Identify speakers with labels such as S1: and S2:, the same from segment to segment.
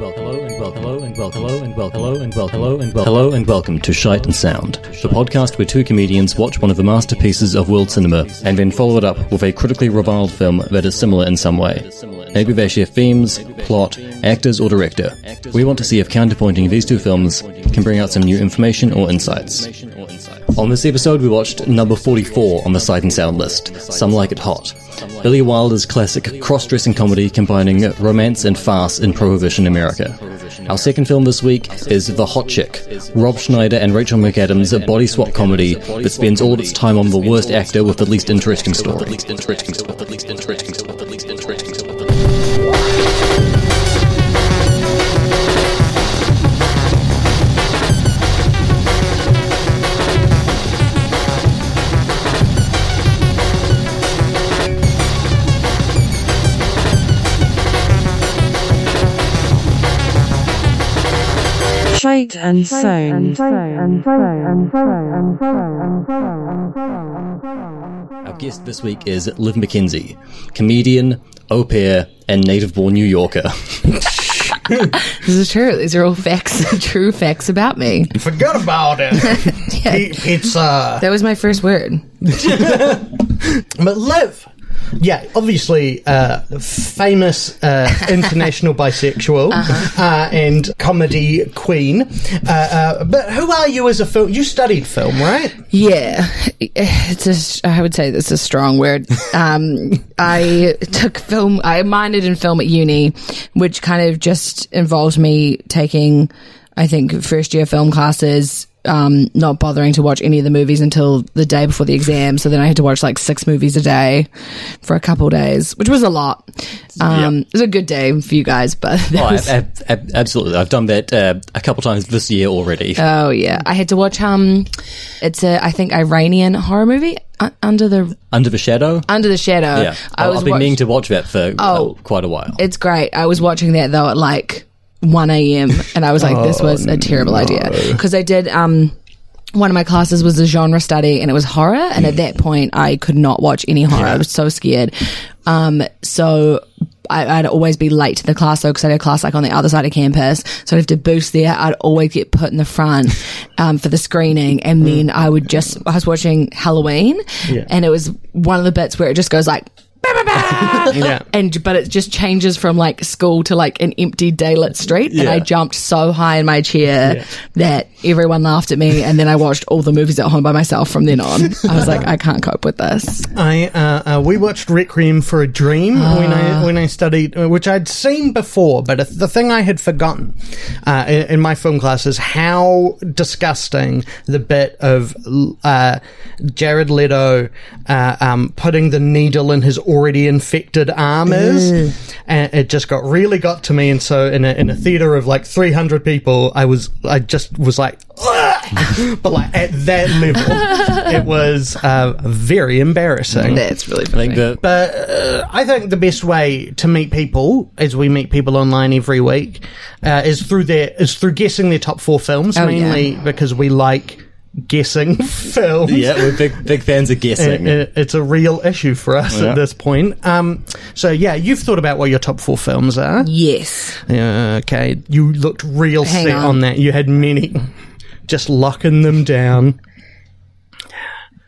S1: well, hello and well, hello and well, hello and well, hello and well, hello and welcome to Shite and Sound, the podcast where two comedians watch one of the masterpieces of world cinema and then follow it up with a critically reviled film that is similar in some way. Maybe they share themes, plot, actors, or director. We want to see if counterpointing these two films can bring out some new information or insights. On this episode, we watched number 44 on the Sight and Sound list, Some Like It Hot, Billy Wilder's classic cross dressing comedy combining romance and farce in Prohibition America. Our second film this week is The Hot Chick, Rob Schneider and Rachel McAdams' body swap comedy that spends all of its time on the worst actor with the least interesting story.
S2: Shite and Sound.
S1: Our guest this week is Liv McKenzie, comedian, au pair, and native born New Yorker.
S3: This is true. These are all facts, true facts about me.
S4: Forget about it. Pe- Pizza.
S3: That was my first word.
S4: But live. Yeah, obviously, uh, famous uh, international bisexual uh and comedy queen. Uh, uh, but who are you as a film? You studied film, right?
S3: Yeah, it's a s- I would say that's a strong word. Um, I took film. I minored in film at uni, which kind of just involved me taking, I think, first year film classes. Um, not bothering to watch any of the movies until the day before the exam, so then I had to watch like six movies a day for a couple days, which was a lot. Um, It was a good day for you guys, but that
S1: Oh,
S3: was-
S1: ab- ab- ab- absolutely. I've done that uh, a couple times this year already.
S3: Oh yeah, I had to watch. Um, it's a I think Iranian horror movie uh, under the
S1: Under the Shadow?
S3: under the shadow.
S1: yeah.
S3: I
S1: I
S3: was
S1: have been
S3: watch-
S1: meaning to watch that for uh,
S3: Oh.
S1: quite a while.
S3: It's great. I was watching that though at like one a.m. and I was like, this was a terrible idea because I did um. One of my classes was a genre study and it was horror. And at that point, I could not watch any horror. I was so scared. Um, so I, I'd always be late to the class though, because I had a class like on the other side of campus. So I'd have to boost there. I'd always get put in the front, um, for the screening. And then I would just, I was watching Halloween and it was one of the bits where it just goes like, "Bah, bah, bah."
S4: Yeah.
S3: and but it just changes from like school to like an empty daylit street and i
S1: Yeah.
S3: jumped so high in my chair that everyone laughed at me and then i watched all the movies at home by myself from then on i was like i can't cope with this
S4: I uh, uh, we watched Requiem for a Dream when I when I studied, uh, which I'd seen before, but th- the thing I had forgotten uh, in, in my film class is how disgusting the bit of uh, Jared Leto uh, um, putting the needle in his already infected arm
S3: Mm.
S4: is, and it just got really got to me. And so in a, in a theater of like three hundred people, I was I just was like, "Ugh!" but like at that level, it was uh, very embarrassing.
S3: that's really
S1: I think
S3: funny
S1: the,
S4: But uh, I think the best way to meet people, as we meet people online every week, uh, is through their is through guessing their top four films,
S3: Oh, yeah.
S4: mainly because we like guessing films.
S1: yeah, we're big, big fans of
S3: Uh,
S1: guessing.
S4: It- Eh, it's a real issue for us
S1: Yeah.
S4: at this point. Um, so yeah, you've thought about what your top four films are.
S3: yes
S4: Yeah, okay, you looked real
S3: Hang
S4: set
S3: on.
S4: on. that. You had many, just locking them down.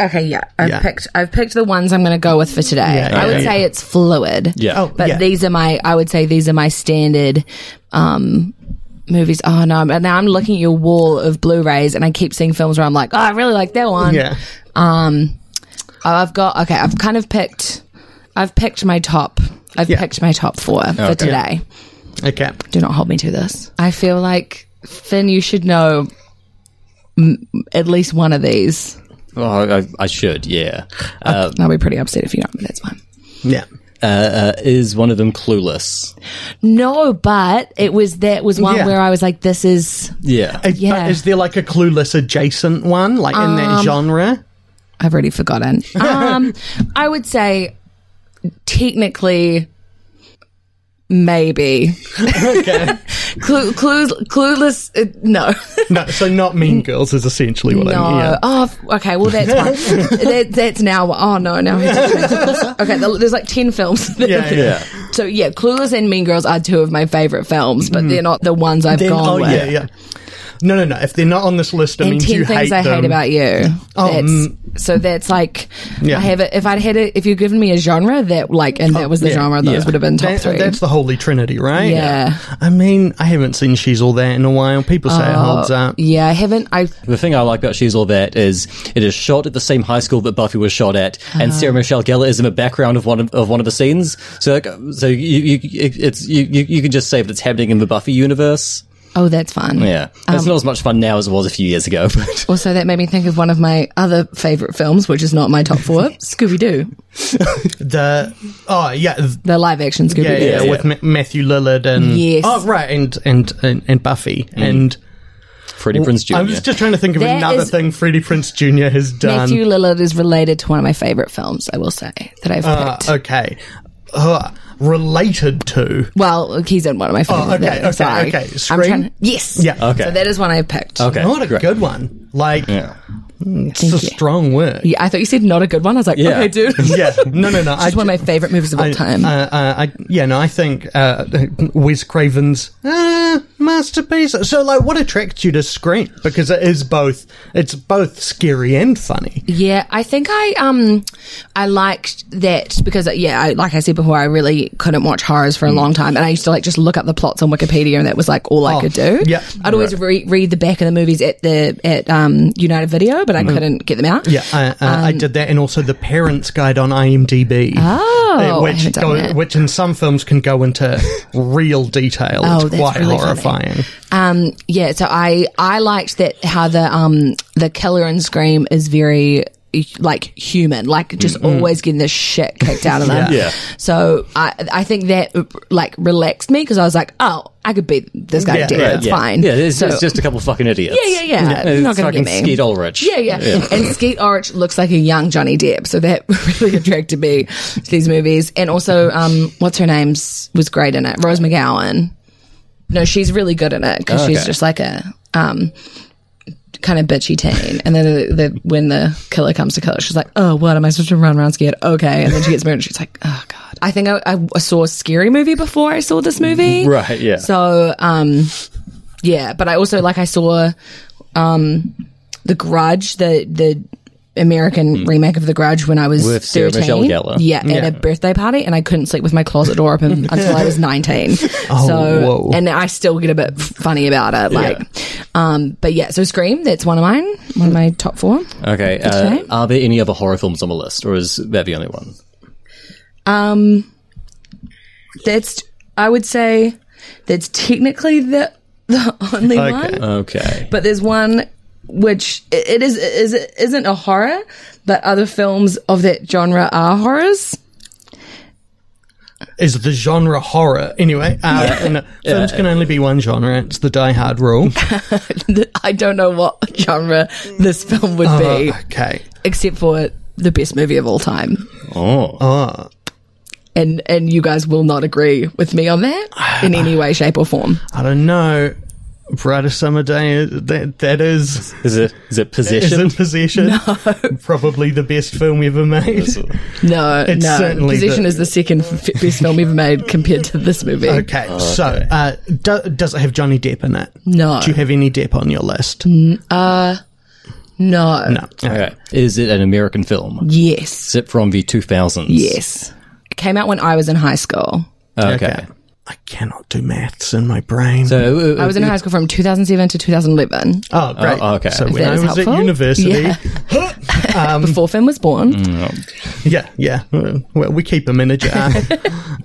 S3: okay yeah i've
S4: Yeah.
S3: picked i've picked the ones i'm gonna go with for today
S4: Yeah,
S3: i
S4: yeah,
S3: would
S4: yeah.
S3: say it's fluid
S1: yeah.
S4: Oh,
S3: but
S4: yeah.
S3: these are my i would say these are my standard um movies oh no I'm- now i'm looking at your wall of blu-rays and i keep seeing films where i'm like oh i really like that one
S4: Yeah,
S3: Um, oh, I've got okay. I've kind of picked. I've picked my top. I've
S4: Yeah.
S3: picked my top four for today.
S4: okay.
S3: Do not hold me to this. I feel like Finn, you should know m- at least one of these.
S1: Oh, I, I should, yeah. Uh,
S3: I'll be pretty upset if you don't. But that's fine.
S4: Yeah,
S1: uh, is one of them clueless?
S3: No, but it was that was one
S4: Yeah.
S3: where I was like, this is.
S1: Yeah.
S4: Is-
S3: Yeah. Um,
S4: But is there like a clueless adjacent one, like in that genre?
S3: I've already forgotten. Um, I would say technically. Maybe
S4: okay.
S3: Clu- clues, clueless. Uh, no,
S4: No, so not Mean Girls is essentially what I mean. Yeah.
S3: Oh, f- okay. Well, that's fine. that, that's now. Oh no, now. I have to change this. okay, th- there's like ten films.
S4: Yeah, yeah.
S3: so yeah, Clueless and Mean Girls are two of my favorite films, but they're not the ones I've
S4: Mm-hmm. Then-
S3: gone
S4: oh
S3: with.
S4: yeah, yeah. No, no, no. If they're not on this list, it
S3: and
S4: means
S3: ten
S4: you
S3: things
S4: hate
S3: I
S4: them.
S3: hate about you.
S4: Oh,
S3: that's,
S4: mm.
S3: so that's like
S4: Yeah. Oh,
S3: I have it. If I'd had it, if you'd given me a genre that like, and that was the
S4: Yeah,
S3: genre, those
S4: yeah.
S3: would have been top
S4: That-
S3: three.
S4: That's the holy trinity, right?
S3: Yeah.
S4: I mean, I haven't seen She's All That in a while. People say it
S3: Oh,
S4: holds up.
S3: yeah, I haven't. I
S1: The thing I like about She's All That is it is shot at the same high school that Buffy was shot at, and
S3: Uh-huh.
S1: Sarah Michelle Gellar is in the background of one of, of one of the scenes. So, like, so you, you it, it's you, you you can just say that it's happening in the Buffy universe.
S3: oh, that's fun.
S1: Yeah,
S3: Um,
S1: it's not as much fun now as it was a few years ago. But
S3: Also, that made me think of one of my other favorite films, which is not my top four, Scooby Doo,
S4: The oh yeah, th-
S3: the live action Scooby Doo.
S4: yeah, yeah,
S1: yeah.
S4: with Ma- Matthew Lillard and
S3: Yes.
S4: oh right, and and and, and Buffy
S1: Mm.
S4: and
S1: Freddie Prince Jr.
S4: I was just trying to think of
S3: That
S4: another
S3: is-
S4: thing Freddie Prince Jr. has done.
S3: Matthew Lillard is related to one of my favorite films. I will say that I've
S4: Uh,
S3: picked.
S4: okay, uh, related to
S3: Well, he's in one of my favorites.
S4: Oh, okay, okay,
S3: sorry.
S4: okay.
S3: I'm
S4: Scream?
S3: trying to, yes.
S4: yeah,
S1: Okay.
S3: So that is one I picked.
S1: okay,
S4: not a
S1: great.
S4: good one. Like
S1: Yeah.
S4: it's a
S3: you.
S4: strong word.
S3: Yeah, I thought you said not a good one. I was like,
S1: Yeah.
S3: okay, dude.
S4: yeah, no, no, no. I
S3: It's one of my favorite movies of all
S4: I-
S3: time.
S4: Uh, uh, I, yeah, no, I think uh, Wes Craven's uh, masterpiece. So, like, what attracts you to Scream? Because it is both, it's both scary and funny.
S3: yeah, I think I um I liked that because uh, yeah, I, like I said before, I really couldn't watch horrors
S4: Mm.
S3: for a long time, and I used to like just look up the plots on Wikipedia, and that was like all I
S4: Oh,
S3: could do.
S4: yeah.
S3: I'd always re- read the back of the movies at the at um United Video, but I couldn't get them out.
S4: Mm. Yeah, I, uh, I
S3: Um,
S4: did that, and also the Parents Guide on IMDb,
S3: Oh,
S4: uh,
S3: I
S4: which
S3: haven't done that.
S4: which in some films can go into real detail.
S3: Oh,
S4: it's
S3: that's
S4: quite
S3: really funny.
S4: horrifying.
S3: Um, yeah, so I I liked that how the um the killer in Scream is very like human, like just always getting the shit kicked out of them.
S1: Mm-hmm. Yeah. Yeah.
S3: So I I think that like relaxed me because I was like, oh, I could beat this guy
S4: Yeah,
S3: to death.
S4: yeah,
S3: it's
S1: yeah.
S3: fine.
S1: Yeah, it's,
S3: So-
S1: it's just a couple of fucking idiots.
S3: yeah, yeah, yeah. You're
S1: It's
S3: not gonna
S1: fucking
S3: get me.
S1: Skeet Ulrich.
S3: yeah, yeah, And Skeet Ulrich looks like a young Johnny Depp, so that really attracted me to these movies. And also, um, what's her name's was great in it, Rose McGowan. No, she's really good in it because
S1: Oh,
S3: she's
S1: okay.
S3: just like a um, kind of bitchy teen. And then the, the, when the killer comes to kill her, she's like, "Oh, what am I supposed to run around scared?" Okay, and then she gets murdered. She's like, "Oh God." I think I, I saw a scary movie before I saw this movie.
S1: Right, yeah.
S3: So, um, yeah, but I also like I saw um, the Grudge, the the American remake of the Grudge when I was
S1: Mm-hmm. With Sarah
S3: thirteen.
S1: Michelle Gellar.
S3: Yeah, at
S4: Yeah.
S3: a birthday party, and I couldn't sleep with my closet door open until I was nineteen.
S1: Oh,
S3: so,
S4: whoa.
S3: and I still get a bit funny about it, like. Um, but yeah, so Scream. That's one of mine, one of my top four.
S1: Okay. Uh,
S3: Okay.
S1: are there any other horror films on the list, or is that the only one?
S3: Um, that's I would say that's technically the the only
S4: Okay.
S3: one.
S1: Okay.
S3: but there's one which i- it is it is it isn't a horror, but other films of that genre are horrors.
S4: Is the genre horror anyway? Uh, and, uh, films can only be one genre. It's the Die Hard rule.
S3: I don't know what genre this film would be,
S4: Uh, okay.
S3: except for the best movie of all time.
S1: Oh.
S4: Uh,
S3: And and you guys will not agree with me on that in any way, shape, or form.
S4: I don't know. Brighter summer day. uh, That that is
S1: Is it is it
S4: is
S1: possession?
S4: in possession. Probably the best film ever made.
S3: No,
S4: It's
S3: no.
S4: certainly
S3: Possession
S4: the-
S3: is the second f- best film ever made compared to this movie.
S4: Okay,
S1: Oh,
S4: so uh, do, does it have Johnny Depp in it?
S3: No,
S4: Do you have any Depp on your list?
S3: no,
S4: No.
S1: okay. Is it an American film?
S3: Yes,
S1: Is it from the 2000s?
S3: yes. It came out when I was in high school.
S1: Okay.
S4: Okay. I cannot do maths in my brain.
S1: So, uh,
S3: I was in high school from 2007 to 2011.
S4: oh, great.
S1: Oh, okay.
S4: So
S1: If
S4: when
S3: that
S4: I
S3: is
S4: was at
S3: helpful.
S4: university,
S3: Yeah.
S4: Um,
S3: Before Finn was born,
S4: yeah, yeah. Uh, Well, we keep them in a jar.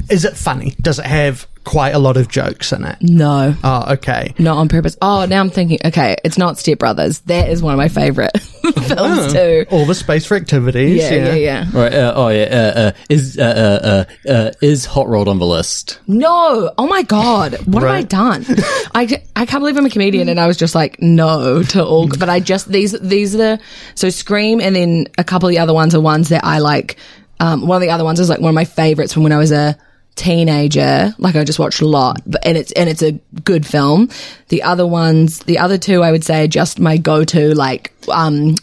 S4: Is it funny? Does it have quite a lot of jokes in it?
S3: Mm. no,
S4: Oh, okay.
S3: not on purpose. Oh, now I'm thinking. Okay, it's not Step Brothers. That is one of my favorite
S4: Oh,
S3: films too.
S4: All the space for activities.
S3: Yeah, yeah, yeah.
S1: right, uh, oh yeah, uh, uh, is uh, uh, uh, uh, is Hot Rod on the list?
S3: No, oh my god, what have I
S4: Right.
S3: done? I, ca- I can't believe I'm a comedian, and I was just like no to all. But I just these these are the so Scream, and then a couple of the other ones are ones that I like. Um, one of the other ones is like one of my favorites from when I was a teenager. Like I just watched a lot, but, and it's and it's a good film. The other ones, the other two, I would say, are just my go to like um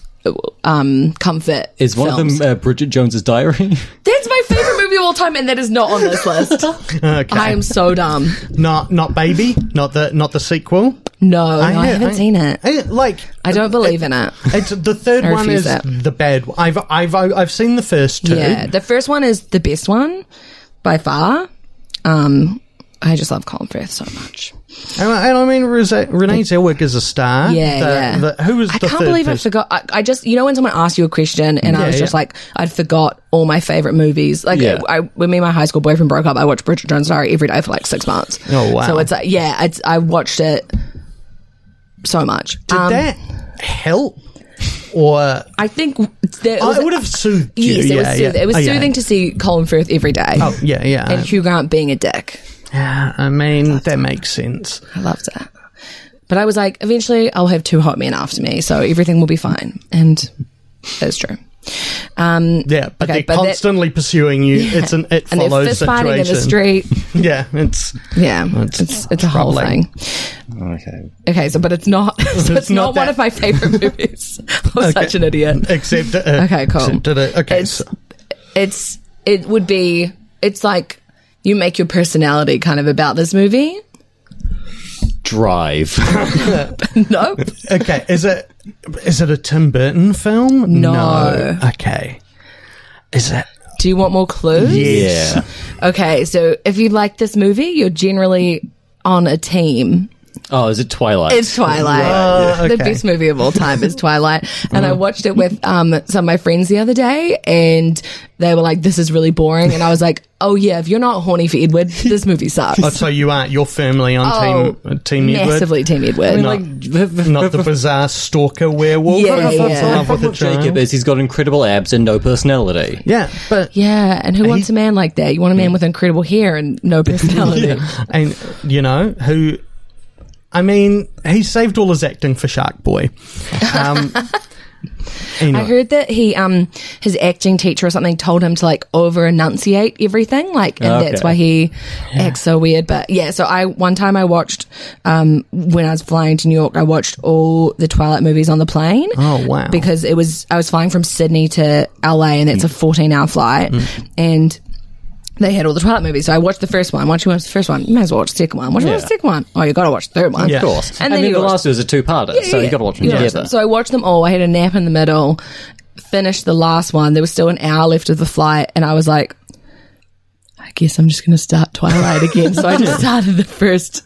S3: um comfort.
S1: Is one
S3: films.
S1: of them uh, Bridget Jones's Diary?
S3: That's my favorite movie of all time, and that is not on this list.
S4: Okay.
S3: I am so dumb.
S4: not not baby, not the not the sequel.
S3: No, no, I, haven't seen it.
S4: I- like
S3: I don't believe in it.
S4: It's the third
S3: I
S4: one
S3: refuse
S4: is
S3: it.
S4: the bad. one. I've I've I've I've seen the first two.
S3: Yeah, the first one is the best one by far. Um, I just love Colin Firth so much.
S4: And, I- and I mean Rose, Renee Zellweger is a star.
S3: Yeah,
S4: The-
S3: yeah.
S4: the- who was
S3: I
S4: the
S3: can't
S4: third
S3: believe I
S4: person?
S3: forgot. I, I just, you know, when someone asks you a question and
S4: Yeah,
S3: I was just
S4: yeah.
S3: like, I'd forgot all my favorite movies. Like,
S1: Yeah.
S3: I, when me and my high school boyfriend broke up, I watched Bridget Jones' Diary every day for like six months.
S4: Oh, wow.
S3: So it's like, yeah, it's, I watched it so much. Um,
S4: Did that help? Or I
S3: I think that Oh, was-
S4: would have soothed you.
S3: Yes, it
S4: yeah,
S3: was soothing.
S4: yeah.
S3: It was
S4: Oh, yeah.
S3: soothing to see Colin Firth every day.
S4: Oh yeah, yeah.
S3: and Hugh Grant being a dick.
S4: Yeah, I mean, that makes sense.
S3: I loved it. But I was like, eventually I'll have two hot men after me, so everything will be fine. And that's true. Um,
S4: Yeah, but
S3: Okay,
S4: they're
S3: but that-
S4: constantly pursuing you. It's an it
S3: and they're
S4: follows
S3: fist
S4: situation.
S3: fighting in the street.
S4: Yeah, it's
S3: Yeah,
S4: That's
S3: it's it's, a whole
S4: troubling.
S3: thing.
S1: Okay.
S3: Okay, so but it's not. So it's,
S4: It's not
S3: not, one
S4: that.
S3: of my favorite movies. I'm
S4: Okay.
S3: such an idiot.
S4: except uh,
S3: Okay, cool.
S4: except it- okay,
S3: It's
S4: so,
S3: it's it would be it's like you make your personality kind of about this movie.
S1: Drive.
S3: Nope.
S4: okay. Is it is it a Tim Burton film?
S3: No.
S4: Okay. Is it?
S3: Do you want more clues?
S1: yeah.
S3: Okay, so if you like this movie, you're generally on a team.
S1: Oh, is it Twilight?
S3: It's Twilight.
S4: Oh,
S3: The
S4: okay. Mm.
S3: best movie of all time is Twilight. And I watched it with um, some of my friends the other day, and they were like, This is really boring. And I was like, Oh, yeah, if you're not horny for Edward, this movie sucks.
S4: Oh, so you are you're firmly on
S3: Oh,
S4: team team Edward.
S3: Massively Team Edward.
S4: No. Not the bizarre stalker werewolf.
S3: Yeah, yeah,
S4: Falls in
S3: yeah.
S4: love with a
S1: Jacob
S4: giant.
S1: is he's got incredible abs and no personality.
S4: Yeah, but
S3: Yeah, and who wants a man like that? You want a man with incredible hair and no personality.
S4: and you know who i mean he saved all his acting for shark boy um
S3: I
S4: anyway,
S3: heard that he, um, his acting teacher or something told him to like over enunciate everything, like, and that's
S1: Okay.
S3: why he acts so weird. But yeah, so I, one time I watched, um, when I was flying to New York, I watched all the Twilight movies on the plane.
S4: Oh, wow.
S3: Because it was, I was flying from Sydney to LA and
S1: Mm.
S3: it's a 14 hour flight. And, they had all the Twilight movies, so I watched the first one. Once you watch the first one, you may as well watch the second one. Once you watch the
S1: Yeah.
S3: second one, oh, you got to watch the third one,
S4: Yeah.
S1: Of course.
S3: And then you
S1: the
S3: watch-
S1: last two is a two-parter, so you got to watch them
S3: yeah.
S1: together.
S3: So I watched them all. I had a nap in the middle, finished the last one. There was still an hour left of the flight, and I was like, I guess I'm just going to start Twilight again. so I just started the first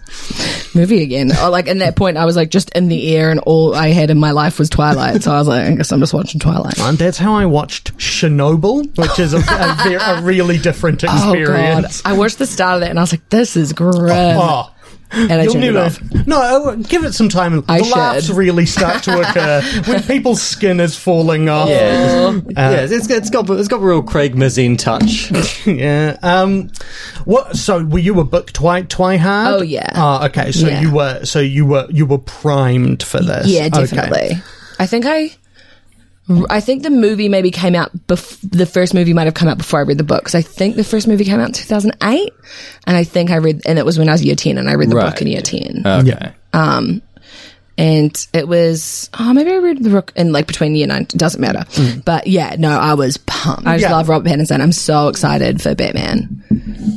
S3: movie again. Or like, in that point, I was like just in the air, and all I had in my life was Twilight. So I was like, I guess I'm just watching Twilight.
S4: and that's how I watched Chernobyl, which is a, a, ve- a really different
S3: Oh god!
S4: experience.
S3: I watched the start of that, and I was like, "This is grim,"
S4: Oh,
S3: and I
S4: you'll
S3: turned it
S4: never.
S3: off.
S4: No, I won't- give it some time.
S3: I
S4: the laughs
S3: should.
S4: really start to occur when people's skin is falling off.
S1: yeah, yeah, it's, it's got it's got real Craig Mazin touch.
S4: Yeah. Um. What? So were you a book twi twihard?
S3: Oh, yeah.
S4: Oh, okay. So
S3: Yeah.
S4: you were. So you were. You were primed for this.
S3: Yeah,
S4: Okay.
S3: definitely. I think I. I think the movie maybe came out bef- the first movie might have come out before I read the book 'cause I think the first movie came out in 2008 and I think I read and it was when I was year 10 and I read the book
S1: Right.
S3: in year 10
S1: Okay.
S4: Yeah.
S3: and it was oh maybe I read the book in like between year 9 it doesn't matter but yeah no I was pumped I just
S4: Yeah.
S3: love Robert Pattinson I'm so excited for Batman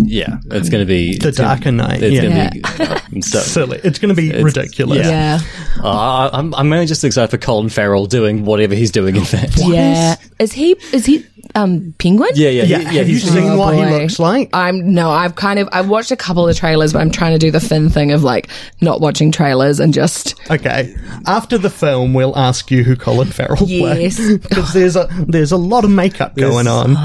S1: Yeah, it's going to be
S4: The
S1: it's gonna-
S4: Darker Knight,
S1: It's
S4: yeah.
S1: going to be. so,
S4: Silly. It's going to be ridiculous.
S1: yeah.
S3: yeah
S1: uh, I- I'm I'm only just excited for Colin Farrell doing whatever he's doing in that.
S3: yeah is he is he um Penguin
S1: Yeah, yeah,
S4: Yeah,
S1: he-
S4: have you
S1: he's-
S4: seen
S3: Oh,
S4: what he
S3: boy.
S4: looks like?
S3: I'm no, I've kind of I've watched a couple of trailers, but I'm trying to do the Finn thing of like not watching trailers and just
S4: Okay. After the film, we'll ask you who Colin Farrell
S3: Yes.
S4: plays because there's a there's a lot of makeup going on.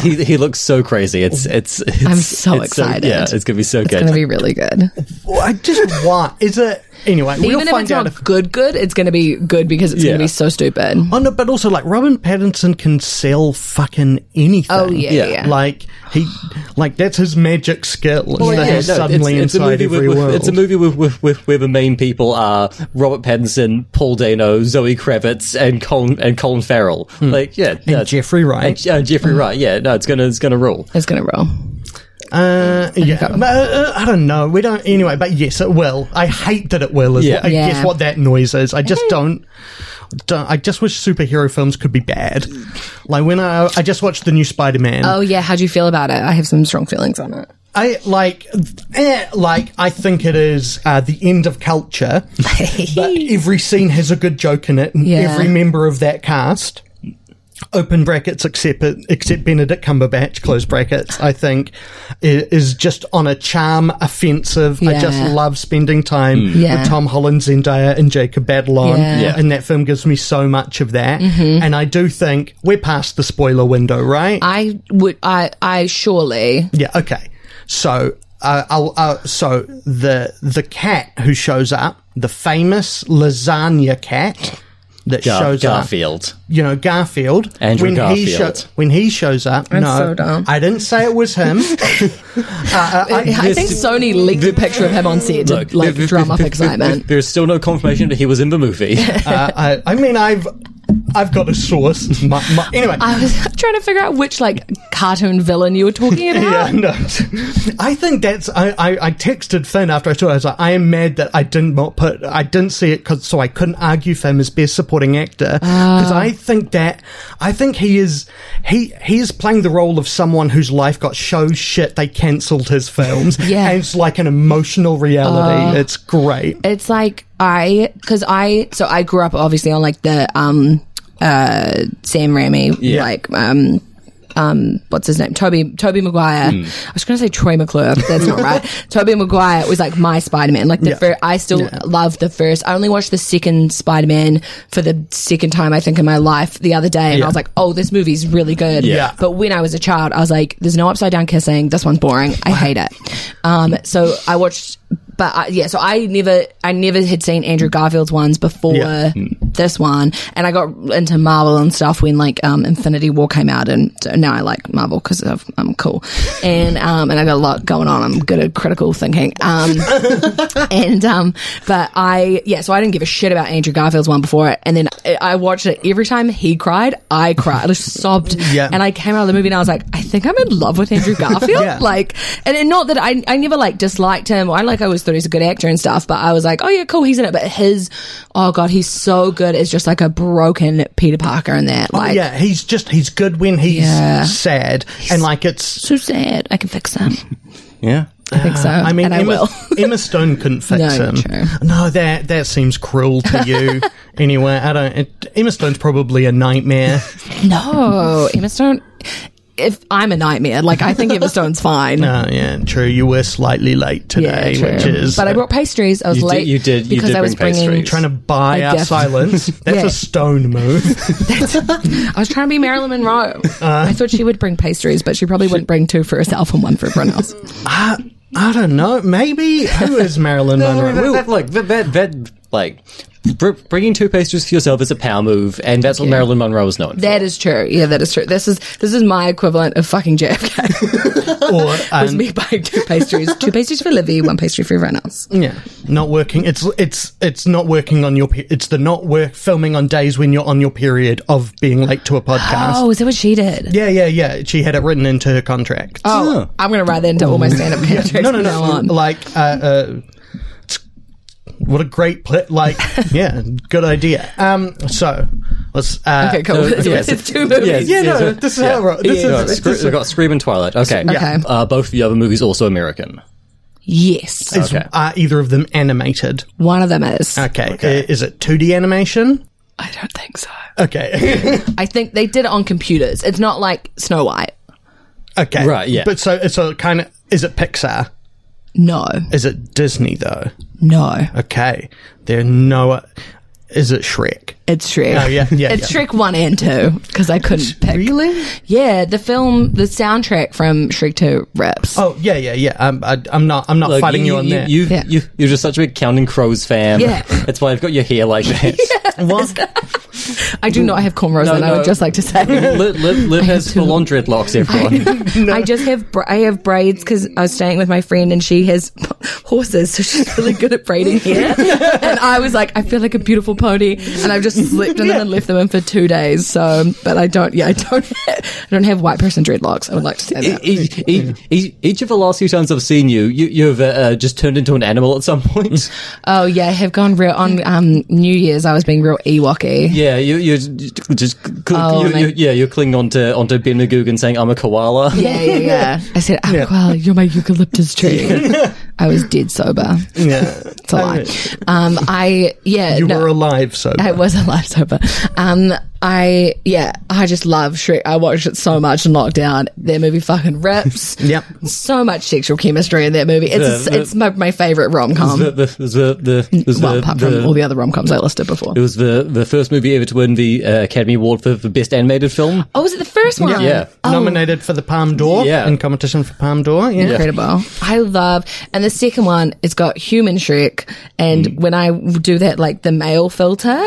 S1: he he looks so crazy. It's it's, it's
S3: I'm so
S1: it's
S3: excited.
S1: yeah, it's going to be so
S3: it's
S1: good.
S3: gonna be really good.
S4: Well, I just want is it anyway? we'll
S3: Even if
S4: find
S3: it's
S4: out
S3: not
S4: if.
S3: good, good, it's gonna be good because it's
S1: Yeah.
S3: gonna be so stupid.
S4: Oh no, but also like Robin Pattinson can sell fucking anything.
S3: Oh yeah,
S1: Yeah,
S3: yeah.
S4: Like he, like that's his magic skill. is that
S1: Yeah,
S4: he's
S1: no,
S4: suddenly
S1: it's, it's a
S4: inside
S1: movie
S4: every
S1: with,
S4: world.
S1: with, it's a movie with, with, with where the main people are Robert Pattinson, Paul Dano, Zoe Kravitz, and Colin and Colin Farrell. Like yeah, and
S4: Hmm. Jeffrey Hmm. Wright.
S1: and, uh, Jeffrey Wright. Yeah, no, it's gonna it's gonna rule.
S3: it's gonna roll.
S4: Uh, yeah, but, uh, I don't know. We don't anyway. But yes, it will. I hate that it will. Is
S1: Yeah.
S4: what, I
S3: Yeah.
S4: guess what that noise is. I just don't don't- I just wish superhero films could be bad. Like when I I just watched the new Spider Man.
S3: Oh yeah, how do you feel about it? I have some strong feelings on it.
S4: I like, eh, like I think it is uh, the end of culture. but every scene has a good joke in it, and
S3: Yeah.
S4: every member of that cast, open brackets except except Benedict Cumberbatch, close brackets, I think, i- is just on a charm offensive. I just
S3: Yeah. Mm.
S4: love spending time
S3: Yeah.
S4: with Tom Holland, Zendaya, and Jacob Batalon,
S3: Yeah. Yeah.
S4: and that film gives me so much of that. And I do think we're past the spoiler window, right?
S3: I would. I. I surely.
S4: Yeah. Okay. So, uh, I'll, uh, so the the cat who shows up, the famous lasagna cat that
S1: Gar-
S4: shows up,
S1: Garfield.
S4: you know, Garfield.
S1: Andrew
S4: He
S1: Garfield.
S4: when he shows up, no,
S3: so dumb.
S4: I didn't say it was him. Uh,
S3: I think Sony leaked a picture of him on set to
S1: Look,
S3: like
S1: there-
S3: drum up
S1: there-
S3: excitement.
S1: There's still no confirmation that he was in the movie.
S4: uh, I, I mean, I've I've got a source. My, my, anyway,
S3: I was trying to figure out which like cartoon villain you were talking about.
S4: Yeah, no. I think that's. I, I, I texted Finn after I saw it. I was like, I am mad that I didn't not put. I didn't see it 'cause- so I couldn't argue for him as best supporting actor
S3: Ah.
S4: because I think that I think he is he he is playing the role of someone whose life got so shit they cancelled his films.
S3: Yeah. Oh.
S4: and it's like an emotional reality. it's great.
S3: It's like I, because I, so I grew up obviously on like the um uh Sam Raimi,
S1: Yeah.
S3: like um um what's his name, Toby Toby Maguire. I was going to say Troy McClure, but that's not right. Toby Maguire was like my Spider Man. Like the
S4: Yeah.
S3: fir- I still love the first. I only watched the second Spider Man for the second time I think in my life the other day, and I was like, oh, this movie's really good.
S1: Yeah.
S3: But when I was a child, I was like, there's no upside down kissing. This one's boring. I hate it. Um, so I watched, but I, yeah, so I never, I never had seen Andrew Garfield's ones before
S4: Yeah.
S3: this one. And I got into Marvel and stuff when like, um, Infinity War came out and so now I like Marvel cause of, I'm cool. And, um, and I got a lot going on. I'm good at critical thinking. Um, and um, but I yeah, so I didn't give a shit about Andrew Garfield's one before it, and then I I watched it every time he cried, I cried, I just sobbed,
S4: Yeah.
S3: and I came out of the movie and I was like, I think I'm in love with Andrew Garfield,
S4: Yeah.
S3: like, and, and not that I I never like disliked him, I like I always thought he's a good actor and stuff, but I was like, oh yeah, cool, he's in it, but his oh god, he's so good as just like a broken Peter Parker in that, like
S4: Oh, yeah, he's just he's good when he's
S3: Yeah.
S4: sad and like it's.
S3: so sad, I can fix him,
S1: yeah.
S3: I think so,
S4: Uh, I
S3: Uh,
S4: mean,
S3: and I
S4: Emma,
S3: will.
S4: Emma Stone couldn't fix
S3: No,
S4: him.
S3: true.
S4: No, that that seems cruel to you. anyway, I don't. It, Emma Stone's probably a nightmare.
S3: No, Emma Stone. If I'm a nightmare, like I think Emma Stone's fine.
S4: Oh, yeah, true. You were slightly late today, which is
S3: but I brought pastries. I was
S1: You did-
S3: late.
S1: you did- you
S3: because
S1: did
S3: I was
S1: bring
S3: bringing.
S1: pastries.
S4: trying to buy
S3: I
S4: our
S3: def-
S4: silence. That's
S3: Yeah.
S4: a Stone move.
S3: I was trying to be Marilyn Monroe. I thought she would bring pastries, but she probably wouldn't bring two for herself and one for everyone else.
S4: I, I don't know. Maybe who is Marilyn Monroe?
S1: that,
S4: We'll-
S1: that, look, that, that, that like br- bringing two pastries for yourself is a power move, and that's what Marilyn Monroe is known. for.
S3: That is true. Yeah, that is true. This is this is my equivalent of fucking JFK.
S4: or
S3: was
S4: um,
S3: me buying two pastries, two pastries for Livy, one pastry for everyone else.
S4: yeah, not working. It's it's it's not working on your. Pe- it's the not work filming on days when you're on your period of being late to a podcast.
S3: Oh, is that what she did?
S4: Yeah, yeah, yeah. She had it written into her contract.
S3: Oh, I'm gonna write that into all my stand-up contracts
S4: no, no,
S3: from now
S4: no.
S3: on.
S4: Like, uh, uh, what a great pl- like, yeah, good idea. Um, so let's. Uh,
S3: Okay, cool.
S1: No,
S3: it's,
S1: yeah,
S3: it's oh, two movies.
S1: yeah,
S4: Yeah, no, this is how it- Oh, this
S1: Yeah,
S4: is-
S1: Scream-
S4: this is-
S1: we got Scream and Twilight. Okay,
S3: Okay.
S1: Uh, both of the other movies also American.
S3: Yes,
S4: Is,
S1: Okay.
S4: Are either of them animated?
S3: one of them is.
S4: Okay. i- Is it 2D animation?
S3: I don't think so.
S4: Okay.
S3: I think they did it on computers. It's not like Snow White.
S4: okay.
S1: Right, yeah.
S4: But so it's a kind of. Is it Pixar?
S3: No,
S4: Is it Disney though?
S3: no,
S4: Okay. There are no. Is it Shrek?
S3: it's Shrek.
S4: Oh yeah, yeah.
S3: It's
S4: yeah.
S3: Shrek one and two because I couldn't pick.
S4: Really?
S3: Yeah, the film, the soundtrack from Shrek two rips.
S4: Oh yeah, yeah, yeah. I'm, I, I'm not. I'm not
S1: Look,
S4: fighting you, on
S1: you,
S4: that.
S1: You,
S3: Yeah.
S1: you, you're just such a big Counting Crows fan.
S3: Yeah.
S1: That's why I've got your hair like that.
S4: What?
S3: I do not have cornrows,
S1: No,
S3: and I
S1: no.
S3: would just like to say.
S1: Liv, Liv, Liv has full on dreadlocks, everyone.
S3: I just have bra- I have braids because I was staying with my friend and she has horses, so she's really good at braiding hair. and I was like, I feel like a beautiful pony, and I've just slipped in them and left them in for two days. So, but I don't. Yeah, I don't. I don't have white person dreadlocks. I would like to
S1: E,
S3: say
S4: E,
S3: that.
S1: Each, each, each, e, each of the last few times I've seen you, you you've uh, uh, just turned into an animal at some point.
S3: Oh yeah, I have gone real on um, New Year's. I was being real Ewoky.
S1: yeah, you you just cl-
S3: Oh,
S1: you,
S3: my-
S1: you, yeah you're clinging onto onto Ben McGugan saying I'm a koala.
S3: Yeah, yeah, yeah. I said, "Oh well, you're my eucalyptus tree." I was dead sober.
S4: Oh, Yeah.
S3: It's a lie. Um, I yeah.
S4: You
S3: no.
S4: were alive, so
S3: I was a life sober. Um, I yeah, I just love Shrek. I watched it so much in lockdown. That movie fucking rips.
S4: Yep.
S3: so much sexual chemistry in that movie. It's
S1: The- the-
S3: it's my, my favorite rom com.
S1: The, the, the, the, the,
S3: well,
S1: the-
S3: apart
S1: the-
S3: from all the other rom coms I listed before.
S1: It was the, the first movie ever to win the uh, Academy Award for, for Best Animated Film.
S3: Oh, was it the first one?
S1: Yeah.
S3: Oh,
S4: nominated for the Palm d'Or
S1: Yeah.
S4: in competition for Palm d'Or. Yeah.
S3: Incredible. I love, and the second one, it's got human Shrek. And
S1: Mm.
S3: when I do that, like the male filter,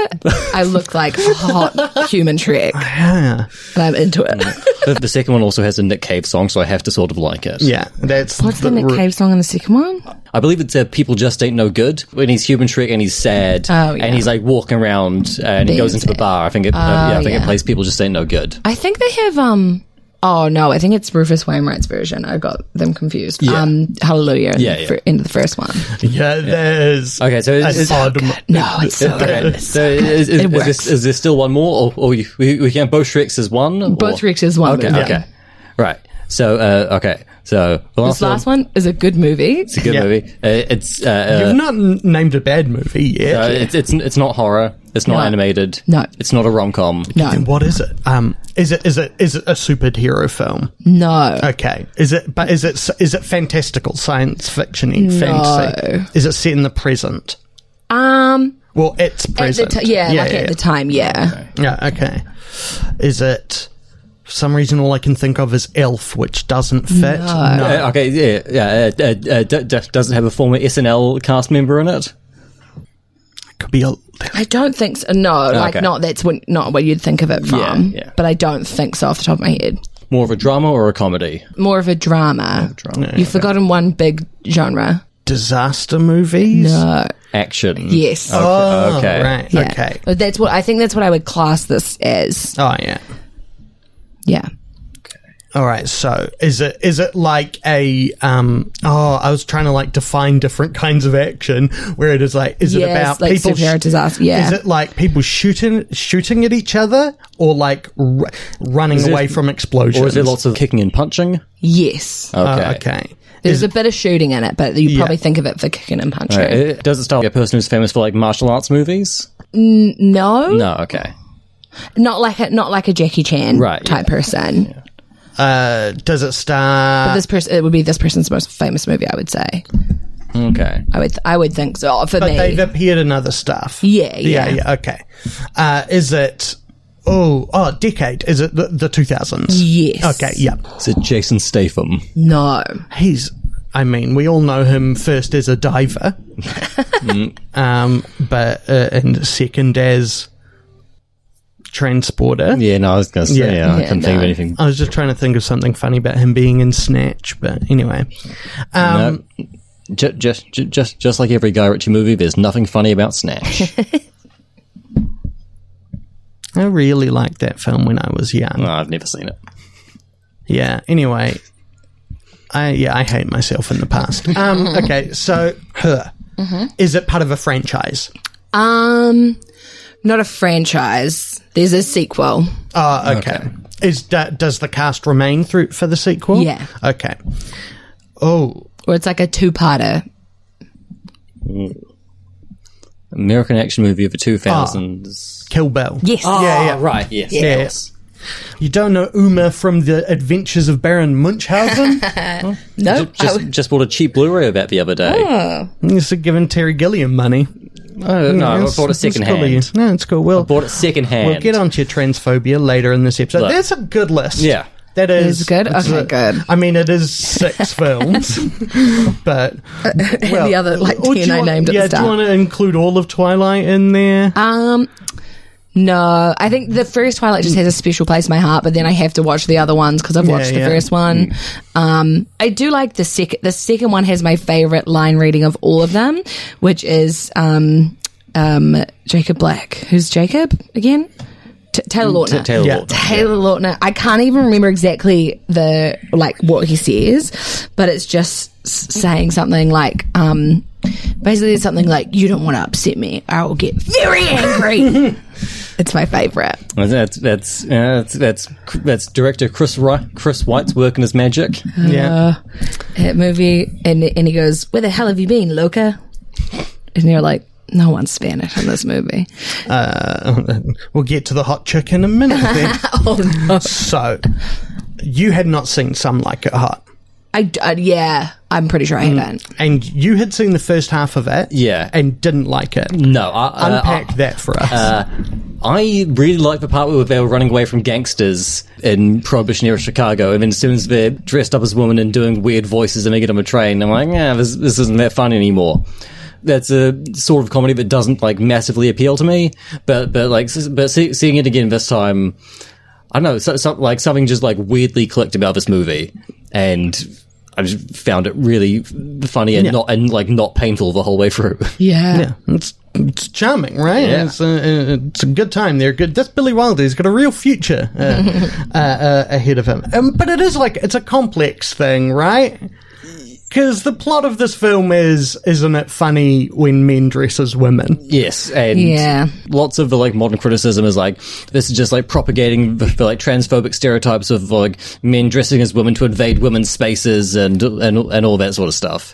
S3: I look like hot human Shrek.
S4: Yeah.
S3: And I'm into it.
S1: the, the second one also has a Nick Cave song, so I have to sort of like it.
S4: Yeah, that's
S3: What's the Nick
S4: ru-
S3: Cave song in the second one?
S1: I believe it's uh, People Just Ain't No Good when he's human Shrek and he's sad
S3: Oh, yeah.
S1: and he's like walking around uh, and he
S3: Being
S1: goes into the
S3: sad.
S1: bar. I think it, uh, yeah, I think it
S3: yeah. Oh,
S1: plays People Just Ain't No Good.
S3: I think they have um oh no, I think it's Rufus Wainwright's version. I got them confused. Um Hallelujah
S1: Yeah,
S3: yeah,
S1: yeah.
S3: yeah. into the first one.
S4: Yeah, there's
S1: Okay, so it's-
S4: a
S1: it's-
S4: pod-
S3: No, it's so
S1: Okay,
S3: good.
S1: uh, so is, is, is
S3: works.
S1: this, is there still one more, or, or you, we, we can both Shreks as one? or-
S3: Both Ricks is one
S1: Okay,
S3: movie.
S1: okay, right. So, uh, okay, so the last,
S3: This last one is a good movie.
S1: It's a good
S4: Yeah.
S1: movie. Uh, it's uh, uh,
S4: You've not n- named a bad movie yet.
S1: Uh, it's it's it's not horror. It's not
S3: No.
S1: animated.
S3: No.
S1: It's not a rom com.
S4: Then
S3: No.
S4: what is it? Um, is it is it is it a superhero film?
S3: No.
S4: Okay, is it but is it s- is it fantastical science fiction no. fantasy? Is it set in the present?
S3: Um
S4: Well, it's
S3: at the
S4: present.
S3: ti- yeah, like at the time, yeah.
S4: yeah, okay. Is it? For some reason, all I can think of is Elf, which doesn't fit. No.
S1: Uh, okay. Yeah. Yeah. Uh, uh, uh, d- d- does it have a former SNL cast member in it?
S4: could be a.
S3: I don't think so. No, like
S1: Okay.
S3: not that's when not what you'd think of it from.
S1: yeah.
S3: But I don't think so off the top of my head.
S1: More of a drama or a comedy?
S3: More of a drama.
S1: Drama.
S3: You've forgotten one big genre.
S4: Disaster movies?
S3: Uh,
S1: Action.
S3: yes.
S4: Oh,
S1: Okay.
S4: Right.
S3: Yeah.
S4: Okay.
S3: But that's what I think that's what I would class this as.
S4: Oh yeah.
S3: Yeah.
S4: All right. So is it is it like a um? Oh, I was trying to like define different kinds of action. Where it is like, is it
S3: Yes,
S4: about
S3: like
S4: people?
S3: severe disaster, yeah.
S4: Is it like people shooting shooting at each other, or like r- running
S1: it-
S4: away from explosions?
S1: Or is there lots of kicking and punching?
S3: Yes.
S1: Uh, Okay.
S4: Oh, okay.
S3: There's a bit of shooting in it, but you probably
S4: Yeah.
S3: think of it for kicking and punching.
S1: Right. Uh, Does it start like a person who's famous for like martial arts movies?
S3: No,
S1: No. Okay.
S3: not like a not like a Jackie Chan
S1: Right,
S3: type person.
S4: Uh, does it
S3: But
S4: start?
S3: this person, it would be this person's most famous movie. I would say.
S1: Okay.
S3: I would I would think so Oh, for
S4: But
S3: me.
S4: they've appeared in other stuff.
S3: Yeah,
S4: Yeah.
S3: yeah.
S4: Yeah. Okay. Uh, is it? Oh, oh, decade. Is it the the two thousands?
S3: Yes.
S4: Okay. Yeah.
S1: Is it Jason Statham?
S3: no.
S4: he's I mean, we all know him first as a diver, um, but uh, and second as transporter.
S1: Yeah. No. I was gonna say. Yeah.
S4: Yeah.
S1: I
S3: Yeah,
S1: couldn't think of
S3: no.
S1: anything.
S4: I was just trying to think of something funny about him being in Snatch, but anyway, um,
S1: Just, just, ju- just, just like every Guy Ritchie movie, there's nothing funny about Snatch.
S4: I really liked that film when I was young.
S1: no, I've never seen it.
S4: Yeah. Anyway, I yeah I hate myself in the past. Um, okay, so her
S3: Mm-hmm.
S4: is it part of a franchise?
S3: Um, not a franchise. There's a sequel.
S4: Uh, okay. Is that does the cast remain through for the sequel?
S3: Yeah.
S4: Okay. Oh,
S3: Or it's like a two-parter.
S1: American action movie of the 2000s.
S4: Kill Bill.
S3: Yes.
S4: Ah. Yeah, yeah.
S1: Ah, right, yes.
S4: Yes. You don't know Uma from the Adventures of Baron Munchausen?
S3: No. I
S1: Just,
S3: would-
S1: just bought a cheap Blu-ray of that the other day.
S4: Ah. This is giving Terry Gilliam money.
S1: Oh, no, I bought it secondhand.
S4: No, it's cool. We'll,
S1: Bought it secondhand.
S4: we'll get onto your transphobia later in this episode.
S1: Look.
S4: That's a good list.
S1: Yeah.
S4: That is,
S3: is good?
S4: it's
S3: Okay,
S4: a-
S3: good.
S4: I mean, it is six films, but well,
S3: the other, like,
S4: or do
S3: 10 I
S4: you want-
S3: named at
S4: Yeah,
S3: the
S4: do you
S3: start.
S4: want to include all of Twilight in there?
S3: Um, no, I think the first Twilight just has a special place in my heart, but then I have to watch the other ones because I've watched
S4: yeah. Mm.
S3: the first one. Um, I do like the second. The second one has my favorite line reading of all of them, which is um, um, Jacob Black. Who's Jacob again? T- Taylor
S4: Mm,
S3: Lautner.
S1: Ta- Taylor
S4: Yeah.
S1: Lautner.
S3: Taylor Lautner. I can't even remember exactly the like what he says, but it's just s- saying something like, um, basically it's something like, "You don't want to upset me. I will get very angry." it's my favorite.
S1: Well, That's that's uh, that's that's that's director Chris Wright, Chris White's working his magic.
S4: Yeah.
S3: Hit movie, and and he goes, "Where the hell have you been, loca?" And you're like, "No one's Spanish in this movie."
S4: Uh, we'll get to the hot chick in a minute. Then.
S3: oh no!
S4: so, you had not seen Some Like It Hot.
S3: I, I- yeah, I'm pretty sure I haven't.
S4: And you had seen the first half of it.
S1: Yeah. Uh,
S4: And didn't like it.
S1: No, I, I-
S4: Unpack that for us.
S1: Uh, I really like the part where they were running away from gangsters in Prohibition era Chicago, and then as soon as they're dressed up as women and doing weird voices and they get on a train, I'm like, yeah, this, this isn't that fun anymore. That's a sort of comedy that doesn't like massively appeal to me, but but like s- but see, seeing it again this time, I don't know, so, so, like something just like weirdly clicked about this movie, and I just found it really funny and not and like not painful the whole way through.
S3: Yeah.
S4: yeah. It's, it's charming, right?
S1: Yeah.
S4: It's, a, it's a good time. They're good. That's Billy Wilder. He's got a real future uh, uh, uh, ahead of him. Um, but it is like it's a complex thing, right? Because the plot of this film is, isn't it funny when men dress as women?
S1: Yes, and
S3: Yeah.
S1: lots of the like modern criticism is like this is just like propagating the, the like transphobic stereotypes of like men dressing as women to invade women's spaces and and and all that sort of stuff.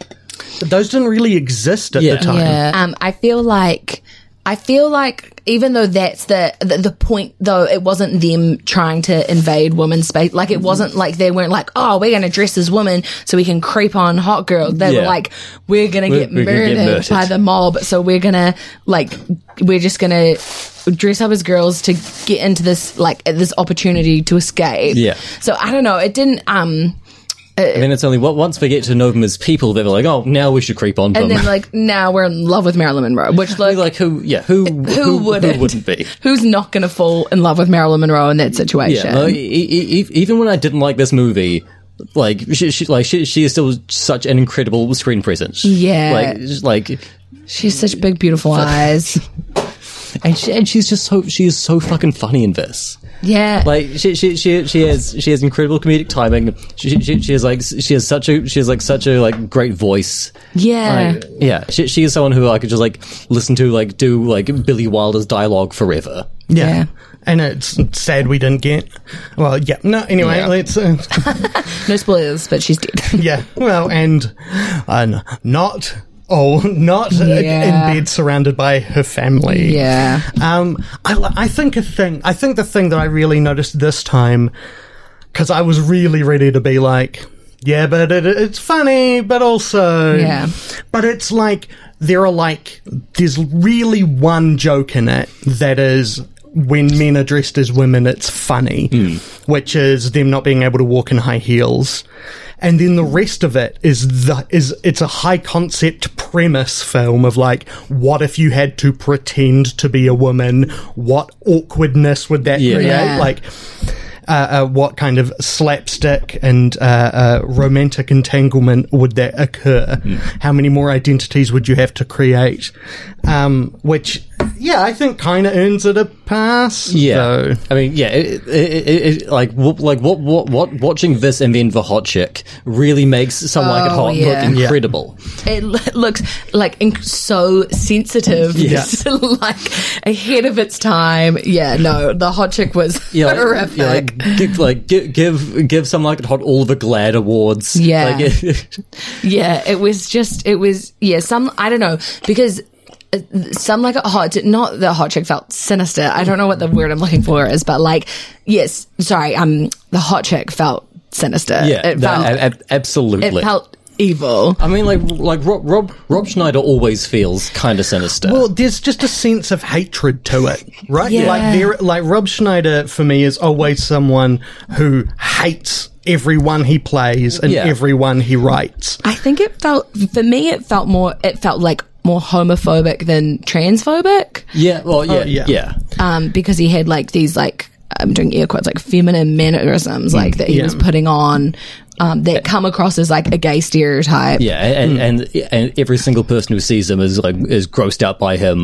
S4: But those didn't really exist at
S1: Yeah.
S4: the time.
S3: Um, I feel like I feel like even though that's the, the the point though it wasn't them trying to invade women's space like it wasn't like they weren't like oh we're going to dress as women so we can creep on hot girls they were
S1: Yeah.
S3: like we're going to
S1: We're-
S3: get
S1: we're gonna
S3: murdered
S1: get murdered.
S3: by the mob so we're going to like we're just going to dress up as girls to get into this like this opportunity to escape
S1: Yeah.
S3: so I don't know it didn't um
S1: And then it's only what once we get to know them as people, they're like, oh, now we should creep on
S3: and
S1: them.
S3: then like now we're in love with Marilyn Monroe which like
S1: like who? Yeah, who? Who,
S3: wouldn't?
S1: Who wouldn't be?
S3: who's not going to fall in love with Marilyn Monroe in that situation?
S1: Yeah, no, e- e- e- even when I didn't like this movie, like she, she like she, she is still such an incredible screen presence.
S3: Yeah.
S1: like like
S3: She's such big, beautiful eyes.
S1: and she, and she's just so she is so fucking funny in this.
S3: Yeah.
S1: like she she she she has she has incredible comedic timing. She she, she has like she has such a she has like such a like great voice.
S3: yeah.
S1: Like, yeah, she, she is someone who I could just like listen to like do like Billy Wilder's dialogue forever.
S4: Yeah.
S3: Yeah.
S4: And it's sad we didn't get. Well, yeah. No, anyway,
S1: Yeah.
S4: let's. Uh,
S3: no spoilers, but she's dead.
S4: yeah. Well, and and not. Oh, not uh,
S3: Yeah.
S4: in bed surrounded by her family.
S3: yeah.
S4: Um, I, li- I think a thing. I think the thing that I really noticed this time, because I was really ready to be like, yeah, but it, it's funny, but also,
S3: Yeah.
S4: But it's like there are like there's really one joke in it that is when men are dressed as women, it's funny, which is them not being able to walk in high heels. And then the rest of it is the is it's a high concept premise film of like, what if you had to pretend to be a woman? What awkwardness would that
S1: Yeah.
S4: create?
S3: Yeah.
S4: Like, uh, uh, what kind of slapstick and uh, uh, romantic entanglement would that occur?
S1: Hmm.
S4: How many more identities would you have to create? Um, which, yeah, I think kind of earns it a pass. though.
S1: I mean, yeah, it, it, it, it, like w- like what what what watching this and then the hot chick really makes some like it
S3: Oh,
S1: hot
S3: yeah.
S1: look
S4: Yeah.
S1: incredible.
S3: It l- looks like inc- so sensitive.
S1: Yes.
S3: like ahead of its time. Yeah. No, the hot chick was
S1: like-
S3: horrific.
S1: yeah, like, give, like give, give give some like it hot all the Glad awards.
S3: Yeah.
S1: Like,
S3: Yeah, it was just it was yeah. Some I don't know because uh, some like a hot not the hot chick felt sinister. I don't know what the word I'm looking for is, but like yes, sorry, um, the hot chick felt sinister.
S1: yeah,
S3: it
S1: no,
S3: felt
S1: a- a- absolutely.
S3: it felt evil.
S1: I mean, like, like Rob, Rob, Rob Schneider always feels kind of sinister.
S4: Well, there's just a sense of hatred to it, right?
S3: Yeah.
S4: Like there, like Rob Schneider for me is always someone who hates everyone he plays and
S1: Yeah.
S4: everyone he writes.
S3: I think it felt for me it felt more it felt like more homophobic than transphobic.
S1: yeah,
S3: oh,
S1: well, yeah,
S4: yeah.
S1: yeah,
S3: um, because he had like these like I'm doing air quotes like feminine mannerisms like that he
S4: Yeah.
S3: was putting on um, that come across as like a gay stereotype.
S1: Yeah, and,
S3: Hmm.
S1: and and every single person who sees him is like is grossed out by him.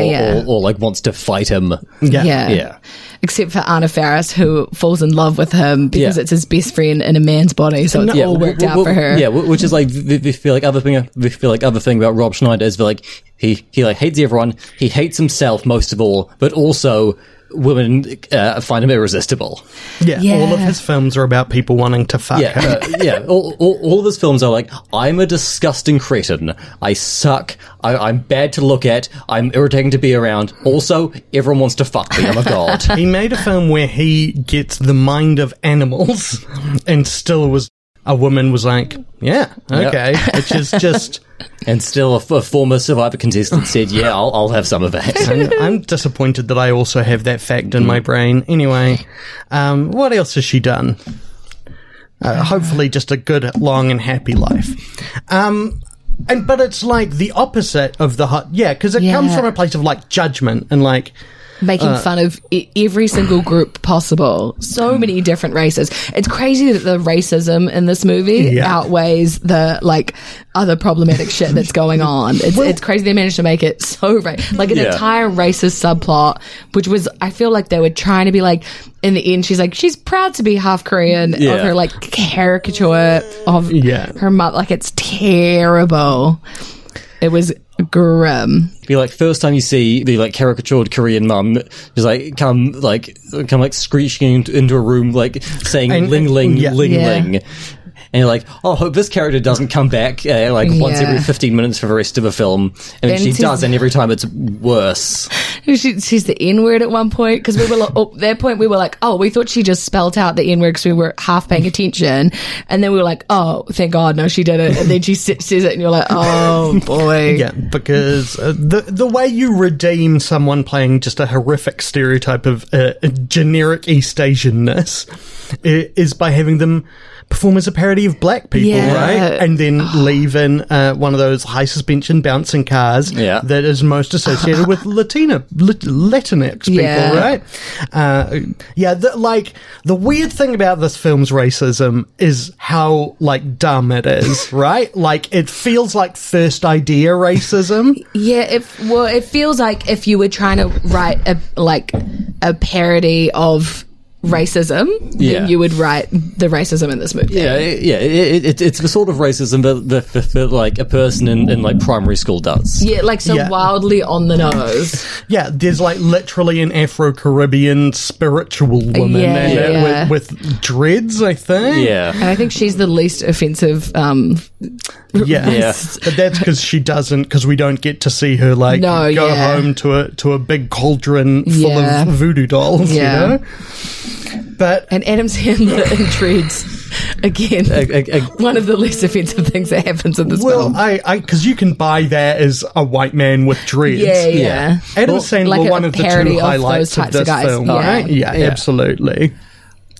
S1: or,
S3: yeah.
S1: Or, or like wants to fight him.
S4: Yeah.
S3: Yeah.
S1: Yeah.
S3: Except for Anna Faris, who falls in love with him because
S1: Yeah.
S3: it's his best friend in a man's body. So it's
S1: yeah,
S3: all worked
S1: w- w-
S3: out for her.
S1: Yeah, w- which is like the, the feel like other thing. The feel like other thing about Rob Schneider is that like he he like hates everyone. He hates himself most of all, but also women uh, find him irresistible.
S4: Yeah, all of
S3: Yeah.
S4: his films are about people wanting to fuck
S1: Yeah,
S4: him.
S1: uh, yeah. All, all, all of his films are like, I'm a disgusting cretin. I suck. I, I'm bad to look at. I'm irritating to be around. Also, everyone wants to fuck me. I'm a god.
S4: He made a film where he gets the mind of animals and still was a woman was like, yeah, okay, which is just
S1: and still, a, f- a former survivor contestant said, "Yeah, I'll, I'll have some of that."
S4: I'm, I'm disappointed that I also have that fact in my brain. Anyway, um, what else has she done? Uh, hopefully, just a good, long, and happy life. Um, and but it's like the opposite of the hot, yeah, because it comes
S3: Yeah.
S4: from a place of like judgment and like
S3: making fun of e- every single group possible. So many different races. It's crazy that the racism in this movie
S4: Yeah.
S3: outweighs the like other problematic shit that's going on. It's, it's crazy they managed to make it so ra- like an
S1: Yeah.
S3: entire racist subplot, which was I feel like they were trying to be like. In the end, she's like she's proud to be half Korean
S1: Yeah.
S3: of her like caricature of
S4: Yeah.
S3: her mother. Like it's terrible. It was grim.
S1: Be like first time you see the like caricatured Korean mum, just like come like come like screeching into, into a room like saying
S4: And-
S1: ling ling
S4: yeah.
S1: ling
S3: Yeah.
S1: ling, and you're like, oh, hope this character doesn't come back uh, like once
S3: Yeah.
S1: every fifteen minutes for the rest of the film, and
S3: Then
S1: she
S3: she's-
S1: does, and every time it's worse.
S3: She, she's the N word at one point because we were like, oh, at that point we were like, oh, we thought she just spelt out the N word because we were half paying attention, and then we were like, oh, thank God, no, she did it, and then she sa- says it, and you're like, oh boy,
S4: Yeah, because uh, the the way you redeem someone playing just a horrific stereotype of uh, generic East Asianness i- is by having them perform as a parody of black people,
S3: Yeah.
S4: right? And then leave in uh, one of those high suspension bouncing cars
S1: Yeah.
S4: that is most associated with Latina Lat- Latinx people,
S3: Yeah.
S4: right? Uh, yeah, the, like the weird thing about this film's racism is how like dumb it is, right? Like it feels like first idea racism.
S3: yeah. If well, it feels like if you were trying to write a like a parody of racism,
S1: Yeah.
S3: then you would write the racism in this movie.
S1: Yeah, it- yeah, it, it, it's the sort of racism that, that, that, that like a person in, in like primary school does.
S3: Yeah, like so
S4: Yeah.
S3: wildly on the nose.
S4: Yeah, there's like literally an Afro Caribbean spiritual woman
S3: Yeah,
S4: in it
S3: yeah.
S4: With, with dreads, I think.
S1: Yeah.
S3: And I think she's the least offensive um,
S4: Yeah.
S1: Yeah.
S4: But that's because she doesn't, because we don't get to see her like
S3: No,
S4: go
S3: yeah.
S4: home to a to a big cauldron full
S3: Yeah.
S4: of voodoo dolls,
S3: Yeah.
S4: you know. But
S3: And Adam Sandler intrudes again.
S1: A- a- a-
S3: one of the least offensive things that happens in this
S4: well,
S3: film.
S4: I I because you can buy that as a white man with dreads.
S3: yeah, yeah.
S1: yeah.
S4: Adam
S1: Well,
S4: Sandler,
S3: like a
S4: one of the
S3: parody
S4: two
S3: of
S4: highlights
S3: those
S4: of,
S3: types of
S4: this
S3: guys.
S4: film,
S3: Yeah.
S4: right? Yeah,
S1: Yeah.
S4: absolutely.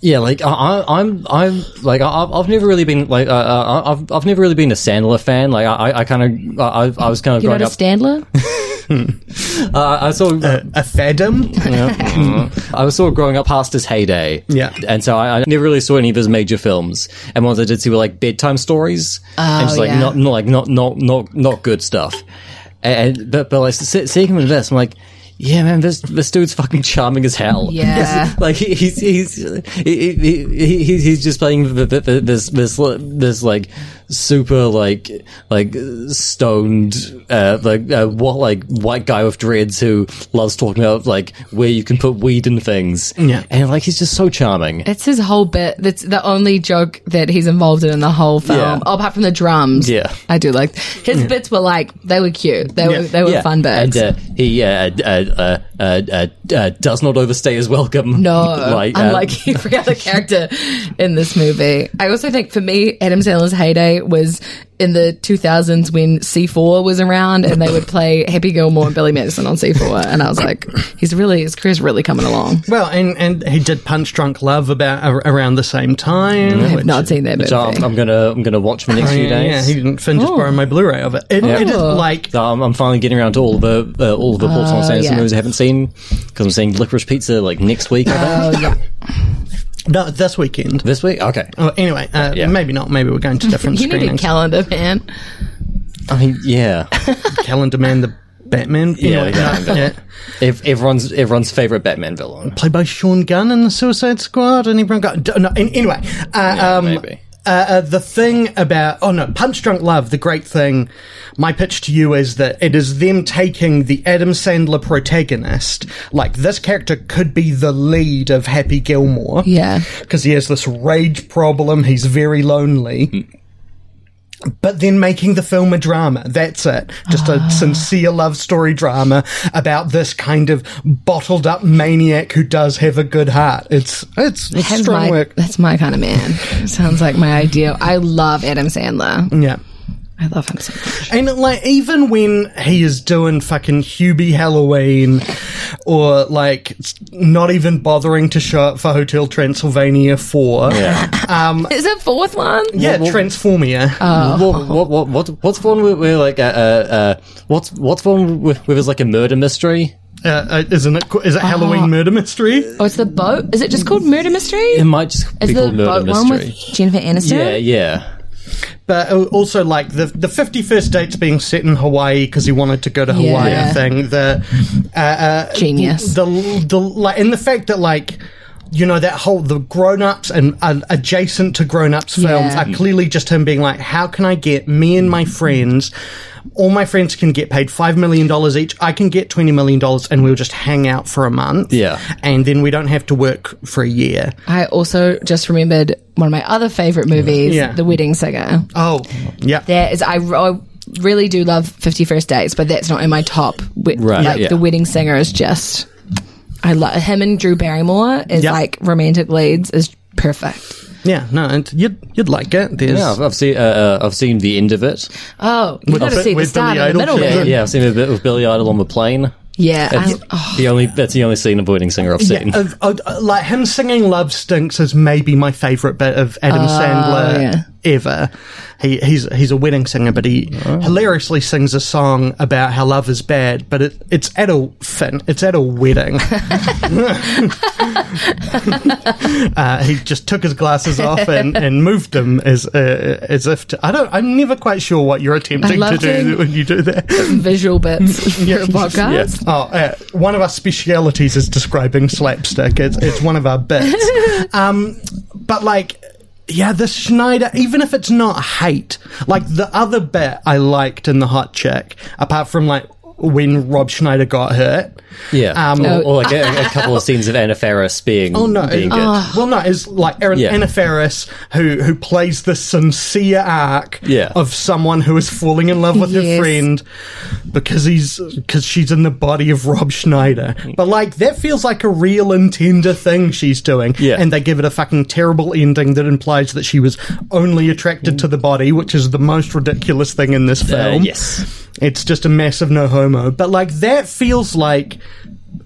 S1: Yeah, like I, I, I'm, I'm like I, I've- I've never really been like uh, uh, I've, I've never really been a Sandler fan. Like I, I- I kind of I, I- I was kind of
S3: You
S1: growing
S3: know,
S1: up.
S3: Standler?
S1: Uh, I saw
S4: A, a fadum.
S1: I was sort of growing up past his heyday.
S4: Yeah.
S1: and so I, I never really saw any of his major films. And ones I did see were like bedtime stories, and just like
S3: Oh, yeah.
S1: not, not like not not not not good stuff. And and- but but like se- seeing him in this, I'm like. Yeah, man, this this dude's fucking charming as hell.
S3: Yeah.
S1: like he- he's he's he, he, he, he- he's just playing the, the, the, this this this like super like like stoned uh, like uh, what like white guy with dreads who loves talking about like where you can put weed and things.
S4: Yeah.
S1: and like he's just so charming.
S3: That's his whole bit. That's the only joke that he's involved in in the whole film,
S1: Yeah.
S3: oh, apart from the drums.
S1: Yeah.
S3: I do like his bits were like they were cute. They were they were fun bits.
S1: and uh, he uh, uh, uh, uh, uh, uh, does not overstay his welcome.
S3: no,
S1: like, uh,
S3: unlike every other character in this movie. I also think for me, Adam Sandler's heyday was in the 2000s when C4 was around and they would play Happy Gilmore and Billy Madison on C4. And I was like, he's really, his career's really coming along.
S4: Well, and and he did Punch Drunk Love about ar- around the same time.
S3: I have
S4: which-
S3: not seen that movie.
S1: so I'm, I'm gonna I'm gonna watch him in the next few
S4: Yeah, yeah,
S1: days.
S4: he didn't Finn
S3: Oh.
S4: just borrowed my Blu-ray of it. It, it is like
S1: So I'm, I'm finally getting around to all the uh, all the Paul Thomas Anderson
S3: Oh, yeah.
S1: movies I haven't seen because I'm seeing Licorice Pizza like next week. I think.
S3: oh, yeah.
S4: No, this weekend.
S1: This week? Okay.
S4: Oh, anyway, uh,
S1: Yeah.
S4: maybe not. Maybe we're going to different
S3: You need a
S4: screenings.
S3: calendar, man.
S1: I mean, yeah.
S4: Calendar Man, the Batman.
S1: Yeah,
S4: Anyway,
S1: yeah.
S4: no, yeah.
S1: Ev- everyone's everyone's favorite Batman villain.
S4: played by Sean Gunn in the Suicide Squad, and everyone got d- no, an- anyway. Uh, um,
S1: maybe.
S4: Uh, uh, the thing about oh no, Punch Drunk Love. The great thing, my pitch to you is that it is them taking the Adam Sandler protagonist. Like this character could be the lead of Happy Gilmore.
S3: Yeah.
S4: because he has this rage problem. He's very lonely. But then making the film a drama. That's it. Just a sincere love story drama about this kind of bottled up maniac who does have a good heart. It's it's, it's
S3: That's
S4: strong
S3: my,
S4: work.
S3: that's my kind of man. Sounds like my idea. I love Adam Sandler.
S4: Yeah.
S3: I love him so much.
S4: And like even when he is doing fucking Hubie Halloween or like s- not even bothering to show up for Hotel Transylvania 4.
S1: Yeah.
S3: Is it fourth one?
S4: Yeah, Transformia.
S1: Ah.
S3: Oh.
S1: What, what, what, what, what's the one where, where like uh, uh, uh, what's what's the one where, where there's like a murder mystery?
S4: Uh, uh, isn't it? qu- Is it Halloween Murder Mystery?
S3: Oh, it's the boat. Is it just called Murder Mystery?
S1: It might just
S3: Is
S1: be
S3: the
S1: called
S3: boat
S1: murder
S3: one
S1: mystery.
S3: with Jennifer Aniston?
S1: yeah, yeah.
S4: But uh, also, like the the fifty first dates being set in Hawaii because he wanted to go to Hawaii
S3: Yeah.
S4: thing. The uh, uh,
S3: Genius.
S4: The the like, and the fact that like. You know that whole the grown ups and uh, adjacent to grown ups films
S3: Yeah.
S4: are clearly just him being like, how can I get me and my friends? All my friends can get paid five million dollars each. I can get twenty million dollars, and we'll just hang out for a month.
S1: Yeah.
S4: and then we don't have to work for a year.
S3: I also just remembered one of my other favorite movies,
S4: Yeah.
S3: The Wedding Singer.
S4: Oh, yeah.
S3: That is, I, I really do love Fifty First Dates, but that's not in my top. We-
S1: Right,
S3: like
S1: yeah.
S3: The Wedding Singer is just, I love him and Drew Barrymore is
S4: Yep.
S3: like romantic leads is perfect.
S4: Yeah, no, it, you'd you'd like it. There's
S1: Yeah, I've, I've seen uh, uh, I've seen the end of it.
S3: Oh, you got to
S4: Bi-
S3: see the
S4: with
S3: start
S4: Billy
S3: and the middle
S4: Idol too.
S3: there.
S4: Yeah.
S3: Yeah,
S1: Yeah, I've seen a bit with Billy Idol on the plane.
S3: I,
S1: That's
S3: oh,
S1: the only that's the only scene of Wedding Singer I've seen.
S4: yeah, uh, uh, uh, like him singing "Love Stinks" is maybe my favorite bit of Adam Sandler
S3: yeah.
S4: ever. He he's he's a wedding singer, but he hilariously sings a song about how love is bad. But it, it's at a fin, it's at a wedding. uh, he just took his glasses off and, and moved them as uh, as if to, I don't. I'm never quite sure what you're attempting to
S3: love
S4: do
S3: to-
S4: when you do that.
S3: visual bits for a podcast.
S4: Oh, uh, one of our specialities is describing slapstick. It's, it's one of our bits. um, but like, yeah, the Schneider, even if it's not hate, like the other bit I liked in the hot chick, apart from like when Rob Schneider got hurt.
S1: Yeah, Oh,
S4: Um,
S1: or, or like a, a couple of scenes of Anna Faris being
S4: Oh no!
S1: being
S4: it-
S1: good. Uh,
S4: Well, no, it's like Aaron
S1: Yeah.
S4: Anna Ferris who who plays the sincere arc
S1: Yeah.
S4: of someone who is falling in love with her
S3: Yes.
S4: friend because he's because she's in the body of Rob Schneider. But like that feels like a real and tender thing she's doing.
S1: Yeah.
S4: And they give it a fucking terrible ending that implies that she was only attracted to the body, which is the most ridiculous thing in this
S1: Uh,
S4: film.
S1: yes,
S4: It's just a massive no homo. But like that feels like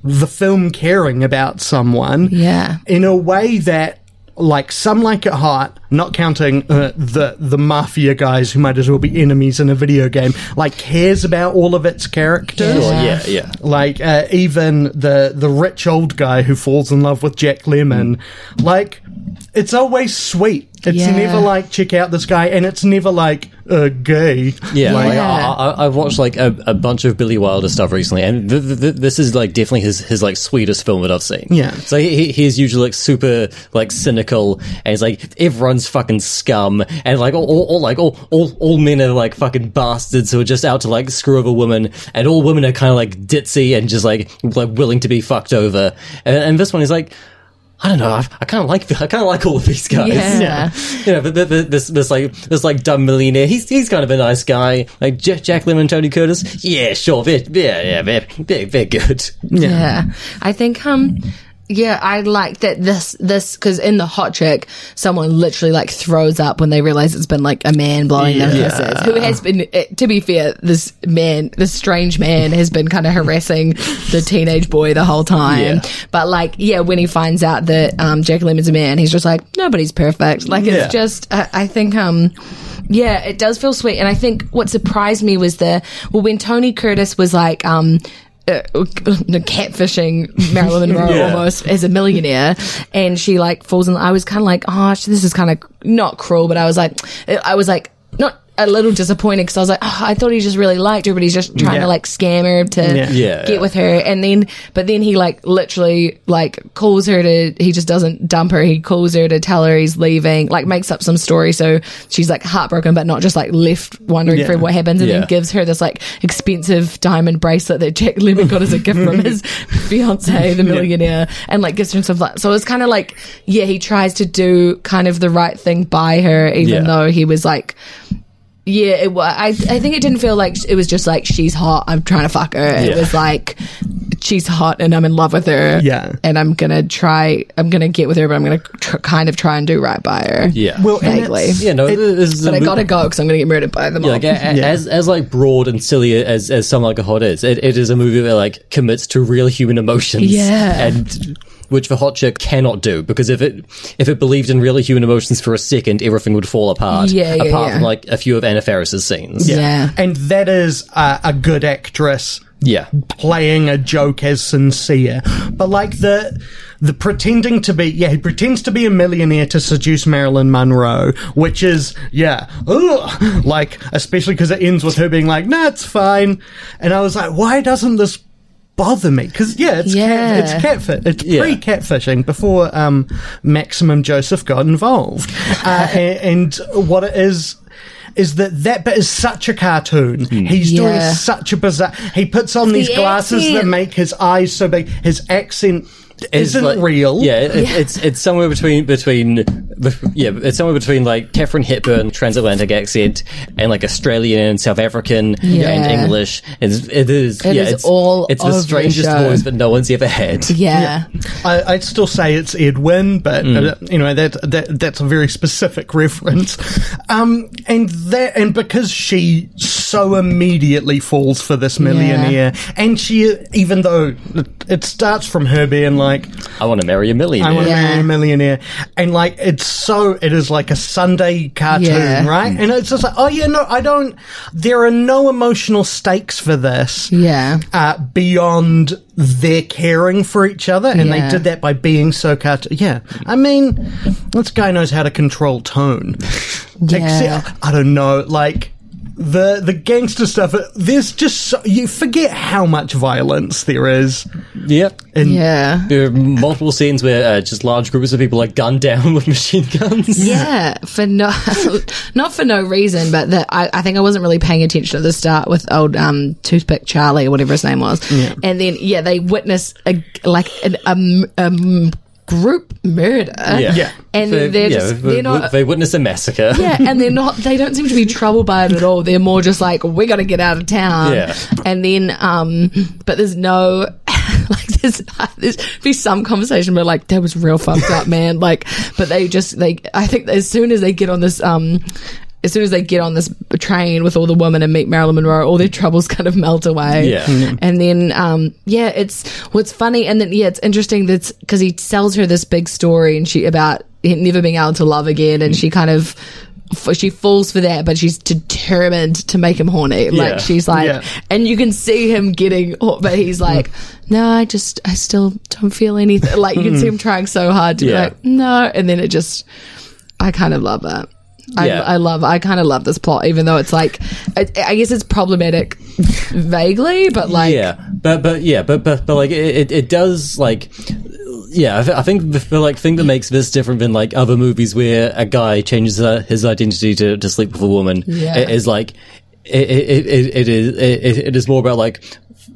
S4: the film caring about someone
S3: Yeah.
S4: in a way that like some like it hot not counting uh, the the mafia guys who might as well be enemies in a video game like cares about all of its characters
S3: Yeah.
S1: yeah, yeah.
S4: like uh, even the the rich old guy who falls in love with Jack Lemon, like it's always sweet. It's
S3: Yeah.
S4: never like check out this guy, and it's never like uh, gay.
S1: Yeah,
S3: Yeah.
S1: like, I, I, I watched like a, a bunch of Billy Wilder stuff recently, and th- th- th- this is like definitely his, his like sweetest film that I've seen.
S4: Yeah.
S1: so he, he- he's usually like super like cynical, and he's like everyone's fucking scum, and like all, all, all like all, all all men are like fucking bastards who are just out to like screw over women, and all women are kind of like ditzy and just like like willing to be fucked over, and, and this one is like. I don't know. I, I kind of like I kind of like all of these guys.
S3: Yeah. Yeah.
S1: You know, but th- th- this this like this like dumb millionaire. He's he's kind of a nice guy. Like Jack, Jack Lemmon, Tony Curtis. Yeah, sure. They're, yeah, yeah, they're, they're, they're good.
S3: Yeah. I think um yeah, I like that this this because in the hot chick, someone literally like throws up when they realize it's been like a man blowing their
S1: Yeah.
S3: kisses. Who has been, eh, to be fair, this man, this strange man, has been kind of harassing the teenage boy the whole time.
S1: Yeah.
S3: But like, yeah, when he finds out that um, Jack Lemon's a man, he's just like, nobody's perfect. Like,
S1: Yeah.
S3: it's just, I, I think, um, yeah, it does feel sweet. And I think what surprised me was the, well, when Tony Curtis was like, um, uh, catfishing Marilyn Monroe
S1: Yeah.
S3: almost as a millionaire, and she like falls in. I was kind of like, oh, sh- this is kind of not cruel, but I was like, I was like, not a little disappointed because I was like, oh, I thought he just really liked her, but he's just trying
S4: Yeah.
S3: to like scam her to
S4: Yeah.
S1: Yeah,
S3: get
S1: yeah.
S3: with her, and then but then he like literally like calls her to he just doesn't dump her. He calls her to tell her he's leaving, like makes up some story so she's like heartbroken, but not just like left wondering
S4: Yeah.
S3: for what happened, and
S1: Yeah.
S3: then gives gives her this like expensive diamond bracelet that Jack Lemmon got as a gift from his fiance, the millionaire, and like gives her some like so it's kind of like yeah, he tries to do kind of the right thing by her, even
S1: Yeah.
S3: though he was like. Yeah, it wa I, I think it didn't feel like it was just like she's hot. I'm trying to fuck her. It
S1: Yeah.
S3: was like she's hot and I'm in love with her.
S4: Yeah.
S3: and I'm gonna try. I'm gonna get with her, but I'm gonna tr- kind of try and do right by her.
S1: yeah.
S4: Well, and
S3: Vaguely.
S4: it's-
S1: yeah, no,
S4: it-
S1: this is
S3: but
S1: a-
S3: I gotta go because I'm gonna get murdered by the mob.
S1: Yeah, like, a- a-
S4: Yeah.
S1: as as like broad and silly as as some like a hot is, it, it is a movie that like commits to real human emotions.
S3: Yeah.
S1: and which the hot chick cannot do because if it if it believed in real human emotions for a second, everything would fall apart.
S3: Yeah, yeah,
S1: apart
S3: yeah.
S1: from like a few of Anna Faris's scenes.
S3: Yeah.
S4: And that is uh, a good actress
S1: yeah,
S4: playing a joke as sincere. But like the the pretending to be yeah, he pretends to be a millionaire to seduce Marilyn Monroe, which is yeah, ugh, like especially because it ends with her being like, "Nah, it's fine," and I was like, why doesn't this bother me? Because yeah, it's
S3: Yeah.
S4: Cat, it's catfish, it's
S1: Yeah.
S4: pre catfishing before um, Maximum Joseph got involved, uh, a- and, what it is. Is that that bit is such a cartoon? He's doing
S3: Yeah.
S4: such a bizarre. He puts on these
S3: the
S4: glasses that
S3: accent.
S4: make his eyes so big. His accent
S1: It's
S4: isn't
S1: like-
S4: real.
S1: Yeah, it, it's it's somewhere between between bef- yeah, it's somewhere between like Catherine Hepburn transatlantic accent and like Australian and South African
S3: Yeah.
S1: and English. It's, it is
S3: It
S1: yeah,
S3: is
S1: it's
S3: all
S1: it's
S3: over
S1: the
S3: the
S1: strangest
S3: show.
S1: voice that no one's ever had.
S3: yeah.
S4: I, I'd still say it's Edwin, but
S1: Mm.
S4: uh, you know that, that that's a very specific reference. Um, and that and because she so immediately falls for this millionaire, and she even though it- it starts from her being like,
S1: I want to marry a millionaire.
S4: I want to
S3: Yeah.
S4: marry a millionaire. And like, it's so, it is like a Sunday cartoon,
S3: Yeah.
S4: right? And it's just like, oh yeah, no, I don't, there are no emotional stakes for this.
S3: Yeah.
S4: Uh, beyond their caring for each other, and
S3: Yeah.
S4: they did that by being so cartoon. Yeah, I mean, this guy knows how to control tone.
S3: Yeah.
S4: Except, I don't know, like the the gangster stuff. uh, There's just so, you forget how much violence there is.
S1: Yep.
S4: In,
S3: Yeah.
S1: There are multiple scenes where uh, just large groups of people are gunned down with machine guns.
S3: Yeah, for no, not for no reason, but that I, I think I wasn't really paying attention at the start with old um, toothpick Charlie or whatever his name was, and then yeah, they witness a like an, um, um, group murder,
S4: Yeah.
S3: and
S1: They-
S3: they're
S1: yeah,
S3: just
S1: they-
S3: they're not.
S1: they witness a massacre.
S3: yeah, and they're not. They don't seem to be troubled by it at all. They're more just like we got to get out of town.
S1: Yeah.
S3: And then, um, but there's no like there's there's be some conversation, but like that was real fucked up, man. Like, but they just they I think as soon as they get on this um. As soon as they get on this train with all the women and meet Marilyn Monroe, all their troubles kind of melt away.
S1: Yeah. Mhm.
S3: And then, um, yeah, it's what's funny. And then, yeah, it's interesting that's because he tells her this big story and she about him never being able to love again.
S1: Mm.
S3: And she kind of, f- she falls for that, but she's determined to make him horny.
S1: Yeah. Mm.
S3: Like she's like,
S4: Yeah.
S3: and you can see him getting, hor- but he's like, no, I just, I still don't feel anything. Like you can see him trying so hard to
S1: Mm. Yeah.
S3: be like, no. And then it just, I kind of love that. I,
S1: Yeah.
S3: I love. I kind of love this plot, even though it's like, I, I guess it's problematic, vaguely, but like,
S1: yeah but but yeah but but, but like it, it- it does like yeah I, th- I think the, the like thing that makes this different than like other movies where a guy changes uh, his identity to, to sleep with a woman
S3: Yeah.
S1: it is like it, it, it, it is it, it is more about like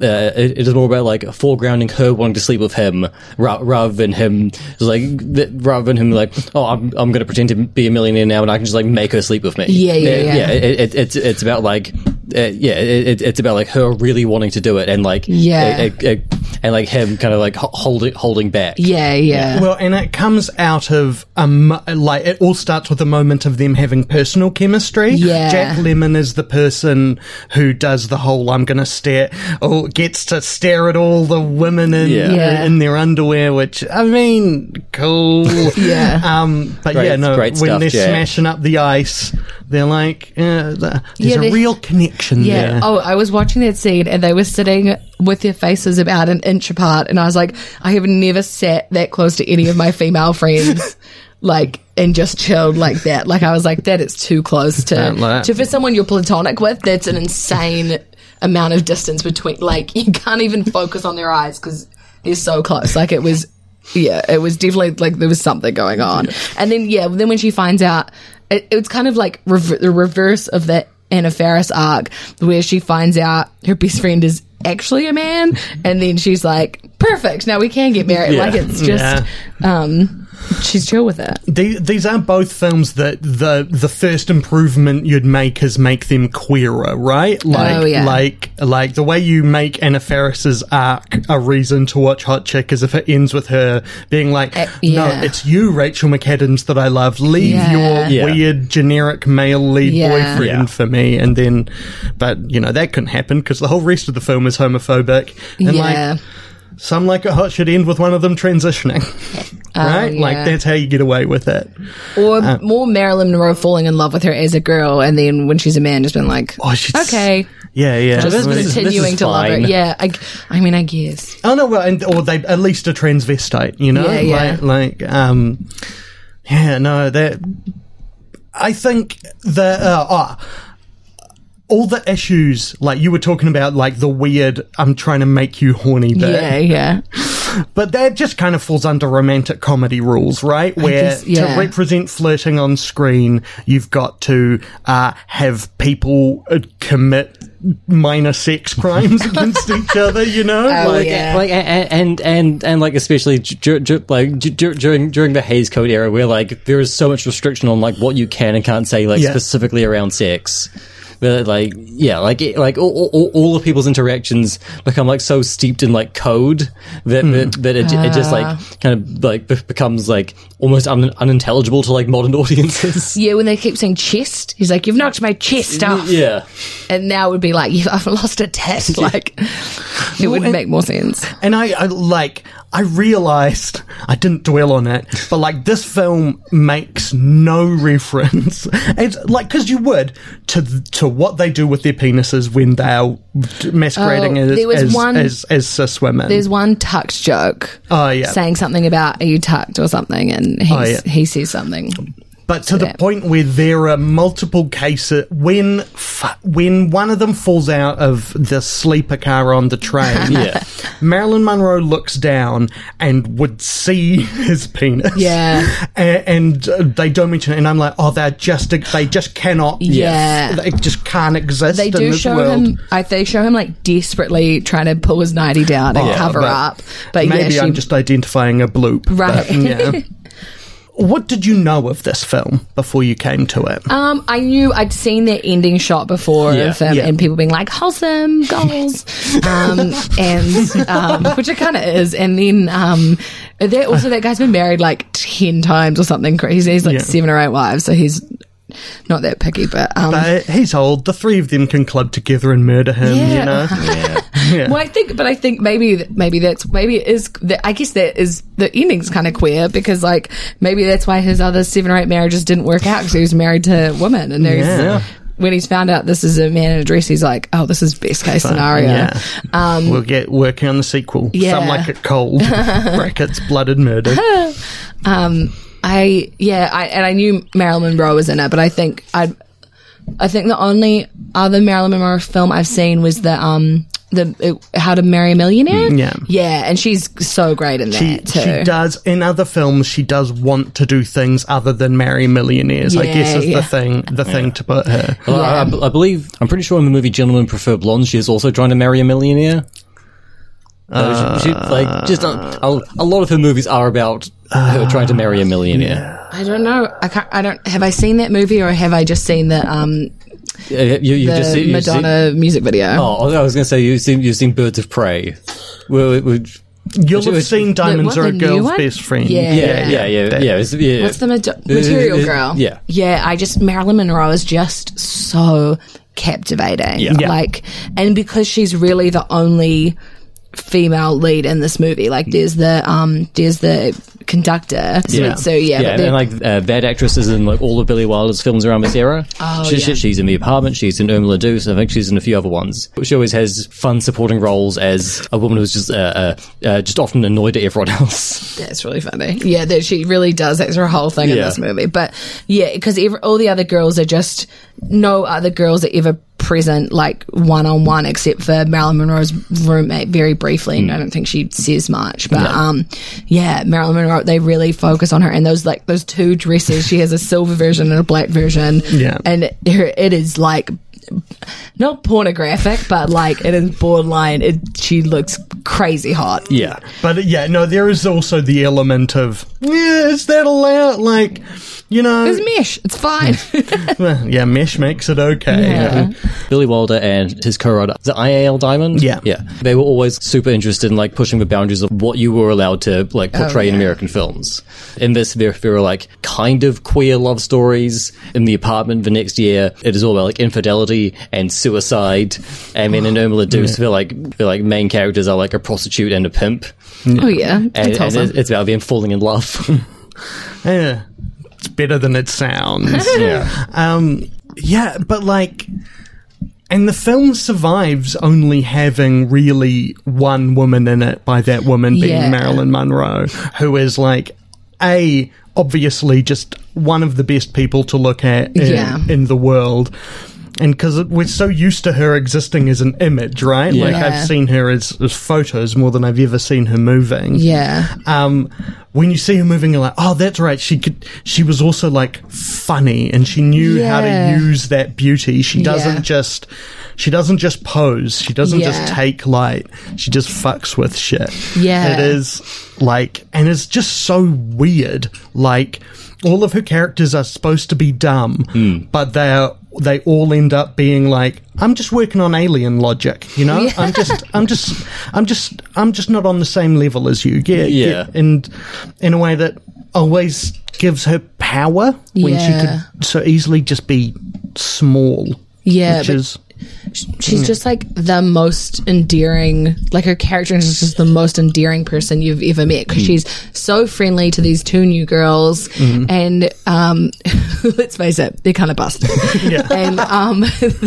S1: uh, it, it is more about like foregrounding her wanting to sleep with him ra- rather than him just, like th- rather than him like oh I'm I'm gonna pretend to be a millionaire now and I can just like make her sleep with me
S3: Yeah, yeah, yeah.
S1: yeah it, it, it's it's about like uh, yeah it, it- it's about like her really wanting to do it and like
S3: Yeah.
S1: it- it- it- and like him kind of like ho- holding holding back
S3: yeah, yeah.
S4: Well, and it comes out of a mo- like it all starts with a moment of them having personal chemistry.
S3: Yeah.
S4: Jack Lemon is the person who does the whole "I'm going to stare" or gets to stare at all the women in
S1: Yeah.
S3: Yeah.
S4: in their underwear, which I mean, cool.
S3: Yeah.
S4: Um. But
S1: Great-
S4: yeah, no.
S1: great
S4: when
S1: stuff,
S4: they're
S1: Jack.
S4: smashing up the ice, they're like, uh, the, there's
S3: Yeah,
S4: a
S3: they-
S4: real connection
S3: Yeah.
S4: there.
S3: Oh, I was watching that scene and they were sitting with their faces about an inch apart. And I was like, I have never sat that close to any of my female friends. Like and just chilled like that. Like I was like, that is too close to
S4: Don't like-
S3: to for someone you're platonic with. That's an insane amount of distance between. Like you can't even focus on their eyes because they're so close. Like it was, yeah, it was definitely like there was something going on. And then yeah, then when she finds out, it, it was kind of like rever- the reverse of that Anna Faris arc where she finds out her best friend is actually a man, and then she's like, perfect, now we can get married. Like it's just, um, she's chill with it.
S4: The- these are both films that the the first improvement you'd make is make them queerer, right? Like
S3: Oh, yeah.
S4: like like the way you make Anna Ferris's arc a reason to watch Hot Chick is if it ends with her being like,
S3: Uh, yeah.
S4: No, it's you, Rachel McAdams, that I love. Leave
S3: Yeah.
S4: your
S1: Yeah.
S4: weird generic male lead
S3: Yeah.
S4: boyfriend
S1: Yeah.
S4: for me and then but you know, that couldn't happen because the whole rest of the film is homophobic. And
S3: yeah.
S4: like some like it hot should end with one of them transitioning. right? Like
S3: Oh, yeah.
S4: that's how you get away with it.
S3: Or
S4: Uh.
S3: more Marilyn Monroe falling in love with her as a girl, and then when she's a man, just been like,
S4: Oh, she's
S3: okay,
S4: Yeah, yeah.
S1: this- this is-
S3: continuing to love
S1: fine.
S3: her. Yeah, I, I mean, I guess.
S4: oh no, well, and, or they at least a transvestite, you know,
S3: Yeah, yeah.
S4: like like um, yeah, no, that I think the uh, ah, all the issues like you were talking about, like the weird, I'm trying to make you horny bit,
S3: Yeah, yeah.
S4: but that just kind of falls under romantic comedy rules, right? Where
S3: guess- yeah.
S4: to represent flirting on screen, you've got to uh, have people uh, commit minor sex crimes against each other, you know?
S3: Oh,
S1: like,
S3: yeah.
S1: like a- a- and and and like especially dur- dur- like dur- dur- during during the Hayes Code era, where like there is so much restriction on like what you can and can't say, like
S4: Yeah.
S1: specifically around sex. That like yeah, like it, like all, all- all, all of people's interactions become like so steeped in like code that that, that it, ju- it just
S3: Ah.
S1: like kind of like be- becomes like almost un- unintelligible to like modern audiences.
S3: Yeah, when they keep saying chest, he's like, you've knocked my chest off.
S1: yeah.
S3: And now it would be like, "You- I've lost a test. Like, it would
S4: and-
S3: make more sense.
S4: And I, I like I realized I didn't dwell on it, but like this film makes no reference. It's like because you would to th- to what they do with their penises when they are masquerading
S3: Oh,
S4: as,
S3: there was
S4: as,
S3: one-
S4: as as cis women.
S3: There's one tucked joke.
S4: Oh, yeah. Oh,
S3: Saying something about, are you tucked or something? And he's,
S4: yeah.
S3: he says something.
S4: But to the
S3: that.
S4: point where there are multiple cases when f- when one of them falls out of the sleeper car on the train,
S1: Yeah.
S4: Marilyn Monroe looks down and would see his penis.
S3: Yeah.
S4: A- and, uh, they don't mention it, and I'm like, oh, they're just they just cannot.
S3: Yeah.
S4: they just can't exist.
S3: They
S4: in
S3: do
S4: this
S3: show
S4: world.
S3: him. I, they show him like desperately trying to pull his nightie down and
S4: Yeah,
S3: cover
S4: Oh, but
S3: up. But yeah,
S4: Maybe
S3: she,
S4: I'm just identifying a bloop. but,
S3: Right.
S4: yeah. What did you know of this film before you came to it?
S3: Um, I knew I'd seen that ending shot before
S1: Yeah,
S3: of him
S4: yeah.
S3: and people being like, wholesome goals. um, and, um, which it kind of is. And then, um, that also, that guy's been married like 10 times or something crazy. He's like
S4: Yeah.
S3: seven or eight wives. So he's not that picky, but, um,
S4: But he's old. The three of them can club together and murder him. You
S3: Yeah.
S4: know.
S3: Well, I think, but I think maybe, maybe that's, maybe it is, that, I guess that is, the ending's kind of queer because, like, maybe that's why his other seven or eight marriages didn't work out because he was married to women. And there's,
S4: Yeah.
S3: when he's found out this is a man in a dress, he's like, oh, this is best case scenario.
S4: Yeah.
S3: Um,
S4: we'll get working on the sequel.
S3: Yeah.
S4: Some like it cold. brackets blooded murder.
S3: um, I, yeah, I, and I knew Marilyn Monroe was in it, but I think I, I think the only other Marilyn Monroe film I've seen was the, um, the uh, How to Marry a Millionaire.
S4: Mm, Yeah.
S3: Yeah. And she's so great in that
S4: She,
S3: too.
S4: she does in other films. She does want to do things other than marry millionaires. I
S3: Yeah,
S4: guess is
S3: yeah.
S4: the ththing the thing to put her.
S1: Well, I- I, I believe I'm pretty sure in the movie Gentlemen Prefer Blondes, she is also trying to marry a millionaire. Uh, she, she- like just uh, a, a lot of her movies are about her trying to marry a millionaire.
S3: I don't know. I can't. I don't. Have I seen that movie, or have I just seen the um
S1: Uh, You, you've
S3: the
S1: just seen, you've seen-
S3: Madonna music video?
S1: oh, I was going to say you've seen you've seen Birds of Prey. Well, it would-
S4: You'll
S1: Which-
S4: have seen Diamonds
S3: what,
S4: Are a
S3: the new
S4: Girl's
S3: one?
S4: Best Friend.
S3: Yeah.
S1: yeah, yeah, yeah, yeah. it's- yeah.
S3: What's the Mado-
S1: Uh,
S3: Material
S1: uh,
S3: Girl?
S1: Yeah,
S3: yeah. I just Marilyn Monroe is just so captivating.
S1: Yeah. Yeah.
S3: Like, and because she's really
S1: Mm.
S3: the only female lead in this movie. Like, there's the um, there's the conductor. So,
S1: Yeah.
S3: so yeah, but
S1: and,
S3: they're-
S1: and, like uh, that actress is in like all of Billy Wilder's films around this era.
S3: Oh,
S1: She- she-
S3: yeah.
S1: She's in The Apartment. She's in Irma Deuce. I think she's in a few other ones. She always has fun supporting roles as a woman who's just uh, uh, uh, just often annoyed at everyone else.
S3: That's really funny. Yeah, that she really does. That's her whole thing in
S1: Yeah.
S3: this movie. But yeah, because all the other girls are just no other girls are ever present like one on one except for Marilyn Monroe's roommate very briefly. And I don't think she says much. But um, yeah, Marilyn Monroe. They really focus on her and those like those two dresses. She has a silver version and a black version.
S4: Yeah.
S3: and it, it is like. Not pornographic, but like it is borderline. It, she looks crazy hot.
S1: Yeah,
S4: But uh, yeah, no, there is also the element of yeah, is that allowed? Like, you know,
S3: It's mesh. It's fine.
S4: well, yeah, mesh makes it okay.
S3: Yeah.
S1: Billy Wilder and his co-writer, the IAL Diamond.
S4: Yeah.
S1: yeah, they were always super interested in like pushing the boundaries of what you were allowed to like portray in
S3: yeah.
S1: American films. In this, there, there were like kind of queer love stories. In the apartment, the next year, it is all about like infidelity and suicide. And then in Irma Deuce, they're like they're like main characters are like a prostitute and a pimp,
S3: Oh yeah,
S1: and,
S3: it's
S1: and
S3: wholesome.
S1: it- it's about them falling in love.
S4: Yeah. It's better than it sounds.
S1: yeah,
S4: Um, yeah, but like, and the film survives only having really one woman in it by that woman being
S3: Yeah.
S4: Marilyn Monroe, who is like, A, obviously just one of the best people to look at in,
S3: Yeah.
S4: in the world. And because we're so used to her existing as an image, right? Like,
S3: Yeah.
S4: I've seen her as, as photos more than I've ever seen her moving
S3: yeah,
S4: um, when you see her moving, you're like, oh, that's right. She could. She was also like funny, and she knew how
S3: Yeah.
S4: to use that beauty. She doesn't
S3: Yeah.
S4: just. She doesn't just pose. She doesn't
S3: Yeah.
S4: just take light. She just fucks with shit.
S3: Yeah.
S4: it is like, and it's just so weird. Like, all of her characters are supposed to be dumb, but they are. They all end up being like, I'm just working on alien logic, you know. I'm just, I'm just, I'm just, I'm just not on the same level as you. Yeah,
S1: Yeah.
S4: and in a way that always gives her power when
S3: Yeah.
S4: she could so easily just be small.
S3: Yeah,
S4: which
S3: but-
S4: is
S1: mm.
S3: she's just like the most endearing. Like her character is just the most endearing person you've ever met
S1: Mm.
S3: because she's so friendly to these two new girls,
S1: Mm-hmm.
S3: and um, let's face it, they're kind of busted.
S4: Yeah.
S3: and um,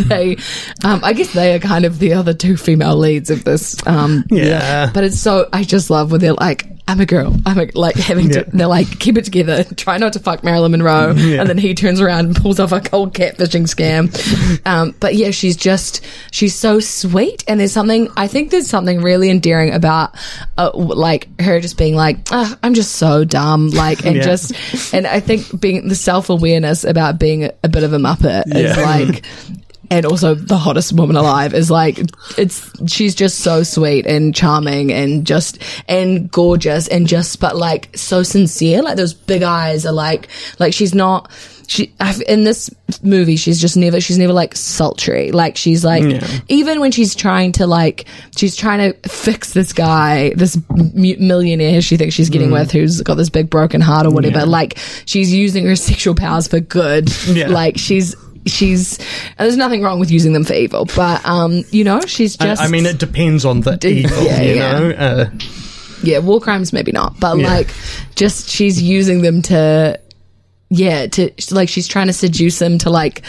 S3: they, um, I guess they are kind of the other two female leads of this. Um,
S4: yeah,
S3: But it's so I just love when they're like, "I'm a girl," I'm a, like having to.
S4: Yeah.
S3: They're like, "Keep it together, try not to fuck Marilyn Monroe," and then he turns around and pulls off a cold catfishing scam. um, but yeah, she's just she's so sweet, and there's something I think there's something really endearing about uh, w- like her just being like, "Ah, "I'm just so dumb," like and
S4: Yeah.
S3: just and I think being the self awareness about being a, a bit of a muppet is
S1: Yeah.
S3: like and also the hottest woman alive is like it's she's just so sweet and charming and just and gorgeous and just but like so sincere like those big eyes are like like she's not she I've, in this movie she's just never she's never like sultry like she's like even when she's trying to like she's trying to fix this guy this mu- millionaire she thinks she's
S4: Mm.
S3: getting with who's got this big broken heart or whatever like she's using her sexual powers for good
S4: Yeah.
S3: like she's she's and there's nothing wrong with using them for evil but um you know she's
S4: I-
S3: just
S4: I mean, it depends on the evil,
S3: yeah,
S4: you
S3: yeah.
S4: know. Uh,
S3: yeah war crimes maybe not but
S4: Yeah.
S3: like just she's using them to yeah to like she's trying to seduce him to like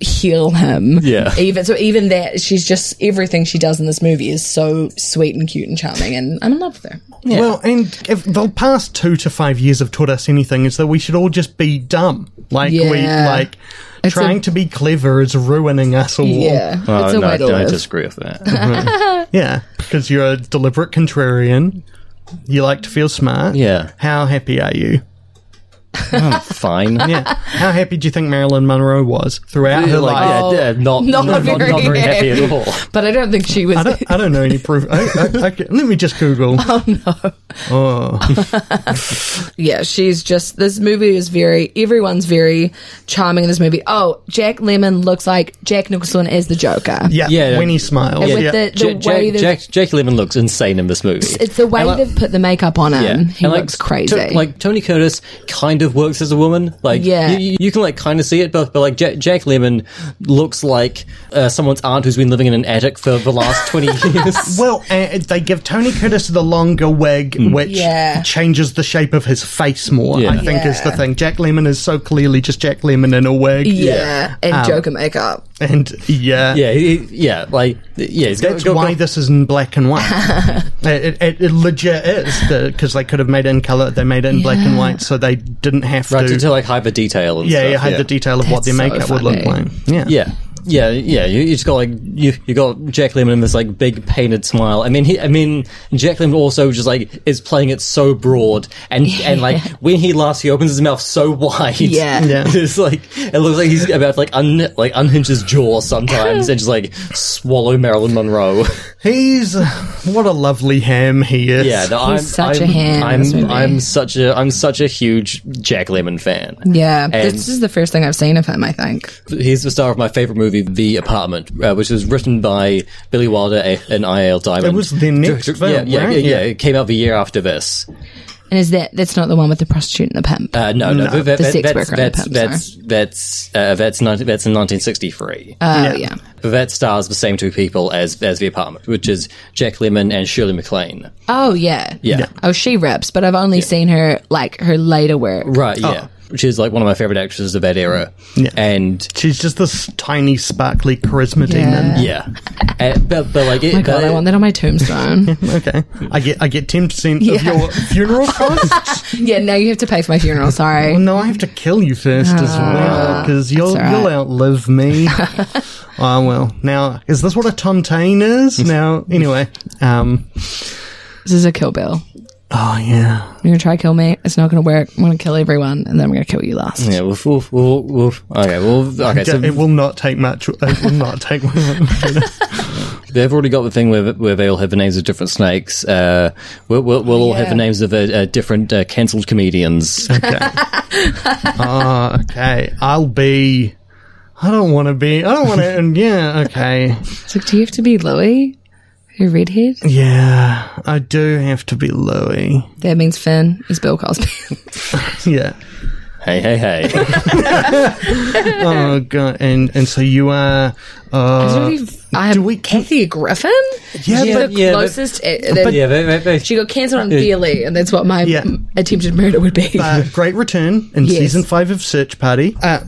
S3: heal him
S1: Yeah.
S3: even so even that she's just everything she does in this movie is so sweet and cute and charming and i'm in love with her
S4: Well, and if the past two to five years have taught us anything, is that we should all just be dumb. Like we
S3: Yeah.
S4: like
S3: It's
S4: trying
S3: a-
S4: to be clever is ruining us all.
S3: yeah
S1: Oh,
S3: it's a
S1: no,
S3: way to
S1: I
S3: live
S1: disagree with that.
S4: Yeah, because you're a deliberate contrarian. You like to feel smart.
S1: Yeah.
S4: How happy are you?
S1: I'm fine.
S4: Yeah. How happy do you think Marilyn Monroe was throughout her
S1: Like,
S4: life?
S1: yeah,
S3: Oh.
S1: yeah, not,
S3: Not
S1: not, not, not
S3: very
S1: very happy
S3: happy.
S1: at all.
S3: but i don't think she was
S4: I don't, I don't know any proof. I, I, I can- let me just Google.
S3: Oh. yeah, she's just this movie is very everyone's very charming in this movie. Oh, Jack Lemon looks like Jack Nicholson as the Joker.
S4: Yeah,
S1: Yeah,
S4: when
S1: yeah.
S4: he smiles.
S3: And
S4: yeah.
S3: with the, the
S1: Ja- Jack,
S3: way that
S1: Jack, Jack Lemmon looks insane in this movie.
S3: it's the way
S1: And like-
S3: they've put the makeup on him. He
S1: And like,
S3: looks crazy.
S1: to- like Tony Curtis kind of works as a woman. Like,
S3: Yeah.
S1: you- you, you can like kind of see it, but, but like Jack, Jack Lemon looks like uh, someone's aunt who's been living in an attic for the last twenty years.
S4: Well, uh, they give Tony Curtis the longer wig, which
S3: Yeah.
S4: changes the shape of his face more.
S1: Yeah.
S4: I think is the thing. Jack Lemon is so clearly just Jack Lemon in a wig.
S3: Yeah, and
S4: Um,
S3: Joker makeup.
S4: and yeah,
S1: yeah, he- he- yeah, like yeah. He's got-
S4: That's
S1: got-
S4: why
S1: got-
S4: this is in black and white. it, it, it legit is because they could have made it in color. They made it in black and white, so they didn't have
S1: right
S4: to.
S1: to, to like hide the detail. And
S4: yeah,
S1: stuff,
S4: yeah, hide the detail of what
S3: That's
S4: their
S3: so
S4: makeup would look
S3: funny.
S4: like. Yeah,
S1: Yeah. Yeah, yeah, you, you just got like you, you got Jack Lemmon in this like big painted smile. I mean, he, I mean, Jack Lemmon also just like is playing it so broad, and and like when he laughs, he opens his mouth so wide.
S3: Yeah.
S4: Yeah.
S1: it's like it looks like he's about to like un like unhinge his jaw sometimes and just like swallow Marilyn Monroe.
S4: He's uh, what a lovely ham he is.
S1: Yeah, no, I'm
S3: such a
S1: I'm,
S3: ham in this
S1: I'm,
S3: movie.
S1: I'm such a I'm such a huge Jack Lemmon fan.
S3: Yeah,
S1: And-
S3: this is the first thing I've seen of him. I think.
S1: He's the star of my favorite movie, The Apartment, uh, which was written by Billy Wilder a- and I.L. Diamond.
S4: It was the next
S1: Yeah,
S4: film,
S1: yeah, yeah,
S4: right?
S1: yeah, It came out the year after this.
S3: And is that that's not the one with the prostitute and the pimp?
S1: Uh, no, no, that, that,
S3: The sex
S1: that's
S3: worker and the
S1: that's
S3: pimp,
S1: that's that's uh, that's, 19, that's in 1963.
S3: Uh,
S4: yeah.
S3: yeah.
S1: but that stars the same two people as as The Apartment, which is Jack Lemmon and Shirley MacLaine.
S3: Oh yeah.
S1: Yeah.
S3: Oh, she rips, but I've only seen her like her later work. Oh
S1: Right, yeah. Which is like one of my favorite actresses of that era.
S4: Yeah.
S1: And
S4: She's just this tiny, sparkly charisma
S3: Yeah.
S1: yeah, and, but, but like, it,
S3: Oh my god,
S1: but-
S3: I want that on my tombstone.
S4: demon. Okay, I get I get ten percent
S3: Yeah.
S4: of your funeral costs.
S3: yeah, now you have to pay for my funeral. Sorry.
S4: well, no, I have to kill you first as well because you'll
S3: Ah, that's all
S4: you'll
S3: right.
S4: outlive me. oh well. Now is this what a tontine is? now anyway, um,
S3: This is a kill bill.
S4: oh yeah,
S3: You're gonna try to kill me. It's not gonna work. I'm gonna kill everyone, and then I'm gonna kill you last.
S1: Yeah, we'll, we'll, we'll, we'll, okay, well, okay. So
S4: it will not take much. It will not take.
S1: They've already got the thing where, where they all have the names of different snakes. Uh, we'll, we'll, we'll all have the names of uh, uh, different uh, cancelled comedians.
S4: oh, okay, I'll be. I don't want to be. I don't want to. And yeah, okay.
S3: It's like, do you have to be Louis? Your redhead?
S1: Mm.
S4: Yeah, I do have to be Louie.
S3: That means Finn is Bill Cosby.
S4: Yeah.
S1: hey, hey, hey.
S4: Oh god. And and so you are. Uh,
S3: I'm Kathy Griffin.
S4: yeah,
S3: She's the
S4: but
S1: yeah, but-
S3: closest. uh, that-
S1: yeah, they, they, they,
S3: she got cancelled on Feely, and that's what my
S4: Yeah.
S3: m- attempted murder would be.
S4: uh, great return in
S3: Yes.
S4: season five of Search Party. Uh,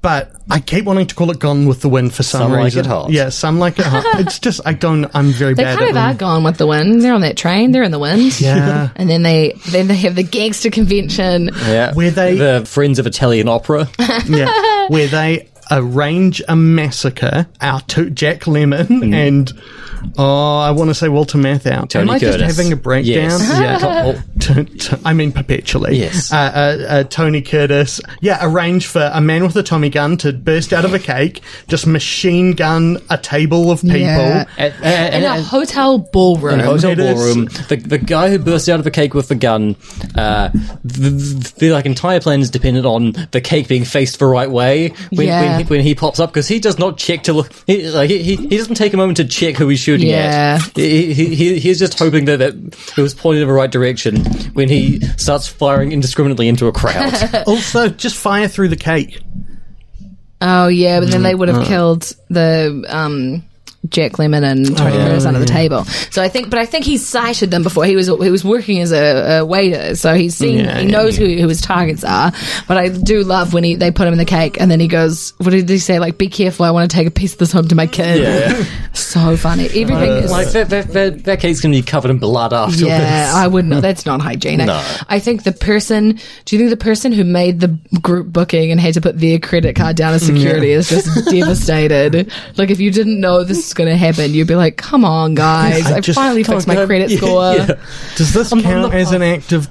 S4: but I keep wanting to call it Gone with the Wind for some,
S1: Some Like It
S4: reason.
S1: Hot.
S4: Yeah, some like it hot. It's just I don't. I'm very
S3: they
S4: bad
S3: kind
S4: at
S3: of are
S4: them.
S3: gone with the wind. They're on that train. They're in the wind.
S4: Yeah.
S3: And then they then they have the gangster convention.
S1: yeah.
S4: Were they-
S1: the friends of Italian opera?
S4: yeah, where they arrange a massacre. Our two Jack Lemon and oh, I want to say Walter Matthau.
S1: Mm. Tony
S4: Am I
S1: Curtis.
S4: just having a breakdown?
S1: Yes.
S4: Yeah.
S1: Oh.
S4: T- t- I mean, perpetually.
S1: Yes.
S4: Uh, uh, uh, Tony Curtis. Yeah, arrange for a man with a Tommy gun to burst out of a cake, just machine gun a table of people.
S3: Yeah.
S1: And, and,
S3: In
S1: and,
S3: a hotel ballroom.
S1: in a hotel
S4: It is-
S1: ballroom, the, the guy who burst out of a cake with the gun, uh, the, the, the like entire plan is dependent on the cake being faced the right way when,
S3: Yeah.
S1: when, he, when he pops up because he does not check to look. He, like, he, he he doesn't take a moment to check who he's shooting
S3: Yeah.
S1: at. He, he, he, he's just hoping that, that it was pointed in the right direction when he starts firing indiscriminately into a crowd.
S4: Also, just fire through the cake.
S3: Oh yeah, but then they would
S4: Mm-hmm.
S3: have killed the um, Jack Lemon
S4: Oh,
S3: and Tony Curtis under the table. So I think, but I think he sighted them before he was he was working as a, a waiter, so he's seen
S4: Yeah,
S3: he
S4: yeah,
S3: knows Who, who his targets are. But I do love when he they put him in the cake and then he goes, "What did he say? Like, be careful! I want to take a piece of this home to my kid." so funny. Everything
S4: Uh,
S3: is
S1: like that, that, that, that cake's going to be covered in blood afterwards.
S3: yeah, I wouldn't. That's not hygienic.
S1: No.
S3: I think the person. Do you think the person who made the group booking and had to put their credit card down as security is just devastated? Like, if you didn't know this is going to happen, you'd be like, "Come on, guys!
S4: I
S3: I,
S4: just-
S3: finally
S1: Come
S3: fixed
S1: on,
S3: my
S1: can I-
S3: credit
S1: yeah,
S3: score."
S1: yeah.
S4: Does this count as an act of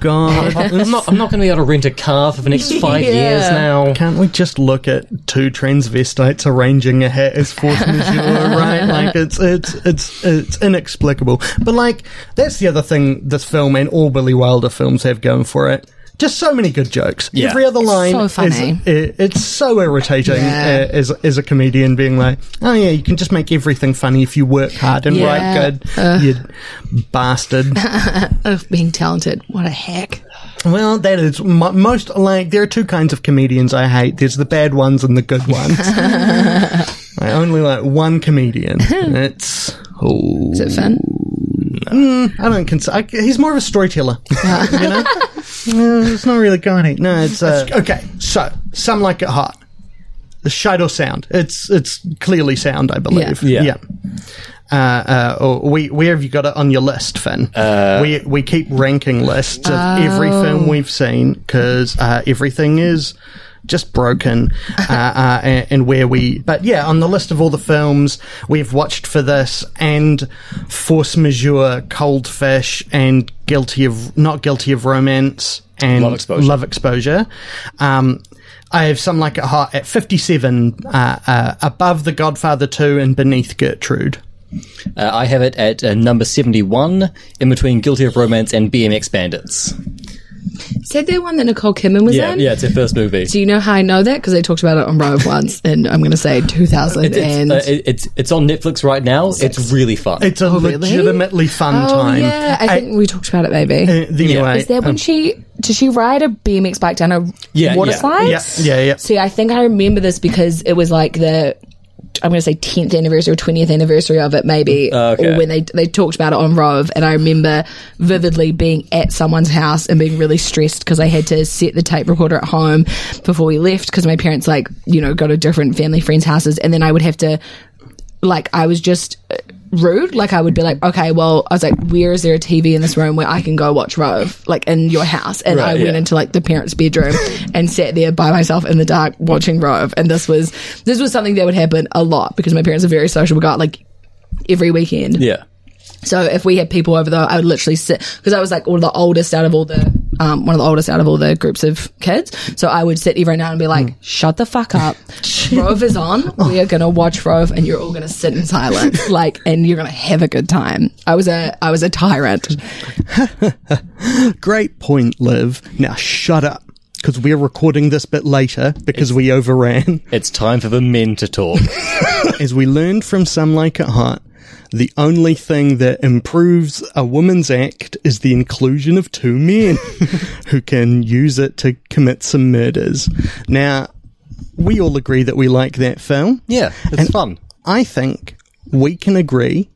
S4: God?
S1: I'm not, I'm not going to be able to rent a car for the next five
S3: Yeah.
S1: years now.
S4: Can't we just look at two transvestites arranging a hat as force majeure, right? Like it's it's it's it's inexplicable. But like that's the other thing this film and all Billy Wilder films have going for it. Just so many good jokes.
S1: Yeah.
S4: Every other line
S3: so funny.
S4: is it, it's so irritating
S3: Yeah.
S4: uh, as as a comedian being like, oh yeah, you can just make everything funny if you work hard and
S3: Yeah. Uh.
S4: write good, you bastard.
S3: Ugh, being talented, what a hack!
S4: Well, that is mo- most like there are two kinds of comedians I hate. There's the bad ones and the good ones. I only like one comedian. It's oh, Hmm,
S3: Is it Finn?
S4: I don't consider. I, he's more of a storyteller. you know, no, it's not really comedy. No, it's uh, okay. So some like it hot. The Shido sound. It's it's clearly sound, I believe.
S1: Yeah. Yeah.
S4: Uh, uh, oh, we, where have you got it on your list, Finn?
S1: Uh,
S4: we we keep ranking lists of every film we've seen because uh, everything is just broken, uh, uh, and, and where we. But yeah, on the list of all the films we've watched for this, and Force Majeure, Cold Fish, and Guilty of Not Guilty of Romance, and
S1: Love Exposure.
S4: Love Exposure. Um, I have some like it hot at fifty-seven, uh, uh, above The Godfather Two and beneath Gertrude.
S1: Uh, I have it at uh, number 71, in between Guilty of Romance and BMX Bandits.
S3: Said the one that Nicole Kidman was
S1: Yeah,
S3: in.
S1: yeah, it's her first movie.
S3: Do you know how I know that? Because they talked about it on Bravo once, and I'm going to say 2000
S1: It's,
S3: and
S1: uh, it- it's, it's on Netflix right now. It's really fun.
S4: It's a legitimately fun
S3: oh
S4: time.
S3: yeah, I think we talked about it maybe.
S4: Uh, anyway,
S3: Is that when she did she ride a BMX bike down a
S1: Um, Yeah,
S3: water
S1: yeah.
S3: slide?
S4: yeah, yeah, yeah.
S3: See, I think I remember this because it was like the I'm going to say 10th anniversary or 20th anniversary of it, maybe,
S1: Mm, uh, Okay.
S3: or when they they talked about it on Rove, and I remember vividly being at someone's house and being really stressed because I had to set the tape recorder at home before we left because my parents like you know go to different family friends' houses, and then I would have to like I was just uh, rude. Like I would be like, okay, well, I was like, where is there a TV in this room where I can go watch Rove, like in your house? And I
S1: Right,
S3: went
S1: yeah.
S3: into like the parents' bedroom and sat there by myself in the dark watching Rove. And this was this was something that would happen a lot because my parents are very social. We got like every weekend.
S1: yeah.
S3: So if we had people over, though, I would literally sit because I was like one of the oldest out of all the um, one of the oldest out of all the groups of kids. So I would sit every now and be like, "Shut the fuck up, Rove is on. We are gonna watch Rove, and you're all gonna sit in silence, like, and you're gonna have a good time." I was a I was a tyrant.
S4: Great point, Liv. Now shut up, because we're recording this bit later because we overran.
S1: It's time for the men to talk.
S4: As we learned from Some Like It Hot, the only thing that improves a woman's act is the inclusion of two men who can use it to commit some murders. Now, we all agree that we like that film.
S1: yeah, it's fun.
S4: I think we can agree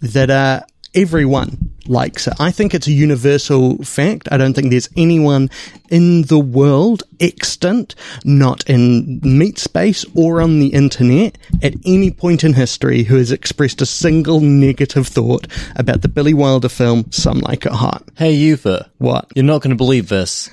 S4: that uh, everyone likes it. I think it's a universal fact. I don't think there's anyone in the world extant, not in meat space or on the internet, at any point in history who has expressed a single negative thought about the Billy Wilder film Some Like It Hot.
S1: Hey, Yufa.
S4: What?
S1: You're not going to believe this.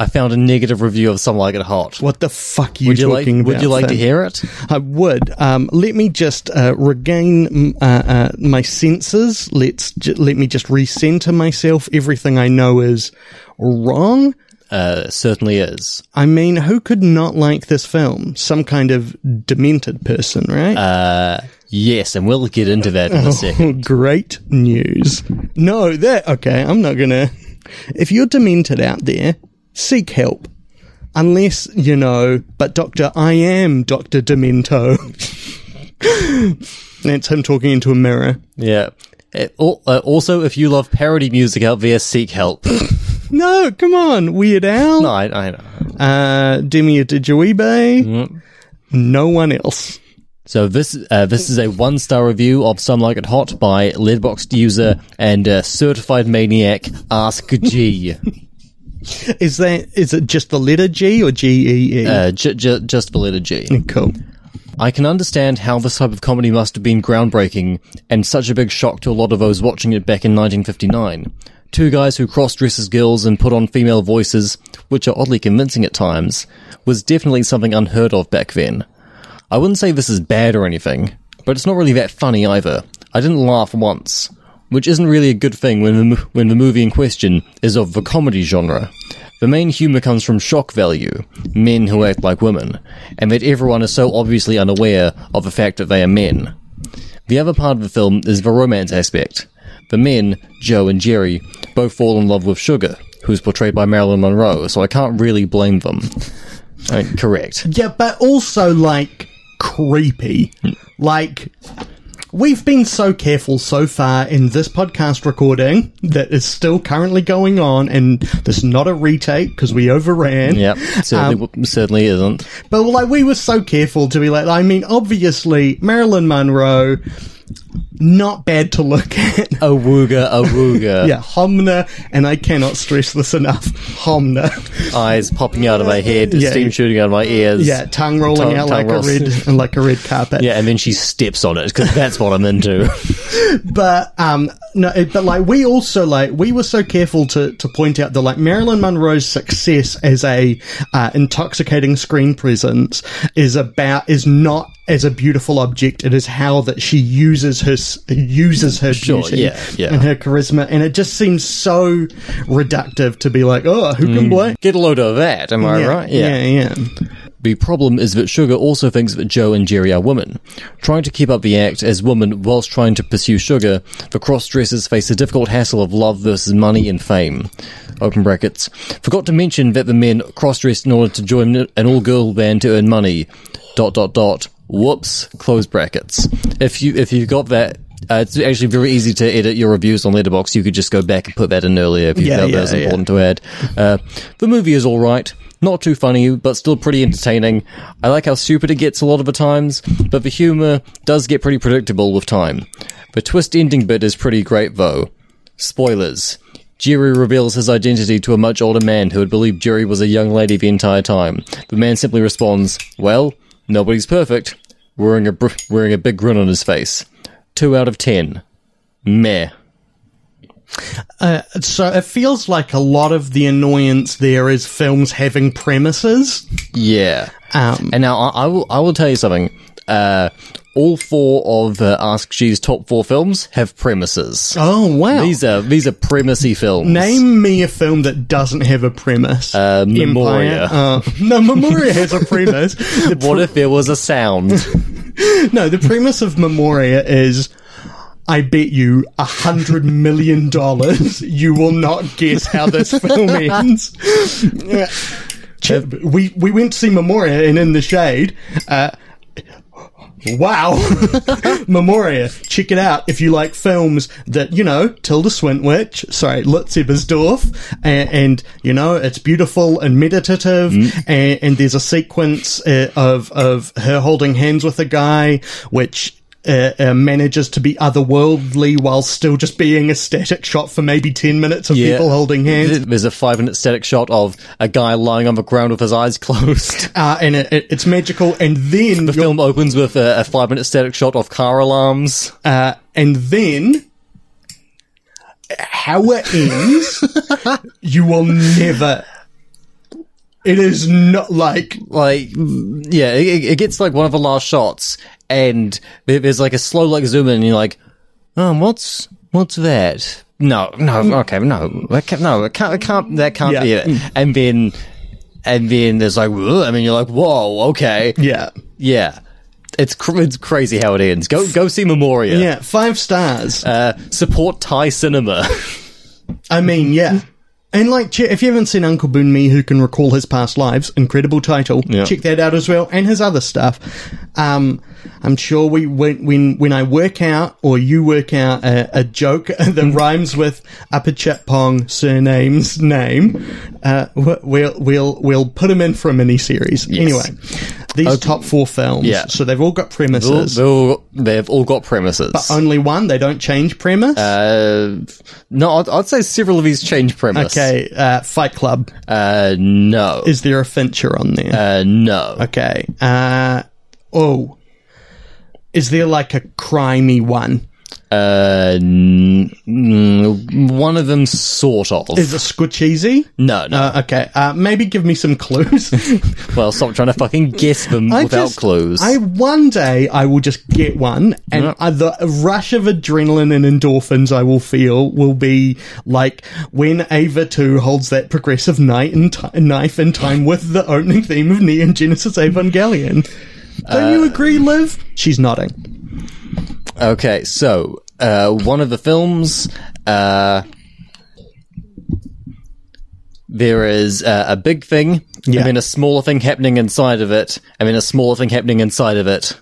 S1: I found a negative review of Some Like It Hot.
S4: What the fuck are you
S1: Would you like?
S4: talking about?
S1: Would you like to
S4: Finn?
S1: hear it?
S4: I would. Um, let me just uh, regain mm, uh, uh, my senses. Let's ju- let me just recenter myself. Everything I know is wrong.
S1: Uh, certainly is.
S4: I mean, who could not like this film? Some kind of demented person, right?
S1: Yes, and we'll get into that
S4: Oh.
S1: in a second.
S4: Great news. No, that okay. I'm not gonna. If you're demented out there, seek help. Unless you know, but Doctor, I am Doctor Demento. That's him talking into a mirror.
S1: Yeah. Uh, al- uh, also, if you love parody music out there, seek help.
S4: No, come on, Weird Al,
S1: no, I, I know.
S4: uh, Demi Adijuibe, no one else.
S1: So this uh, this is a one star review of Some Like It Hot by Leadboxed user and uh, certified maniac Ask G.
S4: Is that is it just the letter G or G E E?
S1: uh, j- j- just the letter G.
S4: Cool.
S1: I can understand how this type of comedy must have been groundbreaking and such a big shock to a lot of those watching it back in 1959. Two guys who cross dress as girls and put on female voices, which are oddly convincing at times, was definitely something unheard of back then. I wouldn't say this is bad or anything, but it's not really that funny either. I didn't laugh once, which isn't really a good thing when the, mo- when the movie in question is of the comedy genre. The main humor comes from shock value, men who act like women, and that everyone is so obviously unaware of the fact that they are men. The other part of the film is the romance aspect. The men, Joe and Jerry, both fall in love with Sugar, who's portrayed by Marilyn Monroe, so I can't really blame them. Uh, I mean, correct.
S4: Yeah, but also like creepy. Like We've been so careful so far in this podcast recording that is still currently going on, and this is not a retake because we overran.
S1: Yep,
S4: Um,
S1: certainly, certainly isn't.
S4: But like we were so careful to be like, I mean, obviously Marilyn Monroe, not bad to look at.
S1: Uh, Awooga, awooga.
S4: Yeah, Homna, and I cannot stress this enough, Homna.
S1: Eyes popping out of my head,
S4: Yeah.
S1: steam shooting out of my ears.
S4: Yeah, tongue
S1: Tongue-
S4: rolling out
S1: tongue
S4: like
S1: rolls.
S4: a red like a red carpet.
S1: Yeah, and then she steps on it because that's what I'm into.
S4: but um no it- but like we also like we were so careful to to point out that like marilyn monroe's success as a uh, intoxicating screen presence is about is not as a beautiful object it is how that she uses her s- uses her
S1: Sure,
S4: beauty
S1: yeah, yeah.
S4: and her charisma and it just seems so reductive to be like oh who can blame
S1: Get a load of that, am I Mm. right?
S4: yeah, yeah.
S1: The problem is that Sugar also thinks that Joe and Jerry are women. Trying to keep up the act as women whilst trying to pursue Sugar, the cross-dressers face the difficult hassle of love versus money and fame. Open brackets. Forgot to mention that the men cross-dressed in order to join an all-girl band to earn money. Dot dot dot. Whoops. Close brackets. If you if you got that. Uh, it's actually very easy to edit your reviews on Letterbox. You could just go back and put that in earlier if you
S4: Yeah,
S1: felt that
S4: yeah,
S1: was
S4: yeah.
S1: important to add. Uh, the movie is all right. Not too funny, but still pretty entertaining. I like how stupid it gets a lot of the times, but the humor does get pretty predictable with time. The twist ending bit is pretty great, though. Spoilers. Jerry reveals his identity to a much older man who had believed Jerry was a young lady the entire time. The man simply responds, Well, nobody's perfect, wearing a, br- wearing a big grin on his face. Two out of ten. Meh.
S4: So it feels like a lot of the annoyance there is films having premises.
S1: Yeah.
S4: Um,
S1: And now I, I will I will tell you something. Uh, all four of uh, Ask G's top four films have premises.
S4: oh wow!
S1: These are these are premisey films.
S4: Name me a film that doesn't have a premise. Uh,
S1: Memoria.
S4: no, Memoria has a premise. The
S1: What if there was a sound?
S4: pre- no, the premise of Memoria is. I bet you a hundred million dollars you will not guess how this film ends. Yeah. Ch- Uh, we we went to see Memoria and in the shade. Uh, wow, Memoria! Check it out if you like films that you know Tilda Swinwich, sorry Lutz Ebersdorf, and, and you know it's beautiful and meditative, and, and there's a sequence uh, of of her holding hands with a guy, which. Uh, uh, manages to be otherworldly while still just being a static shot for maybe 10 minutes of people holding hands.
S1: Th- There's a five minute static shot of a guy lying on the ground with his eyes closed.
S4: uh, and it, it, it's magical. And then
S1: The film opens with a, a five minute static shot of car alarms.
S4: uh, and then how it ends, you will never. It is not like
S1: like yeah it, it gets like one of the last shots and there- there's like a slow like zoom in and you're like um what's what's that no no okay no that can't, no it can't, it can't that can't be
S4: Mm. Yeah. Mm.
S1: it and then and then there's like "Whoa," I mean you're like whoa okay
S4: yeah,
S1: yeah it's cr- it's crazy how it ends go go see Memoria
S4: yeah, five stars.
S1: uh, support Thai cinema
S4: I mean, yeah. And like, che- if you haven't seen Uncle Boon Me, who can recall his past lives, incredible title.
S1: Yeah.
S4: Check that out as well, and his other stuff. Um, I'm sure we when when when I work out or you work out a, a joke
S1: Mm.
S4: that rhymes with Upper Chat Pong surname's name, uh, we- we'll we'll we'll put them in for a mini series. Anyway, these top four films.
S1: Yeah.
S4: So they've all got
S1: They're all-
S4: premises.
S1: they're all- they've all got premises
S4: Only one. They don't change premise.
S1: uh, no I'd, I'd say several of these change premise
S4: okay. Uh, Fight Club.
S1: uh, no
S4: Is there a Fincher on there?
S1: Uh, no.
S4: Okay. Uh, oh, is there like a crimey one?
S1: Uh, n- mm, one of them sort of.
S4: Is it Squatcheesy?
S1: no, no.
S4: Uh, okay. Uh, maybe give me some clues.
S1: well, stop trying to fucking guess them
S4: I
S1: without
S4: just-
S1: clues.
S4: I one day I will just get one, and I, the rush of adrenaline and endorphins I will feel will be like when Ava Two holds that progressive knife in, ti knife in time with the opening theme of Neon Genesis Evangelion.
S1: Uh,
S4: Don't you agree, Liv? She's nodding.
S1: okay, so uh, one of the films. Uh, there is uh, a big thing,
S4: Yeah.
S1: and then a smaller thing happening inside of it, and then a smaller thing happening inside of it.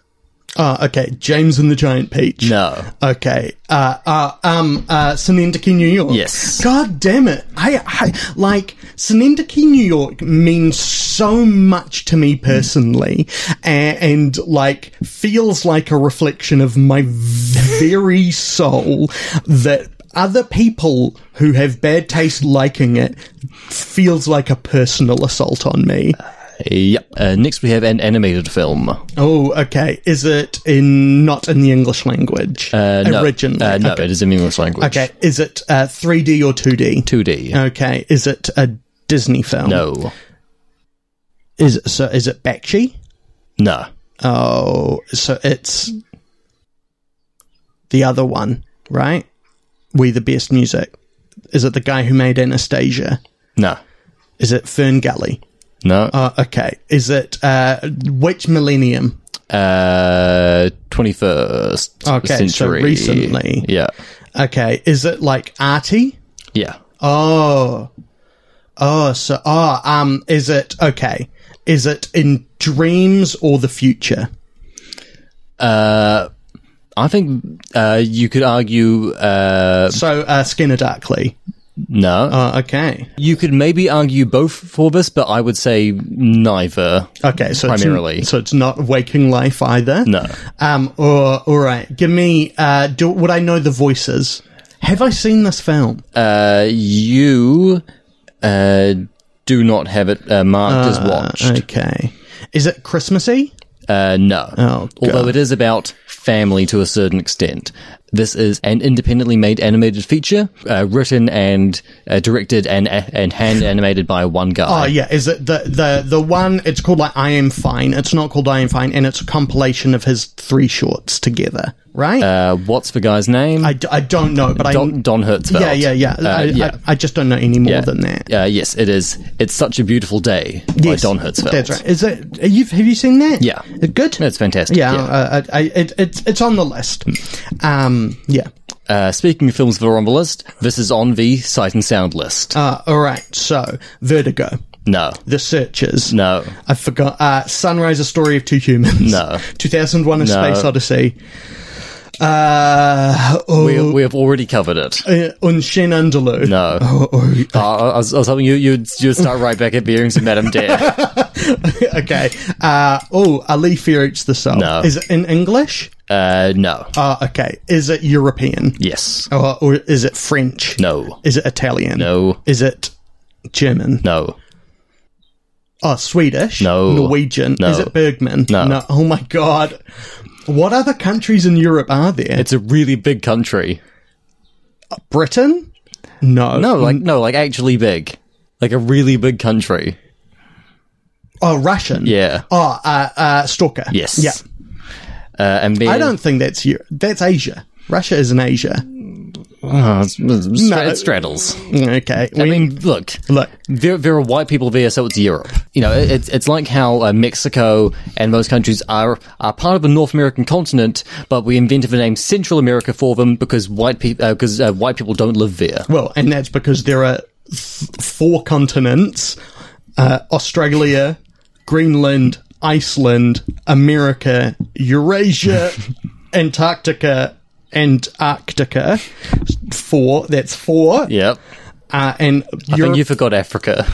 S4: Uh, okay, James and the Giant Peach.
S1: No.
S4: Okay. Uh, uh, um, uh, Synecdoche, New York.
S1: Yes.
S4: God damn it. I, I, like, Synecdoche, New York means so much to me personally and, and like, feels like a reflection of my very soul that other people who have bad taste liking it feels like a personal assault on me.
S1: Yep. Uh, next, we have an animated film.
S4: Oh, okay. Is it in not in the English language
S1: Uh, no.
S4: originally?
S1: Uh, no,
S4: okay.
S1: it is in English language.
S4: Okay. Uh, Is it uh, 3D or 2D?
S1: 2D.
S4: Okay. Is it a Disney film?
S1: No.
S4: Is it, so? Is it Bakshi?
S1: No.
S4: Oh, so it's the other one, right? We the best music. Is it the guy who made Anastasia?
S1: No.
S4: Is it Fern Gully?
S1: No.
S4: Uh, okay. Is it uh, which millennium?
S1: Uh, 21st
S4: Oh. Okay, so
S1: century.
S4: recently.
S1: Yeah.
S4: Okay. Is it like Artie?
S1: Yeah.
S4: Oh. Oh, so oh, um is it okay. Is it in dreams or the future?
S1: I think uh, you could argue uh,
S4: So uh Skinner Darkly.
S1: no.
S4: Oh, okay.
S1: you could maybe argue both for this, but I would say neither.
S4: Okay, so
S1: Primarily.
S4: It's, so it's not waking life either.
S1: No.
S4: Um or all right. Give me uh do would I know the voices? Have I seen this film?
S1: Uh, you uh, do not have it uh, marked as watched.
S4: Okay. Is it Christmassy?
S1: Uh, no.
S4: Oh,
S1: Although
S4: God.
S1: it is about family to a certain extent. This is an independently made animated feature, uh, written and uh, directed and and hand animated by one
S4: Oh
S1: guy.
S4: yeah, is it the the the one? It's called like I am fine. It's not called I am fine, and it's a compilation of his three shorts together, right?
S1: Uh, what's the guy's name?
S4: I, d- I don't know, but
S1: Don,
S4: I
S1: Don Hertzfeld.
S4: yeah yeah yeah.
S1: Uh,
S4: I,
S1: yeah.
S4: I, I just don't know any more
S1: Yeah.
S4: than that.
S1: Uh, yes, it is. It's such a beautiful day by
S4: Yes,
S1: Don Hertzfeld.
S4: That's right. Is it? Are you, have you seen that?
S1: Yeah.
S4: Is it good.
S1: It's fantastic.
S4: yeah, Uh, I, I, it, it's it's on the list. Um, yeah.
S1: Uh, speaking of films that are on the list, this is on the sight and sound list.
S4: Uh, all right. So Vertigo,
S1: no,
S4: The Searchers.
S1: no,
S4: I forgot. Uh, Sunrise: A Story of Two Humans.
S1: No.
S4: 2001: A
S1: No.
S4: Space Odyssey. Uh, oh,
S1: we, we have already covered it.
S4: uh, Unshin Underloo.
S1: No.
S4: Oh, oh,
S1: Uh, I, was, I was hoping you, you'd, you'd start right back at Beerings and Madame Dare.
S4: okay. Uh, oh, Ali Fear Eats the Soul.
S1: No.
S4: Is it in English?
S1: Uh, no.
S4: Uh, okay. Is it European?
S1: Yes.
S4: Or, or is it French?
S1: No.
S4: Is it Italian?
S1: No.
S4: Is it German?
S1: No.
S4: Oh, Swedish?
S1: No.
S4: Norwegian?
S1: No.
S4: Is it Bergman?
S1: No.
S4: Oh my god. What other countries in Europe are there?
S1: It's a really big country.
S4: Britain? No.
S1: No, like no, like actually big, like a really big country.
S4: Oh, Russian?
S1: Yeah.
S4: Oh, uh, uh, Stalker?
S1: Yes.
S4: Yeah.
S1: Uh, and then
S4: I don't think that's Europe. That's Asia. Russia is in Asia.
S1: Uh, it's- it's-
S4: No.
S1: It straddles.
S4: Okay.
S1: I
S4: we-
S1: mean, look,
S4: look.
S1: There, there are white people there, so it's Europe. You know, it- it's it's like how uh, Mexico and most countries are are part of the North American continent, but we invented the name Central America for them because white people because uh, white people don't live there.
S4: Well, and that's because there are th- four continents uh, Australia, Greenland, Iceland, America, Eurasia, Antarctica, and Arctica. Four, that's four.
S1: Yep.
S4: Uh, and
S1: I
S4: Europe,
S1: think you forgot Africa.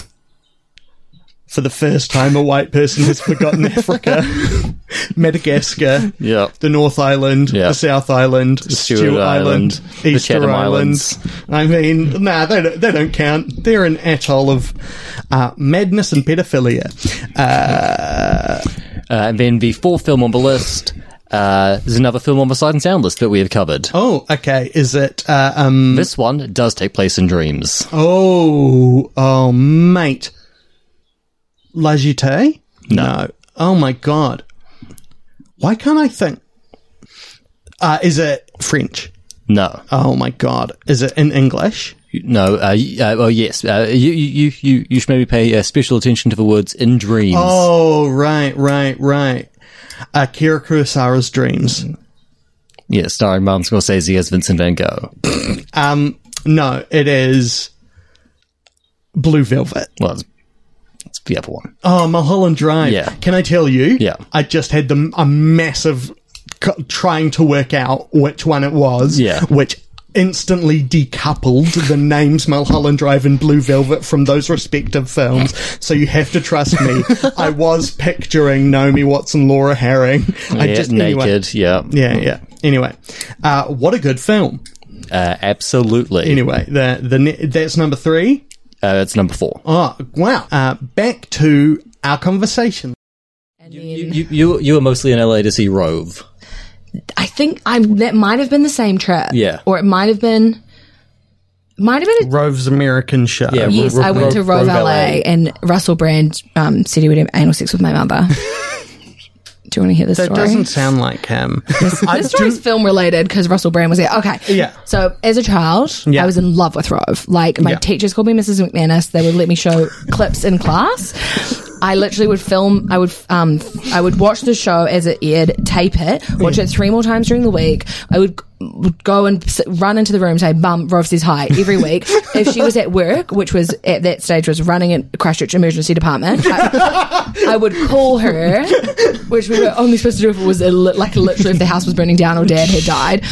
S4: for the first time, a white person has forgotten Africa, Madagascar.
S1: Yep.
S4: The North Island,
S1: Yeah.
S4: the South Island, Stewart, Island,
S1: Island, the
S4: Easter
S1: Chatham
S4: Islands. I mean, nah, they don't, they don't count. They're an atoll of uh, madness and pedophilia. Uh,
S1: Uh, and then the fourth film on the list uh, is another film on the Sight and Sound list that we have covered.
S4: oh, okay. Is it? Uh, um.
S1: This one does take place in dreams.
S4: Oh, oh, mate. La Jetée? No. Oh my god. Why can't I think? Uh, is it French?
S1: No,
S4: Oh my god. Is it in English?
S1: no. Uh, y- uh, oh yes, uh, you you you you should maybe pay uh, special attention to the words in dreams.
S4: Oh, right, right, right. Akira Kurosawa's dreams.
S1: Yeah, starring Martin Scorsese as Vincent Van Gogh.
S4: Um, no, it is Blue Velvet.
S1: Well, it's, it's the other one.
S4: Oh, Mulholland Drive.
S1: Yeah.
S4: Can I tell you?
S1: Yeah.
S4: I just had the, a massive c- trying to work out which one it was.
S1: Yeah.
S4: Which instantly decoupled the names Mulholland Drive and Blue Velvet from those respective films. So you have to trust me. I was picturing Naomi Watson, Laura Herring. I
S1: yeah,
S4: just
S1: naked.
S4: anyway.
S1: Yeah,
S4: Yeah, yeah. Anyway, uh, what a good film.
S1: Uh, absolutely.
S4: Anyway, the the ne- that's number three.
S1: uh, it's number four.
S4: Oh wow! Uh, back to our conversation.
S3: And then
S1: You, you, you, you were mostly in LA to see Rove.
S3: I think I that might have been the same trip.
S1: Yeah.
S3: Or it might have been might have been a
S4: Rove's American Show.
S1: Yeah,
S3: Yes,
S1: Ro-
S3: I went
S1: Ro-
S3: to
S1: Rove,
S3: Rove, LA,
S1: LA.
S3: and Russell Brand um, said he would have anal sex with my mother. Do you want to hear this
S4: that
S3: story?
S4: doesn't sound like him. I
S3: this story's
S4: do-
S3: film related because Russell Brand was there. Okay.
S4: Yeah.
S3: So as a child,
S4: Yeah.
S3: I was in love with Rove. Like my
S4: Yeah.
S3: teachers called me Mrs. McManus. They would let me show clips in class. I literally would film. I would um. I would watch the show as it aired, tape it, watch it three more times during the week. I would, would go and s- run into the room, say, "Mum, Rove says hi" every week. if she was at work, which was at that stage was running at Christchurch Emergency Department, I, I would call her, which we were only supposed to do if it was a li- like literally if the house was burning down or dad had died.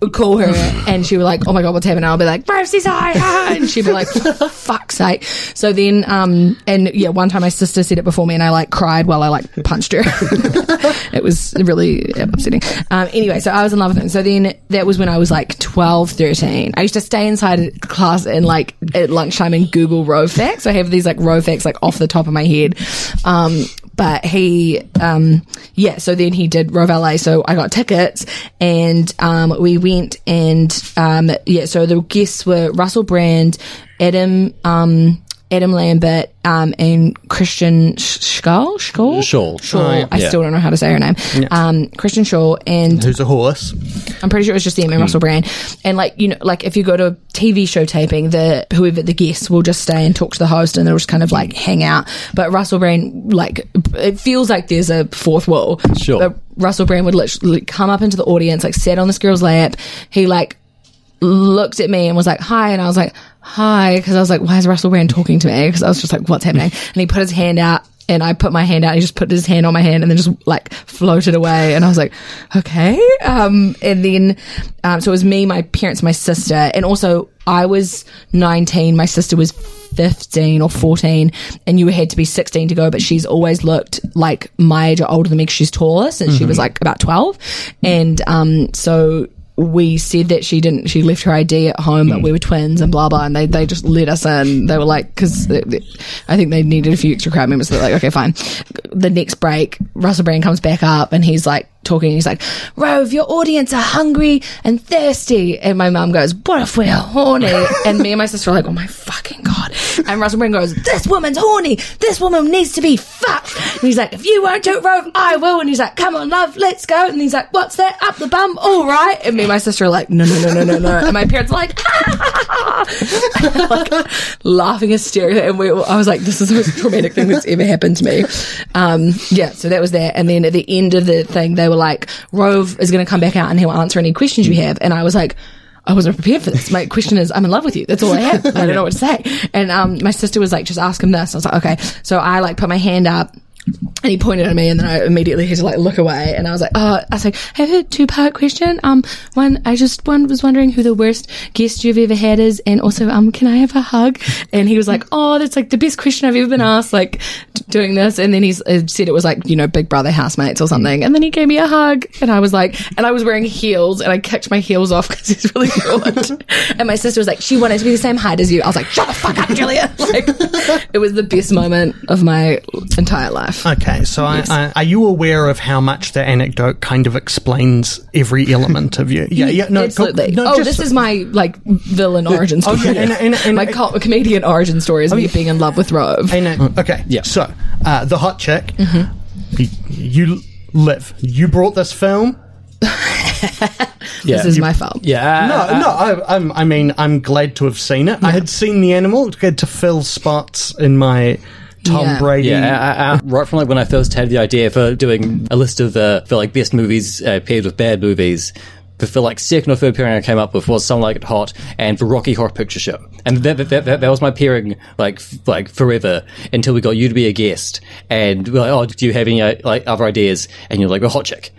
S3: Would call her and she would like, oh my god, what's happening? I'll be like, Rose's high, ah," and she'd be like, fuck's sake. So then, um, and yeah, one time my sister said it before me, and I like cried while I like punched her. it was really upsetting. Um, anyway, so I was in love with him. So then that was when I was like 12, 13. I used to stay inside class and like at lunchtime and Google row facts. I have these like row facts like off the top of my head. Um, but he, um, yeah, so then he did Row Valet. So I got tickets and, um, we went and, um, yeah, so the guests were Russell Brand, Adam, um, Adam Lambert, um, and Christian Sch- Schull?
S4: Oh.
S3: Schull?
S1: Sure.
S3: Shaw. I
S1: Yeah.
S3: still don't know how to say her name. Um, Christian Shaw, and
S4: Who's a horse?
S3: I'm pretty sure it was just them and Russell Brand. And like you know, like if you go to TV show taping, the whoever the guests will just stay and talk to the host, and they'll just kind of like hang out. But Russell Brand, like it feels like there's a fourth wall.
S1: Sure.
S3: But Russell Brand would literally come up into the audience, like sat on this girl's lap. He like looked at me and was like, hi. And I was like, hi. Cause I was like, why is Russell Brand talking to me? Cause I was just like, what's happening? And he put his hand out and I put my hand out. And he just put his hand on my hand and then just like floated away. And I was like, okay. Um, and then, um, so it was me, my parents, my sister. And also I was 19. My sister was 15 or 14 and you had to be 16 to go but she's always looked like my age or older than me 'cause she's taller since she was like about 12 and um so we said that she didn't she left her id at home but we were twins and blah blah and they, they just let us in they were like because i think they needed a few extra crowd members so they're like okay fine the next break russell brand comes back up and he's like talking he's like rove your audience are hungry and thirsty and my mum goes what if we're horny and me and my sister are like oh my fucking god and russell brand goes this woman's horny this woman needs to be fucked and he's like if you won't do it rove i will and he's like come on love let's go and he's like what's that up the bum all right and me and my sister are like no no no no no no and my parents are like, "Ah, like laughing hysterically and we, i was like this is the most traumatic thing that's ever happened to me um, yeah so that was that and then at the end of the thing they were like rove is going to come back out and he'll answer any questions you have and i was like I wasn't prepared for this. My question is, I'm in love with you. That's all I have. I don't know what to say. And um, my sister was like, just ask him this. I was like, okay. So I like put my hand up and he pointed at me and then I immediately had to like look away and I was like, oh, I was like, have a two part question. Um, one, I just one was wondering who the worst guest you've ever had is and also, um, can I have a hug? And he was like, oh, that's like the best question I've ever been asked, like d- doing this. And then he uh, said it was like, you know, big brother housemates or something.
S4: Mm.
S3: And then he gave me a hug and I was like, and I was wearing heels and I kicked my heels off because he's really short. and my sister was like, she wanted to be the same height as you. I was like, shut the fuck up, Julia. Like, it was the best moment of my entire life.
S4: Okay, so I, I, are you aware of how much the anecdote kind of explains every element of you? Yeah, yeah, no, go-
S3: absolutely.
S4: no,
S3: oh,
S4: just-
S3: this is my like villain origin
S4: Oh,
S3: story.
S4: yeah, and- and- and- Oh,
S3: my co- comedian origin story is me being in love with Rove.
S4: I know. Okay.
S1: Yeah.
S4: So, uh, the hot chick,
S3: Mm-hmm.
S4: y- you live. You brought this film.
S1: Yeah.
S3: this is my fault.
S1: yeah.
S4: No,
S1: uh,
S4: no. I, I'm, I mean, I'm glad to have seen it. I had seen the animal to to fill spots in my Tom
S3: Yeah.
S4: Brady.
S1: Yeah, I, I, right from like when I first had the idea for doing a list of the for like best movies uh, paired with bad movies. But for like second or third pairing I came up with was Some Like It Hot and the Rocky Horror Picture Show, and that that, that, that, that was my pairing like f- like forever until we got you to be a guest, and we're like, oh, do you have any uh, like other ideas? And you're like, well, Hot Chick,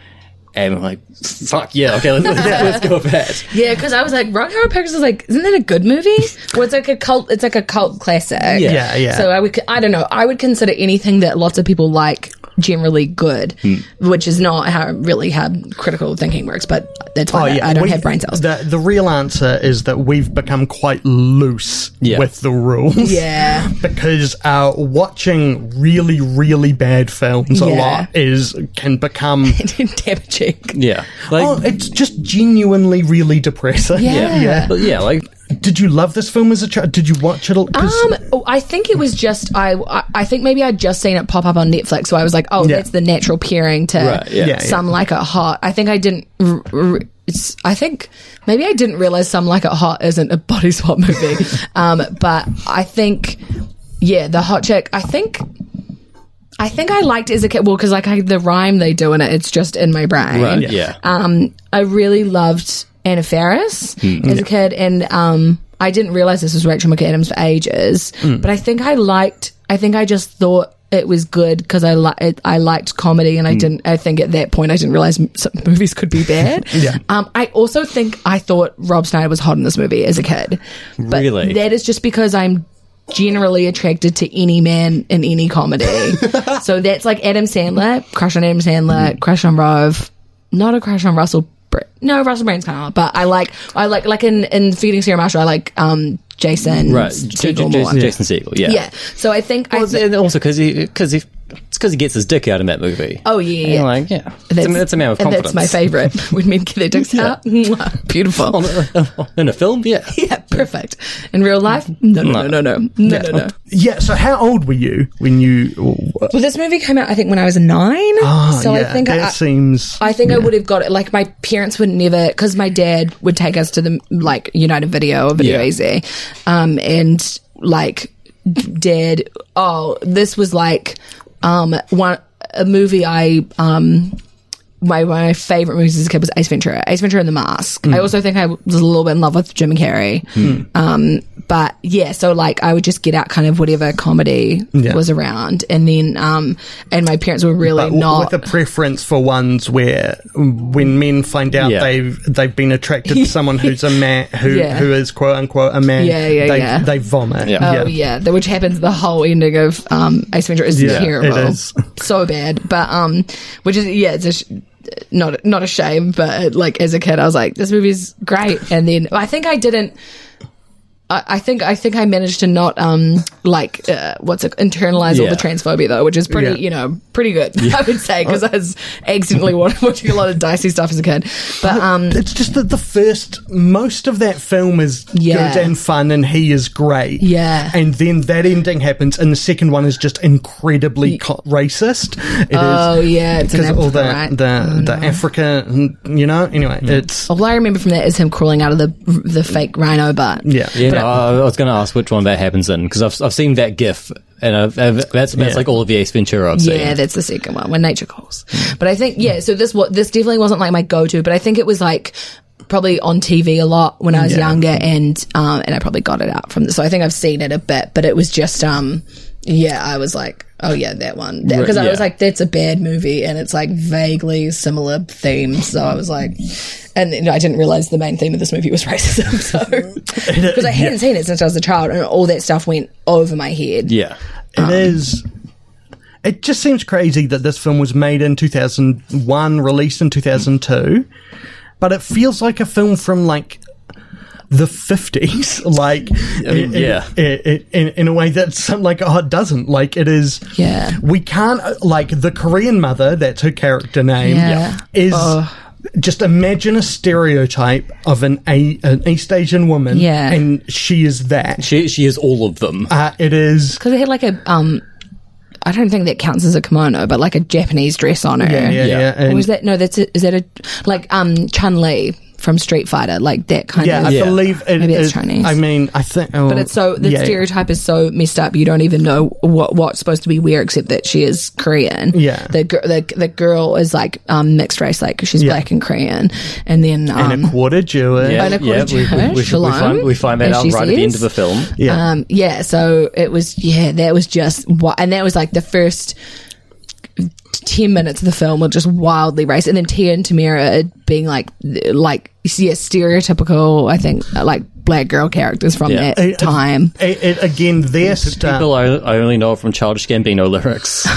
S1: And I'm like, fuck yeah, okay, let's, let's, let's go with that.
S3: Yeah, because I was like, Rock Horror Pictures is like, isn't that a good movie? Well, it's like a cult. It's like a cult classic.
S1: Yeah,
S4: yeah.
S3: So uh, I would, I don't know. I would consider anything that lots of people like generally good,
S4: Hmm.
S3: which is not how really how critical thinking works. But that's fine. I- I don't
S4: we-
S3: have brain cells.
S4: Oh, The, the real answer is that we've become quite loose
S1: Yeah.
S4: with the rules.
S3: yeah.
S4: Because uh, watching really, really bad films a
S3: Yeah.
S4: lot is can become
S3: Damaging.
S1: Yeah. Like,
S4: oh, it's just genuinely really depressing.
S1: yeah.
S3: Yeah.
S1: But yeah, like,
S4: Did you love this film as a child? Did you watch it? a- 'cause-
S3: Um, oh, I think it was just I, I. I think maybe I'd just seen it pop up on Netflix, so I was like, "Oh,
S4: Yeah.
S3: that's the natural pairing to
S1: Right, yeah. Yeah,
S3: some like it hot." I think I didn't. R- r- it's, I think maybe I didn't realize some like it hot isn't a body swap movie, um, but I think yeah, the hot chick. I think. I think I liked as a kid, well, because like I, the rhyme they do in it, it's just in my brain.
S1: right, yeah.
S3: Um, I really loved Anna Faris as a kid, and um, I didn't realize this was Rachel McAdams for ages. But I think I liked. I think I just thought it was good because I li- I liked comedy, and I didn't. I think at that point I didn't realize m- some movies could be bad. yeah. Um, I also think I thought Rob Snyder was hot in this movie as a kid. But
S1: Really?
S3: That is just because I'm generally attracted to any man in any comedy. so that's like Adam Sandler, crush on Adam
S1: Mm.
S3: Sandler, crush on Rove, not a crush on Russell. Br- no, Russell Brand's kind of, but I like I like like in in Feeding Sarah Marshall, I like um Jason
S1: Right. J-
S3: Segel
S1: J-
S3: more.
S1: Jason, Jason Segel, yeah.
S3: Yeah. So I think I
S1: Well,
S3: thi-
S1: and also because he, cause he, it's because he gets his dick out in that movie.
S3: Oh, yeah,
S1: And
S3: yeah.
S1: like yeah, that's, a, that's a man of
S3: and
S1: confidence.
S3: That's my favorite when men get their dicks out. Mwah. Beautiful.
S1: in a film, yeah.
S3: Yeah, perfect. In real life,
S1: Mm-hmm.
S3: no, no, no, no, no, no, no. no,
S4: yeah. So how old were you when you?
S3: Well, this movie came out, I think, when I was nine.
S4: Ah,
S3: so
S4: yeah,
S3: I think
S4: that
S3: I,
S4: seems.
S3: I think I would have got it. Like my parents would never, because my dad would take us to the like United Video or Video
S1: Yeah.
S3: Easy, um, and like d- dad. Oh, this was like um one a movie I um. My one of my favorite movies as a kid was Ace Ventura, Ace Ventura and the Mask.
S4: Hmm.
S3: I also think I was a little bit in love with Jim Carrey. Um, but yeah, so like I would just get out kind of whatever comedy was around, and then um, and my parents were really
S4: but w-
S3: not
S4: with a preference for ones where when men find out
S1: Yeah.
S4: they've they've been attracted to someone who's a man who
S3: Yeah.
S4: who is quote unquote a man
S3: Yeah, yeah,
S4: they,
S3: yeah.
S4: they vomit
S1: Yeah.
S3: Oh yeah, that which happens the whole ending of um, Ace Ventura is
S4: Yeah,
S3: terrible,
S4: it is.
S3: so bad. But um, which is yeah, it's a sh- not not a shame, but uh, like as a kid, I was like, this movie's great. And then I think I didn't. I, I think I think I managed to not um like uh, what's it internalize all
S1: Yeah.
S3: the transphobia though, which is pretty
S4: Yeah.
S3: you know pretty good I would say because I was accidentally watching a lot of dicey stuff as a kid. But um,
S4: it's just that the first most of that film is
S3: Yeah.
S4: good and fun and he is great
S3: Yeah.
S4: and then that ending happens and the second one is just incredibly co- racist It is
S3: Oh, yeah, it's an
S4: because all the
S3: Africa, right? Mm-hmm.
S4: the, the africa you know anyway it's
S3: all I remember from that is him crawling out of the the fake rhino butt.
S4: yeah
S1: Yeah, no, I I was going to ask which one that happens in because I've, I've seen that GIF and I've, I've, that's that's like all of the Ace Ventura I've
S3: Yeah,
S1: seen.
S3: that's the second one when nature calls. But I think yeah, so this what this definitely wasn't like my go to, but I think it was like probably on TV a lot when I was younger, and um, and I probably got it out from. The, so I think I've seen it a bit, but it was just um, yeah, I was like, oh yeah, that one because I
S1: yeah.
S3: was like, that's a bad movie, and it's like vaguely similar themes. So I was like. And then I didn't realize the main theme of this movie was racism, so because I hadn't seen it since I was a child, and all that stuff went over my head.
S1: Yeah,
S3: Um,
S4: It is. It just seems crazy that this film was made in 2001, released in 2002, but it feels like a film from like the 50s. Like,
S1: mean,
S4: it- it-
S1: yeah.
S4: it- it- in, in a way that some like oh, it doesn't. Like, it is.
S3: Yeah.
S4: we can't uh, like the Korean mother. That's her character name.
S3: Yeah.
S4: is.
S3: Oh.
S4: Just imagine a stereotype of an a, an East Asian woman,
S3: Yeah.
S4: and she is that.
S1: she she is all of them.
S4: Uh, it is
S3: because it had like a um I don't think that counts as a kimono, but like a Japanese dress on her.
S4: yeah, yeah,
S1: Yeah.
S4: yeah.
S3: Or
S4: and-
S3: was that no? That's a, is that a like um Chun Li from Street Fighter, like that kind
S4: Yeah,
S3: of.
S4: I believe it,
S3: Maybe it's
S4: it-
S3: Chinese.
S4: I mean, I think, oh,
S3: But it's so the
S4: yeah,
S3: stereotype is so messed up. You don't even know what what's supposed to be where, except that she is Korean.
S4: Yeah.
S3: the gir- the, the girl is like um mixed race, like 'cause she's black and Korean, and then um,
S4: and a quarter Jewish.
S1: Yeah,
S3: and
S1: yeah,
S3: according to
S1: we, we,
S3: her,
S1: we, we, find, we find that
S3: as
S1: out
S3: she
S1: right at the end
S3: says.
S1: of the film.
S4: Yeah.
S3: Um, yeah, so it was, yeah, that was just what, and that was like the first 10 minutes of the film were just wildly racist. And then Tia and Tamira being like, like, yeah, stereotypical, I think, like black girl characters from
S1: Yeah.
S3: that time.
S4: It, it, again, their style.
S1: People I, I only know from Childish Gambino lyrics.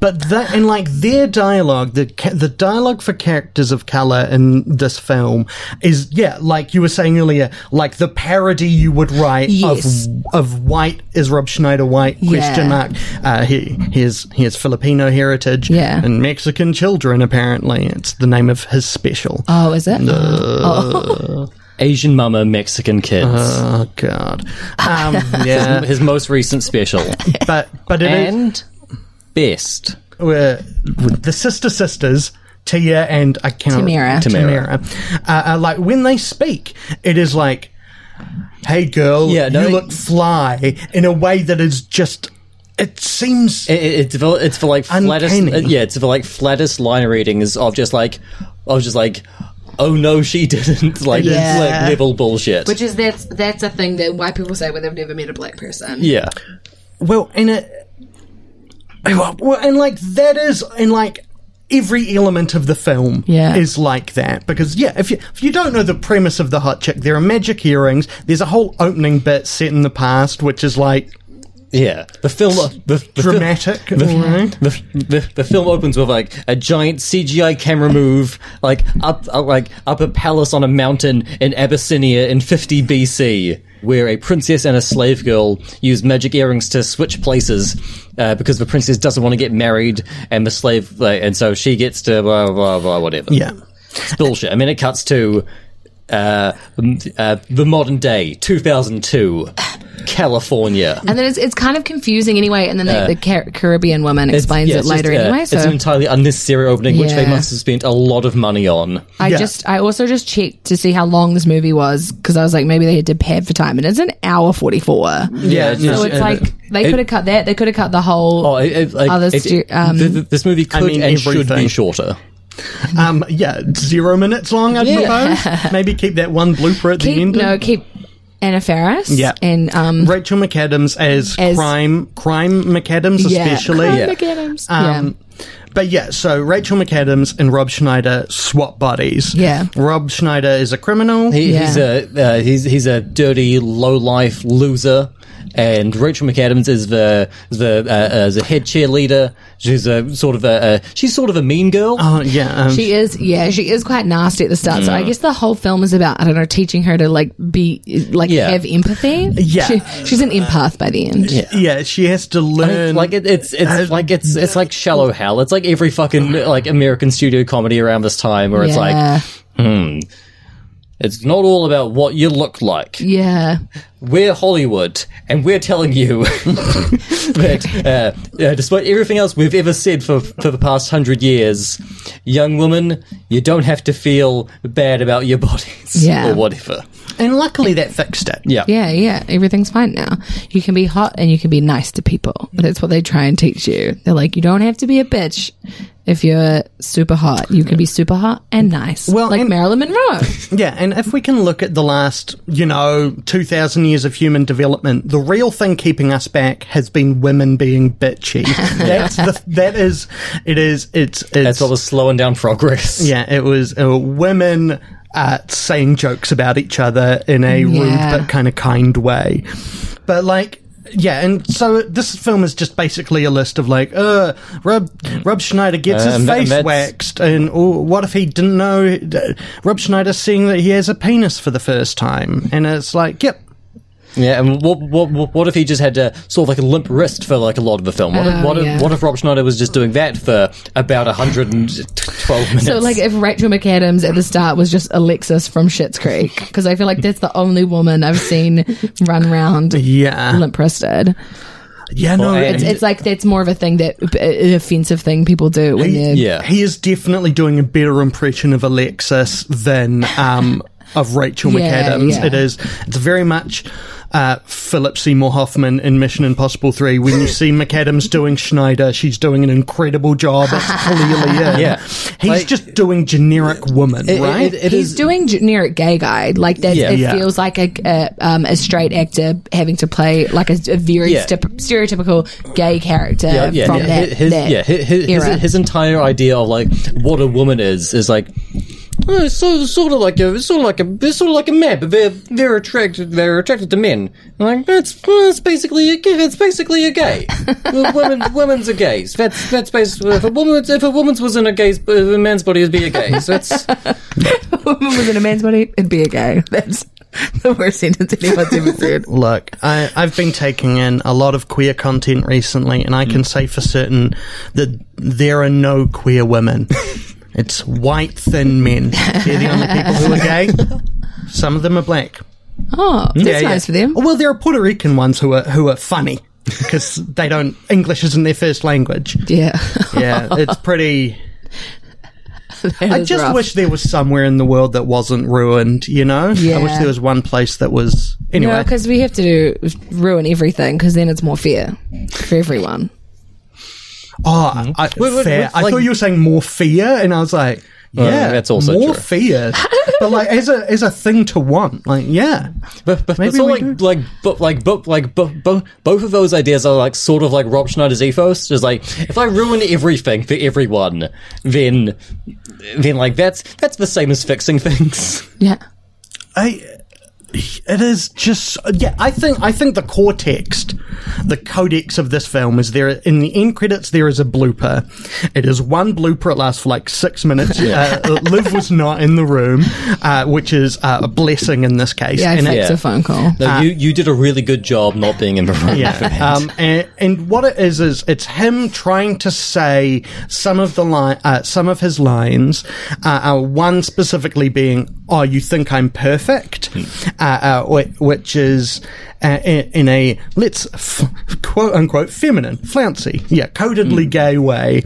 S4: But that and like their dialogue, the ca- the dialogue for characters of color in this film is yeah, like you were saying earlier, like the parody you would write
S3: Yes.
S4: of of white is Rob Schneider white question
S3: Yeah.
S4: mark. Uh, he here's here's Filipino heritage
S3: Yeah.
S4: and Mexican children apparently. It's the name of his special.
S3: oh, is it? oh.
S1: Asian mama, Mexican kids.
S3: Uh-huh.
S4: Oh God! Um, yeah,
S1: His most recent special
S4: but but it is.
S1: and best.
S4: were the sister sisters Tia and I can't
S3: Tamira.
S1: Tamira.
S4: Tamira. Uh, uh, like when they speak, it is like, "Hey girl,
S1: Yeah, no,
S4: you
S1: it-
S4: look fly," in a way that is just. It seems
S1: It, it, it's for, it's for like flattest.
S4: Uncanny.
S1: uh, yeah, it's for like flattest line readings of just like, I was just like, oh no, she didn't. Like,
S3: Yeah.
S1: like level bullshit.
S3: Which is, that's, that's a thing that white people say when they've never met a black person.
S1: yeah,
S4: well, and it, well, and like that is, and like every element of the film
S3: Yeah.
S4: is like that because yeah, if you if you don't know the premise of the hot chick, there are magic earrings. There's a whole opening bit set in the past, which is like
S1: yeah. The film, the, the fil-
S4: dramatic. all right?
S1: The, the, the film opens with like a giant CGI camera move, like up uh, like up a palace on a mountain in Abyssinia in 50 BC, where a princess and a slave girl use magic earrings to switch places uh, because the princess doesn't want to get married, and the slave like, and so she gets to blah blah blah whatever.
S4: Yeah.
S1: it's bullshit. I mean, it cuts to. Uh, m- uh, the modern day, 2002, California.
S3: And then it's, it's kind of confusing anyway. And then the, the Car- Caribbean woman explains
S1: yeah,
S3: it
S1: it's
S3: later
S1: just, uh,
S3: anyway. So
S1: It's an entirely unnecessary opening, which they
S3: Yeah.
S1: must have spent a lot of money on.
S3: I
S4: Yeah.
S3: just, I also just checked to see how long this movie was because I was like, maybe they had to pad for time, and it's an hour forty four.
S4: Yeah,
S1: no,
S3: So it's
S1: it-
S3: like
S1: it-
S3: they could have cut that. They could have cut the whole.
S1: Oh, it- it- like,
S3: other
S1: it-
S3: stu- um,
S1: th- th- this movie could
S4: mean,
S1: and should be
S4: everything.
S1: shorter.
S4: Um, yeah, zero minutes long, I'd
S1: Yeah.
S4: propose. Maybe keep that one blooper at the
S3: keep
S4: end.
S3: no, keep Anna Faris.
S4: Yeah.
S3: and um,
S4: Rachel McAdams as,
S3: As-
S4: crime, crime McAdams
S3: yeah,
S4: especially.
S3: Cry
S1: Yeah.
S3: McAdams.
S4: Um, But yeah, so Rachel McAdams and Rob Schneider swap bodies.
S3: Yeah.
S4: Rob Schneider is a criminal.
S1: He,
S3: Yeah.
S1: He's a uh, he's he's a dirty, low life loser, and Rachel McAdams is the the uh, uh, the head cheerleader. She's a sort of a uh, she's sort of a mean girl.
S4: oh, yeah. Um,
S3: yeah. She is, yeah, she is quite nasty at the start.
S1: Mm.
S3: So I guess the whole film is about, I don't know, teaching her to like be, like
S1: Yeah.
S3: have empathy.
S4: Yeah.
S3: She, she's an empath by the end. Yeah.
S4: yeah, she has to learn.
S1: like it, it's it's
S4: uh,
S1: like it's it's like shallow hell. It's like every fucking like American studio comedy around this time, where it's like it's not all about what you look like.
S3: yeah.
S1: we're Hollywood, and we're telling you that, uh, uh, despite everything else we've ever said for, for the past hundred years, young woman, you don't have to feel bad about your bodies
S3: Yeah.
S1: or whatever.
S4: and luckily that fixed it.
S1: Yeah.
S3: Yeah, yeah, everything's fine now. You can be hot and you can be nice to people. That's what they try and teach you. They're like, you don't have to be a bitch if you're super hot. You can be super hot and nice.
S4: Well,
S3: Well, like
S4: and-
S3: Marilyn Monroe.
S4: Yeah, and if we can look at the last, you know, 2,000 years of human development, the real thing keeping us back has been women being bitchy. That's the, that is, it is, it's, it's,
S1: That's what was slowing down progress.
S4: yeah, it was uh, women uh, saying jokes about each other in a
S3: Yeah.
S4: rude but kind of kind way. But like, yeah, and so this film is just basically a list of like, uh, Rob, Rob Schneider gets
S1: Um,
S4: his
S1: that-
S4: face
S1: that's-
S4: waxed, and oh, what if he didn't know? Rob Schneider's seeing that he has a penis for the first time, and it's like, yep,
S1: Yeah, and what, what what what if he just had a sort of like a limp wrist for like a lot of the film? What, if,
S3: Oh,
S1: what,
S3: yeah.
S1: if, what if Rob Schneider was just doing that for about 112 minutes?
S3: so, like, if Rachel McAdams at the start was just Alexis from Schitt's Creek, because I feel like that's the only woman I've seen run round
S4: yeah,
S3: limp wristed.
S4: yeah, no,
S1: Well,
S4: it-
S1: and-
S3: It's like that's more of a thing that an offensive thing people do when they're
S1: yeah.
S4: He is definitely doing a better impression of Alexis than um, of Rachel
S3: Yeah,
S4: McAdams.
S3: yeah.
S4: It is. It's very much. uh, Philip Seymour Hoffman in Mission Impossible 3. When you see McAdams doing Schneider, she's doing an incredible job. It's clearly him.
S1: Yeah.
S4: He's
S1: Like-
S4: just doing generic woman,
S1: It- it-
S4: right?
S1: it- it
S3: He's
S1: is-
S3: doing generic gay guy. Like that,
S1: Yeah.
S3: it
S4: Yeah.
S3: feels like a, a, um, a straight actor having to play like a, a very
S1: Yeah.
S3: step- stereotypical gay character
S1: yeah, yeah,
S3: from
S1: yeah.
S3: that.
S1: His,
S3: that
S1: yeah, his, his,
S3: era.
S1: his, his entire idea of like what a woman is is like oh, it's so, sort of like a it's sort of like a it's sort of like a man, but they're they're attracted they're attracted to men. I'm like that's that's basically a gay- it's basically a gay. women women's are gays. That's that's basically if a woman's if a woman's was in a gay's if a man's body would be a gay. So that's
S3: woman was in a man's body, it'd be a gay. That's the worst sentence anyone's ever said.
S4: Look, I, I've been taking in a lot of queer content recently, and I
S3: Mm.
S4: can say for certain that there are no queer women. it's white, thin men. They're the only people who are gay. Some of them are black.
S3: Oh, that's
S4: Yeah,
S3: nice
S4: yeah.
S3: for them.
S4: Well, there are Puerto Rican ones who are who are funny because they don't English isn't their first language.
S3: Yeah,
S4: Yeah, it's pretty.
S3: That
S4: I
S3: is
S4: just
S3: rough.
S4: wish there was somewhere in the world that wasn't ruined. You know, I wish
S3: Yeah.
S4: there was one place that was. Anyway,
S3: No, because we have to do, ruin everything because then it's more fair for everyone.
S4: Oh, I,
S1: wait,
S4: fair.
S1: wait,
S4: I
S1: like-
S4: thought you were saying more fear, and I was like, yeah,
S1: Well, that's also
S4: more
S1: true.
S4: fear. but like as a as a thing to want, like yeah,
S1: But, but, but
S4: Maybe
S1: so
S4: we
S1: like,
S4: do.
S1: like, but, like, but, like, but, but, both of those ideas are like sort of like Rob Schneider's ethos. Just like, if I ruin everything for everyone, then, then like that's that's the same as fixing things.
S3: Yeah.
S4: I. It is just yeah. I think I think the core text, the codex of this film is there in the end credits. There is a blooper. It is one blooper. It lasts for like six minutes. Uh, Liv was not in the room, uh, which is uh, a blessing in this case.
S3: Yeah, I
S4: And it-
S3: faked
S1: yeah.
S3: a phone call.
S1: No, you you did a really good job not being in the room. for that.
S4: Ah. yeah. Um, and, and what it is is it's him trying to say some of the line, uh, some of his lines. Uh, uh, one specifically being, "Oh, you think I'm perfect," uh, uh, whi- which is uh, in, in a let's f- quote unquote feminine, flouncy, yeah, codedly gay way.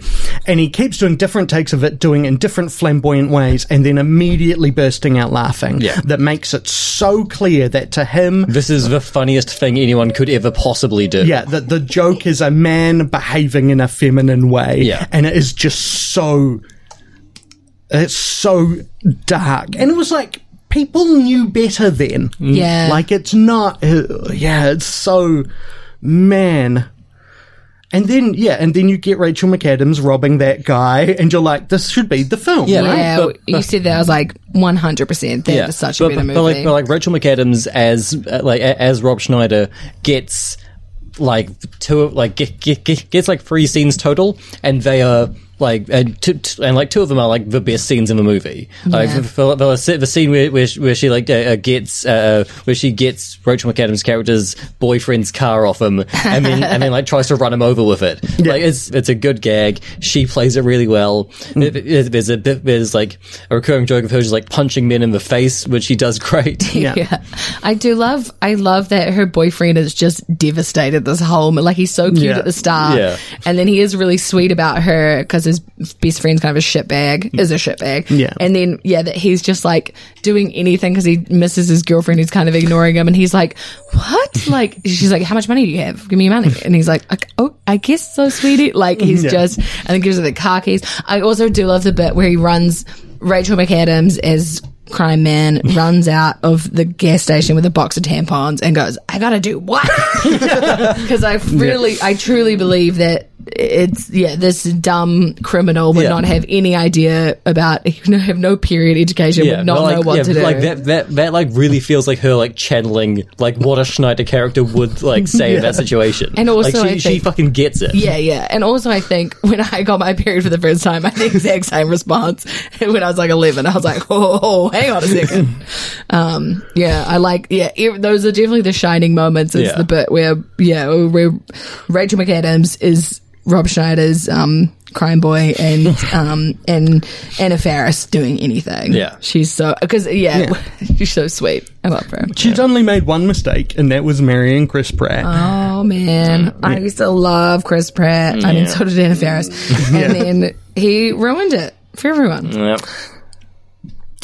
S4: And he keeps doing different takes of it, doing it in different flamboyant ways, and then immediately bursting out laughing.
S1: Yeah.
S4: That makes it so clear that to him,
S1: This is the funniest thing anyone could ever possibly do.
S4: yeah, that the joke is a man behaving in a feminine way.
S1: Yeah.
S4: And it is just so it's so dark. And it was like people knew better then.
S1: Mm.
S3: Yeah.
S4: Like it's not uh, yeah, it's so man. And then yeah, and then you get Rachel McAdams robbing that guy and you're like, this should be the film,
S1: Yeah.
S4: right?
S3: Yeah,
S1: But-
S3: you said that. I was like, 100%. That was such a
S1: but,
S3: better
S1: but-
S3: movie.
S1: But like, but like Rachel McAdams as uh, like a- as Rob Schneider gets like two of- like get, get, get, gets like three scenes total, and they are. Like and, two, two- and like two of them are like the best scenes in the movie. Like
S3: Yeah.
S1: the, the, the, the scene where, where, she, where she like uh, uh, gets uh, where she gets Rachel McAdams' character's boyfriend's car off him, and then and then like tries to run him over with it. Like it's it's a good gag. She plays it really well. There's- There's a bit there's like a recurring joke of her just like punching men in the face, which she does great.
S4: Yeah.
S3: yeah. I do love I love that her boyfriend is just devastated this whole like he's so cute
S4: Yeah.
S3: at the start
S1: Yeah.
S3: and then he is really sweet about her cuz his best friend's kind of a shitbag is a shitbag
S4: Mm. Yeah.
S3: and then yeah that he's just like doing anything cuz he misses his girlfriend who's kind of ignoring him and he's like what like she's like how much money do you have give me your money and he's like "Ok- oh I guess so sweetie like he's
S4: Yeah.
S3: just and then gives her the car keys I also do love the bit where he runs Rachel McAdams as crime man runs out of the gas station with a box of tampons and goes, I gotta do what? Because I really, I truly believe that it's, yeah, this dumb criminal would
S1: Yeah.
S3: not have any idea about, you know, have no period education, would not
S1: but, like,
S3: know what
S1: yeah,
S3: to do.
S1: but, like that, that, that like really feels like her like channeling like what a Schneider character would like say in that situation.
S3: And also,
S1: like, she,
S3: I
S1: she
S3: think-
S1: fucking gets it.
S3: Yeah, yeah. And also, I think when I got my period for the first time, I had the exact same response when I was like 11. I was like, oh, hang on a second. um, yeah, I like, yeah, ev- those are definitely the shining moments. It's
S1: Yeah.
S3: the bit where, yeah, where Rachel McAdams is Rob Schneider's, um, crime boy and, um, and Anna Faris doing anything.
S1: Yeah.
S3: She's so, cause yeah, she's so sweet. I love her.
S4: She's only made one mistake, and that was marrying Chris Pratt.
S1: Uh.
S3: Oh man, I used to love Chris Pratt. I mean, so did Anna Faris, and then he ruined it for everyone.
S1: Yep.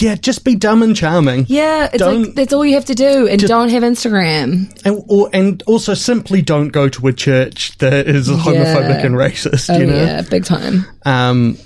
S4: yeah, just be dumb and charming.
S3: Yeah, it's like
S4: Don't-
S3: that's all you have to do, and don't have Instagram.
S4: And, or, and also simply don't go to a church that is homophobic
S3: Yeah.
S4: and racist,
S3: Oh
S4: you know?
S3: yeah, big time.
S4: Um,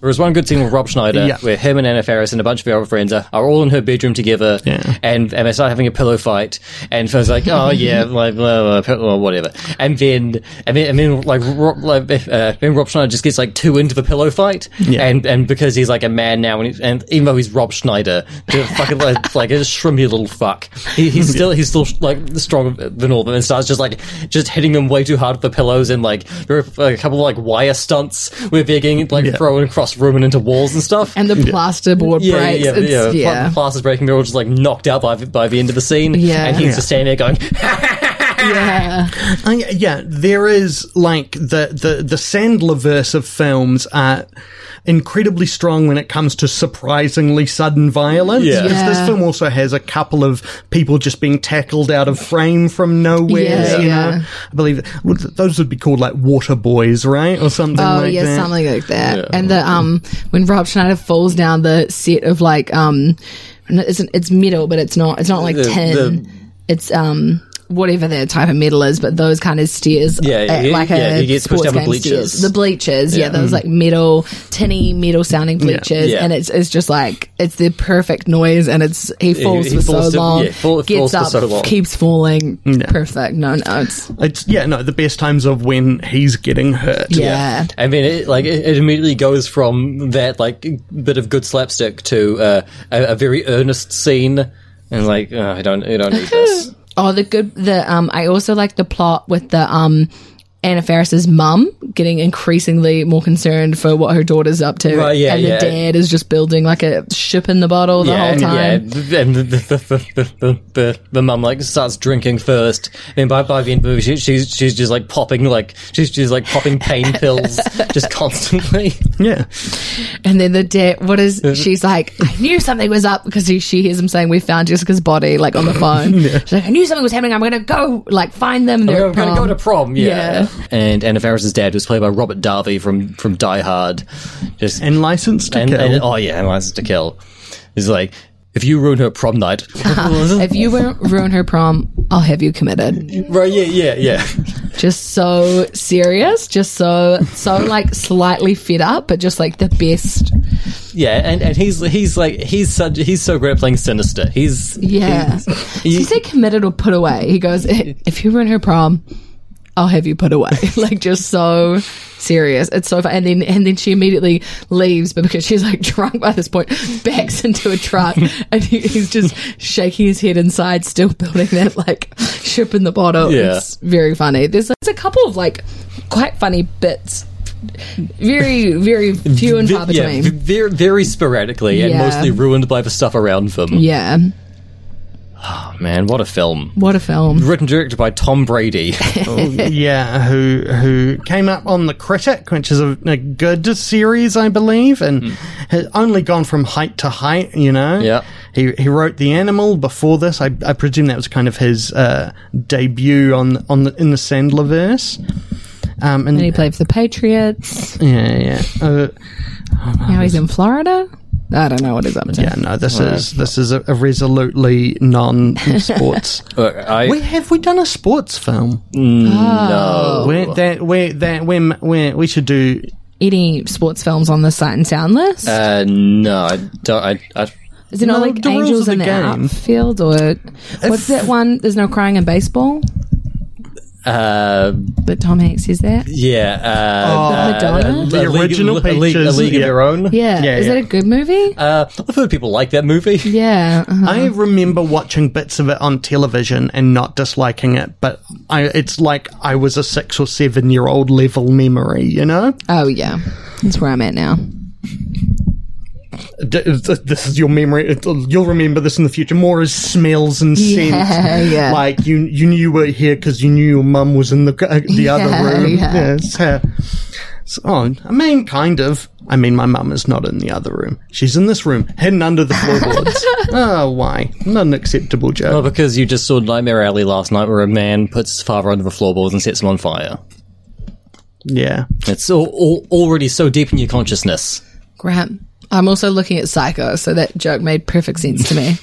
S1: There was one good scene with Rob Schneider
S4: Yeah.
S1: where him and Anna Faris and a bunch of her other friends are, are all in her bedroom together
S4: Yeah.
S1: and, and they start having a pillow fight and Finn's like, oh yeah, like, blah, blah, blah, blah, whatever. And then, and then, and then like, Rob, like uh, then Rob Schneider just gets like too into the pillow fight
S4: Yeah.
S1: and, and because he's like a man now and, he, and even though he's Rob Schneider, the fucking like, like a shrimmy little fuck, he, he's still, he's still like stronger than all of them and starts just like, just hitting them way too hard with the pillows and like, there are like, a couple of like wire stunts where they're getting like
S4: Yeah.
S1: thrown across room and into walls and stuff.
S3: And the plasterboard
S1: yeah,
S3: breaks.
S1: yeah,
S3: it's,
S1: yeah,
S3: yeah,
S1: yeah. Pla- Plaster's breaking. They're all just like knocked out by the- by the end of the scene.
S3: Yeah.
S1: and he's
S4: Yeah.
S1: just standing there going,
S3: yeah.
S4: I, yeah, there is like the the the Sandlerverse of films are incredibly strong when it comes to surprisingly sudden violence.
S1: Yeah.
S4: 'Cause
S3: Yeah.
S4: this film also has a couple of people just being tackled out of frame from nowhere.
S3: Yeah,
S4: you
S3: yeah.
S4: know, I believe would- those would be called like water boys, right, or something.
S3: Oh
S4: like
S3: yeah,
S4: that.
S3: something like that.
S1: Yeah.
S3: And the um when Rob Schneider falls down the set of like um it's it's metal, but it's not it's not like
S1: The-
S3: tin.
S1: the-
S3: it's um whatever the type of metal is, but those kind of stairs.
S1: Yeah,
S3: uh,
S1: he-
S3: like
S1: yeah,
S3: a
S1: he gets pushed
S3: sports
S1: down the
S3: game
S1: bleachers. Mm.
S3: stairs. The bleachers, yeah, those like metal tinny metal sounding bleachers,
S1: Yeah.
S3: and it's it's just like it's the perfect noise, and it's he falls
S1: he
S3: for
S1: falls to-
S3: so long,
S1: yeah, fall- falls
S3: gets
S1: for
S3: up,
S1: so long.
S3: keeps falling, perfect. No, no, it's
S4: It's yeah, no, the best times of when he's getting hurt.
S3: yeah.
S1: I mean, it, like it, it immediately goes from that like bit of good slapstick to uh, a, a very earnest scene, and like oh, I don't, I don't need this.
S3: Oh, the good the um I also like the plot with the um Anna Faris's mum getting increasingly more concerned for what her daughter's up to.
S1: Right, yeah,
S3: and
S1: yeah.
S3: the dad is just building like a ship in the bottle the whole time.
S1: yeah, and the, the, the, the, the, the, the mum like starts drinking first. Then by by the end of the movie, she, she's she's just like popping like she's she's like popping pain pills just constantly.
S4: yeah.
S3: And then the dad what is she's like, I knew something was up because she, she hears him saying, We found Jessica's body like on the phone. She's like, I knew something was happening, I'm gonna go like find them. They're
S1: We're
S3: at
S1: gonna
S3: prom."
S1: go to prom, yeah.
S3: Yeah.
S1: And Anna Faris's dad was played by Robert Darby from from Die Hard. Just
S4: And licensed to
S1: and-
S4: kill.
S1: and- oh yeah, and License to Kill. He's like, if you ruin her prom night,
S3: if you ru- ruin her prom, I'll have you committed.
S1: right? Yeah, yeah, yeah.
S3: just so serious, just so so like slightly fed up, but just like the best.
S1: Yeah, and, and he's he's like he's such he's so great at playing sinister. He's
S3: Yeah. He said committed or put away. He goes, "I- if you ruin her prom, I'll have you put away. like just so serious. It's so fun. And then and then she immediately leaves, but because she's like drunk by this point, backs into a truck and he, he's just shaking his head inside, still building that like ship in the bottle.
S1: Yeah.
S3: It's very funny. There's, there's a couple of like quite funny bits. Very, very few and far
S1: ve- yeah,
S3: between.
S1: ve- very very sporadically and
S3: Yeah.
S1: mostly ruined by the stuff around them.
S3: yeah.
S1: Oh, man, what a film!
S3: What a film.
S1: Written and directed by Tom Brady.
S4: yeah, who who came up on the Critic, which is a, a good series, I believe, and has only gone from height to height. You know,
S1: Hmm. Yeah.
S4: He he wrote The Animal before this. I, I presume that was kind of his uh, debut on on the, in the Sandlerverse. Um, and
S3: And he played for the Patriots.
S4: yeah, yeah, uh,
S3: Now he's in Florida. I don't know what he's up to.
S4: yeah. No, this is this is a, a resolutely non-sports.
S1: Look, Uh, I
S4: we have we done a sports film?
S3: oh.
S1: no.
S4: We're, that we that we we we should do
S3: Any sports films on the Sight and Sound list?
S1: Uh, no, I don't. I, I,
S3: Is it not
S4: no,
S3: like
S4: the
S3: Angels
S4: rules of
S3: in the
S4: the game.
S3: Outfield or what's that one? There's no crying in baseball,
S1: uh,
S3: but Tom Hanks says that.
S1: yeah. Uh,
S3: With Oh, Madonna.
S4: The
S1: A League-
S4: original
S1: a League, a
S4: Pictures,
S1: League of
S4: yeah.
S1: Their Own.
S3: yeah.
S4: yeah,
S3: is
S4: yeah.
S3: that a good movie?
S1: Uh, I've heard people like that movie.
S3: yeah. uh-huh.
S4: I remember watching bits of it on television and not disliking it, but I, it's like I was a six or seven year old level memory, you know?
S3: Oh yeah, that's where I'm at now.
S4: D- This is your memory. it- You'll remember this in the future more as smells and
S3: Yeah,
S4: scents.
S3: yeah.
S4: Like you, you knew you were here because you knew your mum was in the uh, the
S3: Yeah,
S4: other room.
S3: yeah.
S4: Yes. uh, so- oh, I mean, kind of. I mean, my mum is not in the other room. She's in this room, hidden under the floorboards. oh, why? Not an acceptable
S1: Well,
S4: joke.
S1: because you just saw Nightmare Alley last night where a man puts his father under the floorboards and sets him on fire.
S4: Yeah.
S1: It's all, all, already so deep in your consciousness.
S3: Crap. I'm also looking at Psycho, so that joke made perfect sense to me.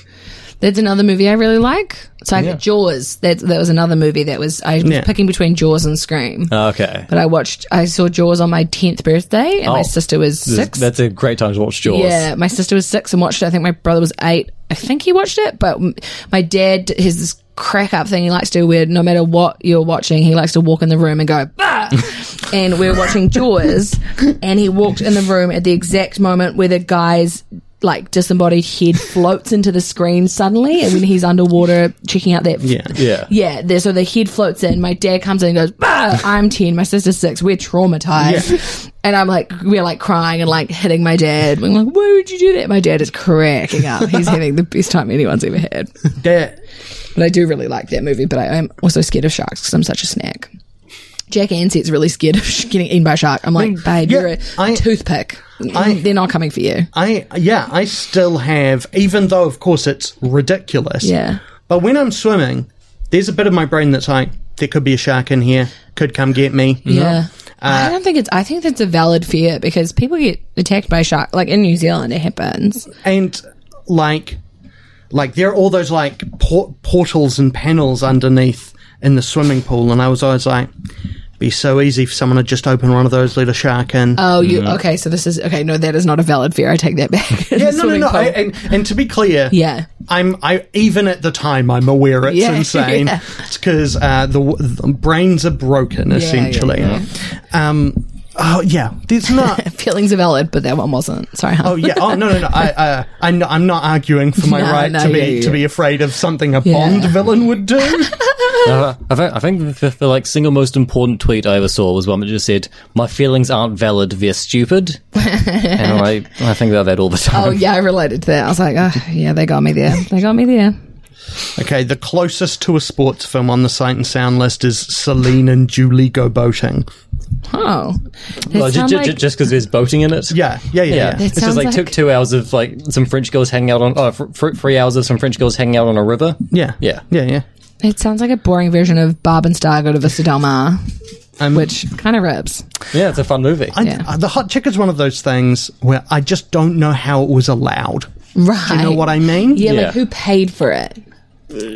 S3: That's another movie I really like. Psycho
S4: Yeah.
S3: Jaws. That that was another movie that was I was
S4: Yeah.
S3: picking between Jaws and Scream.
S1: Ah, Okay.
S3: but I watched I saw Jaws on my tenth birthday and
S1: Oh.
S3: my sister was
S1: That's,
S3: six.
S1: that's a great time to watch Jaws.
S3: Yeah, my sister was six and watched it. I think my brother was eight. I think he watched it, but m- my dad has this crack up thing he likes to do where no matter what you're watching, he likes to walk in the room and go, bah! and we were watching Jaws, and he walked in the room at the exact moment where the guy's like disembodied head floats into the screen suddenly, and when he's underwater checking out that
S4: Yeah.
S1: Yeah.
S3: yeah, there, so the head floats in. My dad comes in and goes, bah! I'm 10, my sister's 6. We're traumatized. And I'm like, we're like crying and like hitting my dad. We're like, why would you do that? My dad is cracking up. He's having the best time anyone's ever had.
S4: That-
S3: But I do really like that movie, but I am also scared of sharks because I'm such a snack. Jack Ansett's really scared of sh- getting eaten by a shark. I'm like, babe,
S4: Mm, yeah,
S3: you're a
S4: I-
S3: toothpick. Mm,
S4: I-
S3: They're not coming for you.
S4: I yeah, I still have even though of course it's ridiculous.
S3: Yeah.
S4: But when I'm swimming, there's a bit of my brain that's like, there could be a shark in here, could come get me.
S3: Yeah.
S4: Uh,
S3: I don't think it's. I think that's a valid fear because people get attacked by shark. Like in New Zealand, it happens.
S4: And like like there are all those like por- portals and panels underneath in the swimming pool and I was always like be so easy for someone to just open one of those, let a shark in.
S3: Oh, you okay? So this is okay. No, that is not a valid fear. I take that back.
S4: yeah, no, no, no. I, and, and to be clear,
S3: yeah,
S4: I'm I even at the time I'm aware it's
S3: Yeah,
S4: insane.
S3: yeah.
S4: It's because uh, the, w- the brains are broken essentially.
S3: yeah,
S4: Um, oh yeah, there's not.
S3: feelings are valid, but that one wasn't. Sorry.
S4: Oh yeah. Oh no no no. I uh, I'm, not, I'm not arguing for my
S3: No,
S4: right
S3: no,
S4: to be
S3: yeah, yeah,
S4: to be
S3: yeah.
S4: afraid of something a
S3: Yeah.
S4: Bond villain would do.
S1: Uh, I think, I think the, the like single most important tweet I ever saw was one that just said, "My feelings aren't valid. They're stupid." and I I think about that all the time.
S3: Oh yeah, I related to that. I was like, oh yeah, they got me there. They got me there.
S4: okay, the closest to a sports film on the Sight and Sound list is Celine and Julie go boating.
S3: Oh, that
S1: Well, ju-
S3: sound
S1: ju-
S3: like-
S1: ju- just because there's boating in it.
S4: Yeah yeah yeah.
S1: Yeah,
S4: yeah.
S1: it's just
S3: sounds
S1: like, took
S3: like-
S1: two hours of like some French girls hanging out on oh, fr- fr- three hours of some French girls hanging out on a river.
S4: Yeah.
S1: Yeah.
S4: Yeah. Yeah.
S3: it sounds like a boring version of Barb and Star go to Vista Del Mar,
S4: Um,
S3: which kind of rips.
S1: Yeah, it's a fun movie.
S4: I,
S3: Yeah.
S4: uh, the hot chick is one of those things where I just don't know how it was allowed.
S3: Right.
S4: Do you know what I mean?
S3: Yeah,
S1: Yeah.
S3: like who paid for it? Like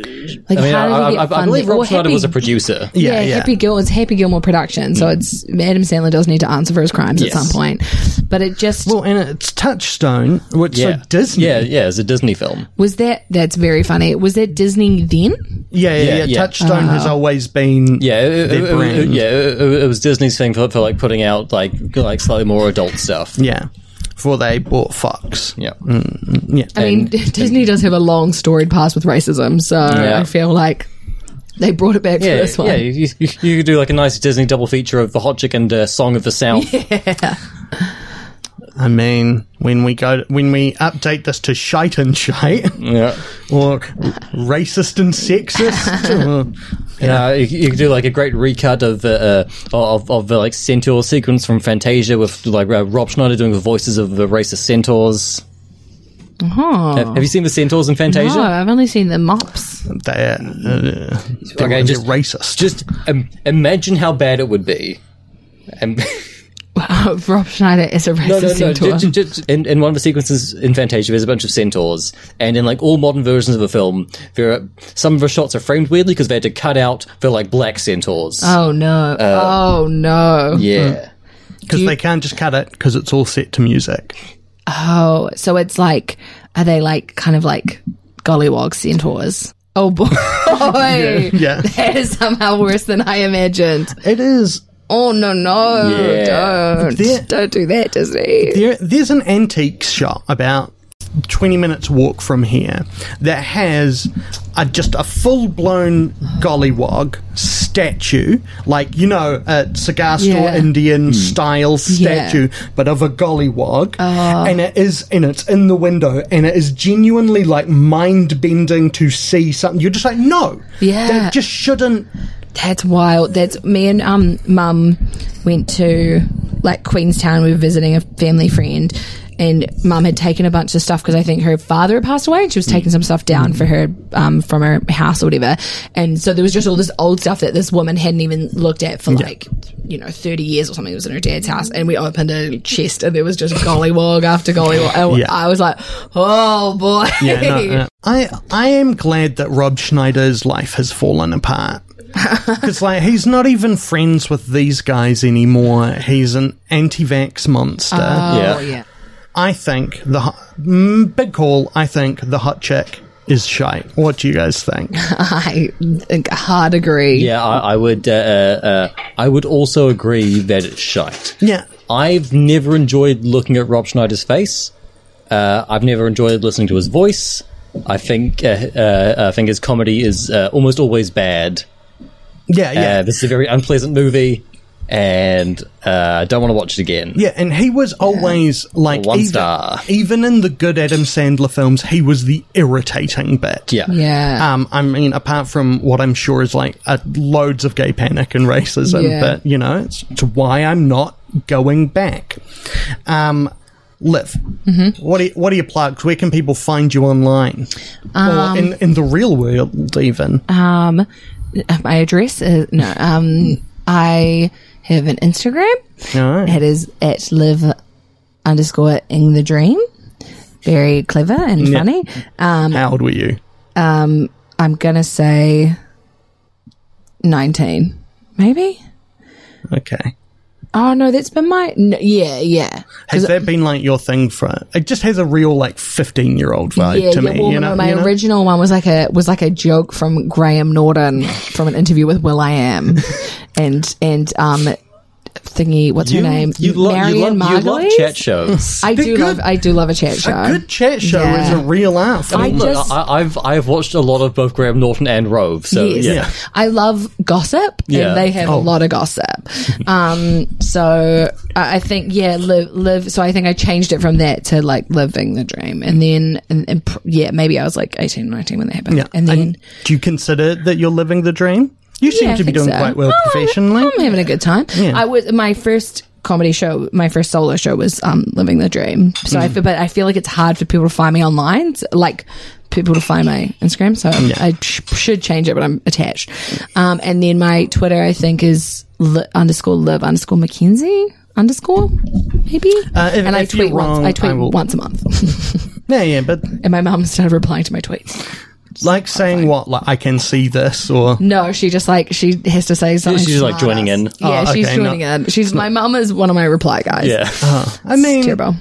S1: I mean, I,
S3: how did
S1: I,
S3: it get
S1: I, I
S3: funded?
S1: believe
S3: Or
S1: Rob Schneider
S3: Happy-
S1: was a producer.
S3: Yeah,
S4: Yeah, yeah.
S3: Happy Gilmore. It's Happy Gilmore Productions, so it's Adam Sandler does need to answer for his crimes
S1: Yes.
S3: at some point. But it just
S4: Well, and it's Touchstone, which
S1: Yeah,
S4: so Disney.
S1: Yeah, yeah, it's a Disney film.
S3: was that. That's very funny. Was that Disney then?
S4: yeah, yeah.
S1: Yeah,
S4: yeah.
S1: yeah.
S4: Touchstone
S3: Uh-huh.
S4: has always been
S1: Yeah, it, it- it-
S4: their
S1: it-
S4: brand.
S1: yeah, it, it- it was Disney's thing for, for like putting out like like slightly more adult stuff.
S4: yeah. Before they bought Fox.
S1: Yeah.
S3: Mm,
S4: Yeah,
S3: I mean, Disney does have a long storied past with racism, so
S1: Yeah.
S3: I feel like they brought it back for
S1: Yeah,
S3: this one.
S1: yeah, you, you, you could do like a nice Disney double feature of the Hot Chick and uh, Song of the South.
S4: I mean, when we go, when we update this to shite and shite,
S1: Yeah,
S4: or racist and sexist,
S1: Uh, you, you could do like a great recut of the uh, of, of the like centaur sequence from Fantasia with like uh, Rob Schneider doing the voices of the racist centaurs. Have, have you seen the centaurs in Fantasia?
S3: Oh. No, Uh-huh. Oh, I've only seen the mops.
S4: they're, uh, they're
S1: Okay, just-
S4: racist.
S1: Just um, imagine how bad it would be. Um,
S3: Rob Schneider is a racist
S1: no, no, no.
S3: centaur.
S1: ju- ju- ju- in, in one of the sequences in Fantasia, there's a bunch of centaurs, and in like all modern versions of the film, there are, some of the shots are framed weirdly because they had to cut out the like black centaurs.
S3: Oh no! oh no!
S1: Uh, yeah.
S4: because they can't just cut it because it's all set to music.
S3: Oh, so it's like, are they like kind of like gollywog centaurs? Oh boy,
S4: yeah.
S3: that is somehow worse than I imagined.
S4: It is
S3: Oh no, no,
S1: Yeah.
S3: don't,
S4: There-
S3: don't do that, Disney.
S4: There, there's an antique shop about 20 minutes walk from here that has a, just a full-blown gollywog statue like you know a cigar store
S3: Yeah.
S4: indian style
S3: Yeah. Oh.
S4: statue but of a gollywog and it is and it's in the window and it is genuinely like mind-bending to see something you're just like no
S3: Yeah.
S4: that just shouldn't
S3: That's wild. That's me and um mum went to like Queenstown. We were visiting a family friend, and mum had taken a bunch of stuff because I think her father had passed away and
S4: Mm.
S3: she was taking some stuff down for her um, from her house or whatever. And so there was just all this old stuff that this woman hadn't even looked at for like, you know, 30 years or something. It was in her dad's house. And we opened a chest and there was just gollywog after gollywog. I,
S4: Yeah.
S3: I was like, oh boy.
S4: Yeah, no, no. I I am glad that Rob Schneider's life has fallen apart. Because like he's not even friends with these guys anymore. He's an anti-vax monster.
S3: Oh,
S5: Yeah.
S3: yeah.
S4: I think the hot, mm, big call. I think the hot chick is shy. What do you guys think?
S3: I think hard agree.
S5: Yeah, I, I would. Uh, uh, uh, I would also agree that it's shite.
S4: yeah,
S5: I've never enjoyed looking at Rob Schneider's face. Uh, I've never enjoyed listening to his voice. I think uh, uh, I think his comedy is uh, almost always bad.
S4: yeah, yeah.
S5: Uh, this is a very unpleasant movie, and uh, I don't want to watch it again.
S4: Yeah, and he was always like
S5: One
S4: even,
S5: star.
S4: even in the good Adam Sandler films, he was the irritating bit.
S5: yeah,
S3: Yeah.
S4: Um, I mean, apart from what I'm sure is like uh, loads of gay panic and racism,
S3: Yeah.
S4: but you know, it's, it's why I'm not going back. Um, Liv,
S3: Mm-hmm.
S4: what do you, what are your plugs? Where can people find you online, or in, in the real world even?
S3: um, my address is no. Um, I have an Instagram.
S4: Alright.
S3: It is at live underscore in the dream. Very clever and funny.
S4: How old were you?
S3: Um, I'm gonna say nineteen, maybe.
S4: Okay.
S3: Oh no, that's been my no, yeah, yeah.
S4: Has that been like your thing for? It just has a real like fifteen year old vibe
S3: yeah,
S4: to
S3: yeah,
S4: me.
S3: well,
S4: you
S3: no,
S4: know,
S3: my
S4: you know?
S3: original one was like a was like a joke from Graham Norton from an interview with Will I Am, and and um, thingy, what's her name?
S5: You, lo- you,
S3: Marion
S5: love, you love
S3: Margulies?
S5: chat shows.
S3: I do
S4: good.
S3: love I do love a chat show.
S4: A good chat show
S3: Yeah.
S4: is a real art. form.
S3: I
S5: Look,
S3: just
S5: I, I've I've watched a lot of both Graham Norton and Rove, so
S3: yes.
S5: yeah.
S3: I love gossip,
S5: Yeah.
S3: and they have a lot of gossip. um, so I I think yeah, live, live. So I think I changed it from that to like living the dream, and then and, and pr- yeah, maybe I was like 18, 19 when that happened,
S4: Yeah.
S3: and then.
S4: do you consider that you're living the dream? You seem
S3: Yeah, I
S4: to be
S3: think
S4: doing
S3: so.
S4: quite well
S3: Oh,
S4: professionally.
S3: I'm having a good time. I was my first comedy show, my first solo show was um, Living the Dream. So
S4: Mm.
S3: I feel, but I feel like it's hard for people to find me online, s- like people to find my Instagram. So I'm- I sh- should change it, but I'm attached. Um, and then my Twitter, I think, is li- underscore live underscore McKenzie underscore maybe.
S4: Uh, if-
S3: and I
S4: if you're
S3: tweet once.
S4: wrong,
S3: I tweet
S4: I will-
S3: once a month,
S4: yeah, yeah, but
S3: and my mum started replying to my tweets.
S4: like saying what, like I can see this, or
S3: No, she just like she has to say something.
S5: she's, like,
S3: smart
S5: joining
S3: ass.
S5: in.
S3: Yeah,
S4: Oh,
S3: she's
S4: okay,
S3: joining in. She's my mum is one of my reply guys.
S5: Yeah.
S4: I mean,
S3: terrible.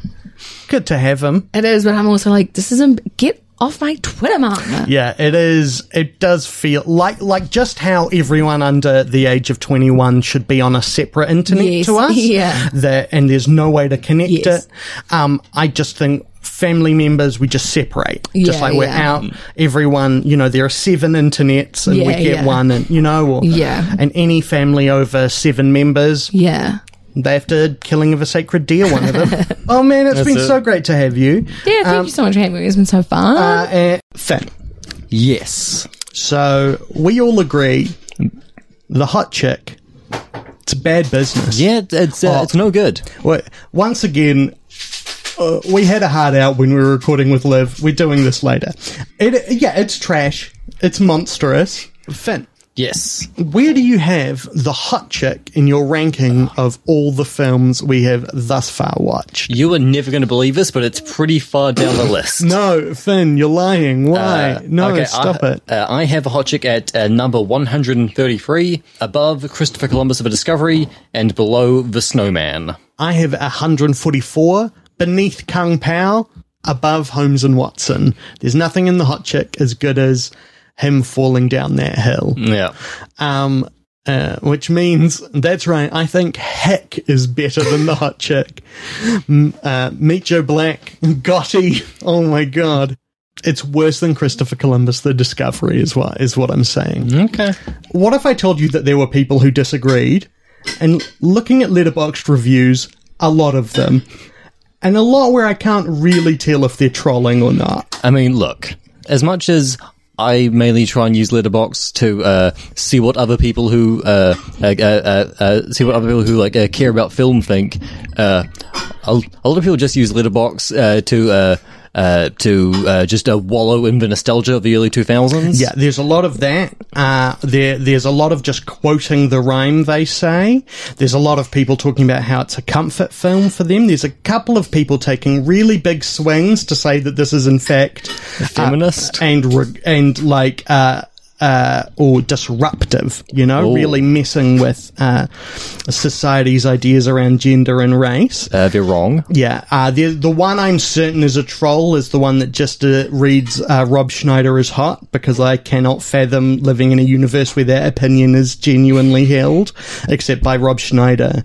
S4: good to have him.
S3: It is, but I'm also like, this isn't get off my Twitter, mum.
S4: Yeah, it is. It does feel like like just how everyone under the age of twenty one should be on a separate internet
S3: Yes,
S4: to us.
S3: yeah.
S4: that and there's no way to connect
S3: Yes.
S4: it. Um, I just think family members we just separate. just
S3: Yeah,
S4: like we're
S3: yeah.
S4: out. Everyone, you know, there are seven internets and we
S3: Yeah,
S4: get
S3: yeah.
S4: one, and you know, or,
S3: Yeah.
S4: and any family over seven members,
S3: Yeah.
S4: they have to killing of a sacred deer. One of them. oh man, it's been
S5: it.
S4: so great to have you.
S3: Yeah, thank you so much for having me. It's been so fun.
S4: Um, Uh, and Finn.
S5: yes.
S4: So we all agree the hot chick, it's bad business.
S5: Yeah, it's uh,
S4: Oh.
S5: it's no good.
S4: Well, Once again, uh, we had a hard out when we were recording with Liv. We're doing this later. It, yeah, it's trash. It's monstrous. Finn,
S5: Yes.
S4: where do you have the hot chick in your ranking of all the films we have thus far watched?
S5: You are never going to believe this, but it's pretty far down the list.
S4: No, Finn, you're lying. Why?
S5: Uh,
S4: no,
S5: okay,
S4: stop
S5: I,
S4: it.
S5: Uh, I have a hot chick at uh, number 133, above Christopher Columbus of a Discovery, and below The Snowman.
S4: I have 144 beneath Kung Pao, above Holmes and Watson. There's nothing in the hot chick as good as him falling down that hill.
S5: Yeah.
S4: Um, uh, which means that's right. I think Heck is better than the hot chick. M- Uh, Meet Joe Black, Gotti. Oh my god. It's worse than Christopher Columbus: The Discovery, is what is what I'm saying.
S5: Okay.
S4: What if I told you that there were people who disagreed? And looking at letterboxed reviews, a lot of them, and a lot where I can't really tell if they're trolling or not.
S5: I mean, look, as much as
S1: I mainly try and use Letterbox to uh, see what other people who uh, uh, uh, uh, uh, see what other people who like uh, care about film think. Uh, a, a lot of people just use Letterbox uh, to uh, uh, to uh, just uh, wallow in the nostalgia of the early two thousands.
S4: Yeah, there's a lot of that. Uh, there, there's a lot of just quoting the rhyme they say. There's a lot of people talking about how it's a comfort film for them. There's a couple of people taking really big swings to say that this is in fact
S1: feminist.
S4: uh, and re- and like uh, uh, or disruptive. You know, really messing with uh, society's ideas around gender and race.
S1: uh, they're wrong.
S4: Yeah, uh, the the one I'm certain is a troll is the one that just uh, reads uh, Rob Schneider is hot because I cannot fathom living in a universe where that opinion is genuinely held, except by Rob Schneider.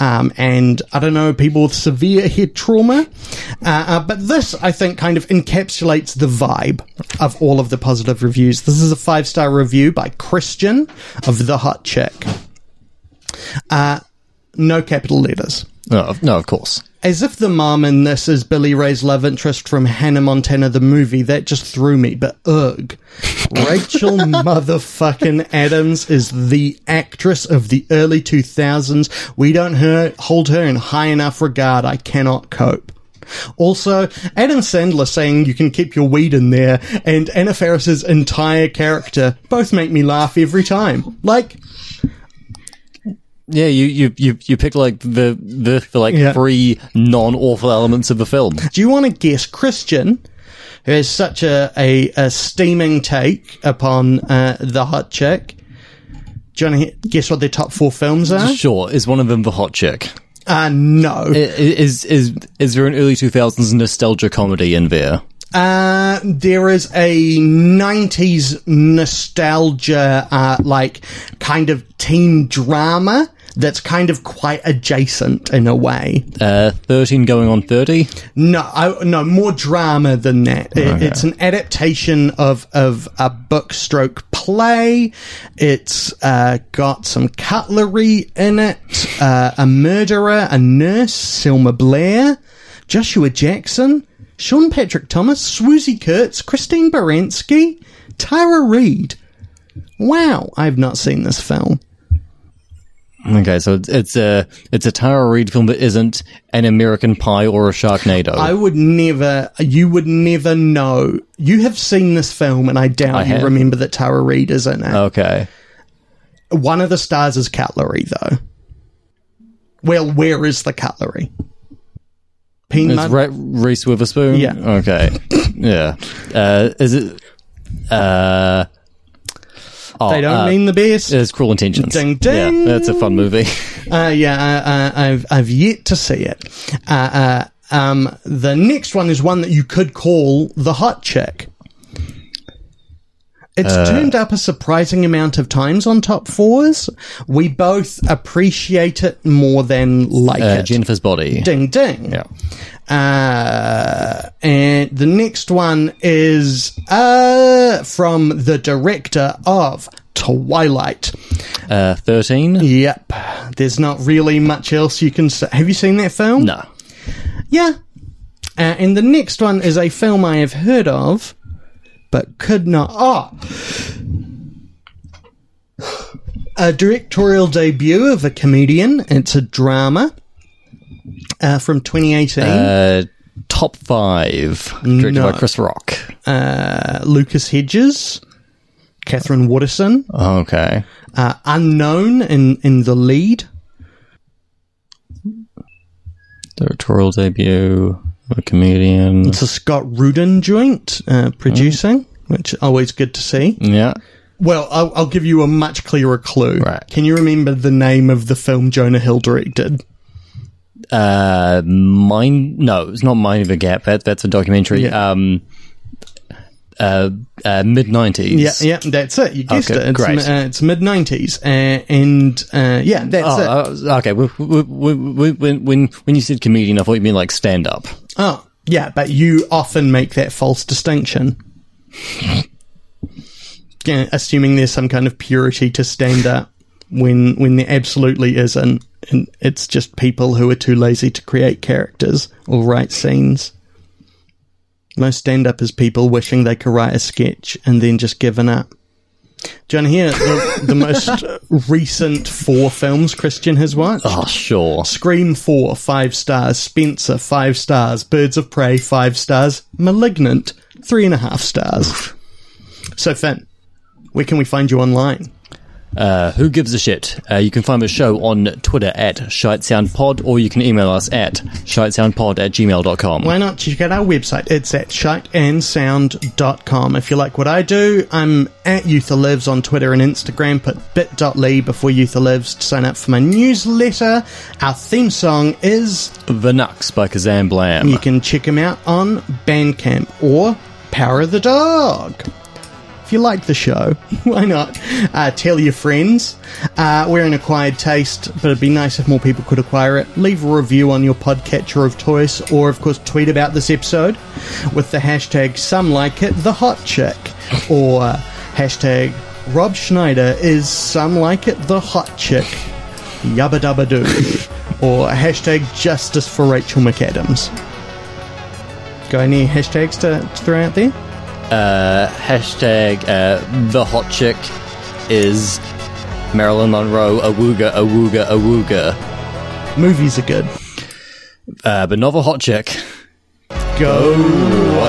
S4: Um, and I don't know people with severe head trauma, uh, uh, but this I think kind of encapsulates the vibe of all of the positive reviews. This is a five star review by Christian of the Hot Chick. Uh, no capital letters.
S1: No, no, of course.
S4: As if the mom in this is Billy Ray's love interest from Hannah Montana the movie, that just threw me, but ugh. Rachel motherfucking Adams is the actress of the early 2000s. We don't her- hold her in high enough regard. I cannot cope. Also, Adam Sandler saying you can keep your weed in there and Anna Faris's entire character both make me laugh every time. Like,
S1: Yeah, you you you, you pick like the the, the like
S4: Yeah.
S1: three non awful elements of the film.
S4: Do you want to guess Christian, who has such a, a, a steaming take upon uh, the hot chick? Do you want to guess what their top four films are?
S1: Sure, is one of them the hot chick?
S4: Uh, no.
S1: I- Is is is there an early two thousands nostalgia comedy in there?
S4: Uh, there is a 90s nostalgia, uh, like kind of teen drama that's kind of quite adjacent in a way.
S1: Uh, Thirteen going on thirty.
S4: No, I, no more drama than that. It, It's an adaptation of of a book stroke play. It's uh, got some cutlery in it. Uh, a murderer, a nurse, Selma Blair, Joshua Jackson, Sean Patrick Thomas, Swoozy Kurtz, Christine Baranski, Tara Reid. Wow, I've not seen this film.
S1: Okay, so it's, it's a it's a Tara Reid film that isn't an American Pie or a Sharknado.
S4: I would never, you would never know. You have seen this film, and I doubt you
S1: have. Oh.
S4: remember that Tara Reid is in it.
S1: okay,
S4: One of the stars is cutlery, though. Well, where is the cutlery? Peen
S1: it's
S4: Mon-
S1: Re- Reese Witherspoon.
S4: Yeah.
S1: Okay. yeah. Uh, is it? Uh, oh,
S4: they don't
S1: uh,
S4: mean the best.
S1: It's Cruel Intentions.
S4: Ding,
S1: Yeah,
S4: ding.
S1: that's a fun movie.
S4: Uh, yeah, I, I, I've I've yet to see it. Uh, uh, um, the next one is one that you could call the hot chick. It's turned up a surprising amount of times on top fours. We both appreciate it more than like
S1: Uh,
S4: it.
S1: Jennifer's Body.
S4: ding ding. Yeah. Uh, and the next one is uh, from the director of Twilight.
S1: Uh, Thirteen.
S4: Yep. There's not really much else you can say. Have you seen that film?
S1: No.
S4: Yeah. Uh, and the next one is a film I have heard of, but could not. Oh! A directorial debut of a comedian. It's a drama uh, from 2018.
S1: Uh, top five. Directed
S4: No.
S1: by Chris Rock.
S4: Uh, Lucas Hedges, Catherine Waterson,
S1: Okay.
S4: uh, unknown in, in the lead.
S1: Directorial debut. A comedian.
S4: It's a Scott Rudin joint uh,
S1: Mm.
S4: producing, which always good to see.
S1: Yeah.
S4: Well, I'll, I'll give you a much clearer clue.
S1: Right.
S4: Can you remember the name of the film Jonah Hill directed?
S1: Uh, mind. No, it's not Mind of a Gap. That that's a documentary.
S4: Yeah.
S1: Um. Uh, uh mid nineties.
S4: Yeah, yeah, that's it. You guessed
S1: Okay,
S4: it. It's,
S1: great.
S4: m- Uh, it's mid nineties, uh, and uh, yeah, that's
S1: Oh,
S4: it.
S1: uh, okay. w- w- w- w- When when when you said comedian, I thought you meant like stand up.
S4: oh, yeah, but you often make that false distinction. Yeah, assuming there's some kind of purity to stand up when when there absolutely isn't, and it's just people who are too lazy to create characters or write scenes. Most stand up is people wishing they could write a sketch and then just giving up. John, here, the, the most recent four films Christian has watched.
S1: Oh, sure.
S4: Scream 4, 5 stars. Spencer, 5 stars. Birds of Prey, 5 stars. Malignant, 3.5 stars. So, Finn, where can we find you online?
S1: Uh, who gives a shit? Uh, you can find the show on Twitter at ShiteSoundPod or you can email us at ShiteSoundPod at gmail.com.
S4: Why not check out our website? It's at shiteandsound.com. If you like what I do, I'm at Youtha Lives on Twitter and Instagram. Put bit.ly before Youtha Lives to sign up for my newsletter. Our theme song is
S1: The Nux by Kazam Blam.
S4: You can check him out on Bandcamp or Power of the Dog. If you like the show, why not uh, tell your friends? Uh, we're an acquired taste, but it'd be nice if more people could acquire it. Leave a review on your podcatcher of choice, or of course, tweet about this episode with the hashtag some like it, the hot chick, or hashtag Rob Schneider is some like it, the hot chick yabba dabba doo, or hashtag justice for Rachel McAdams. Got any hashtags to, to throw out there?
S1: Hashtag uh, The Hot Chick is Marilyn Monroe, awooga, awooga, awooga.
S4: Movies are good.
S1: Uh, but not The Hot Chick.
S4: Go.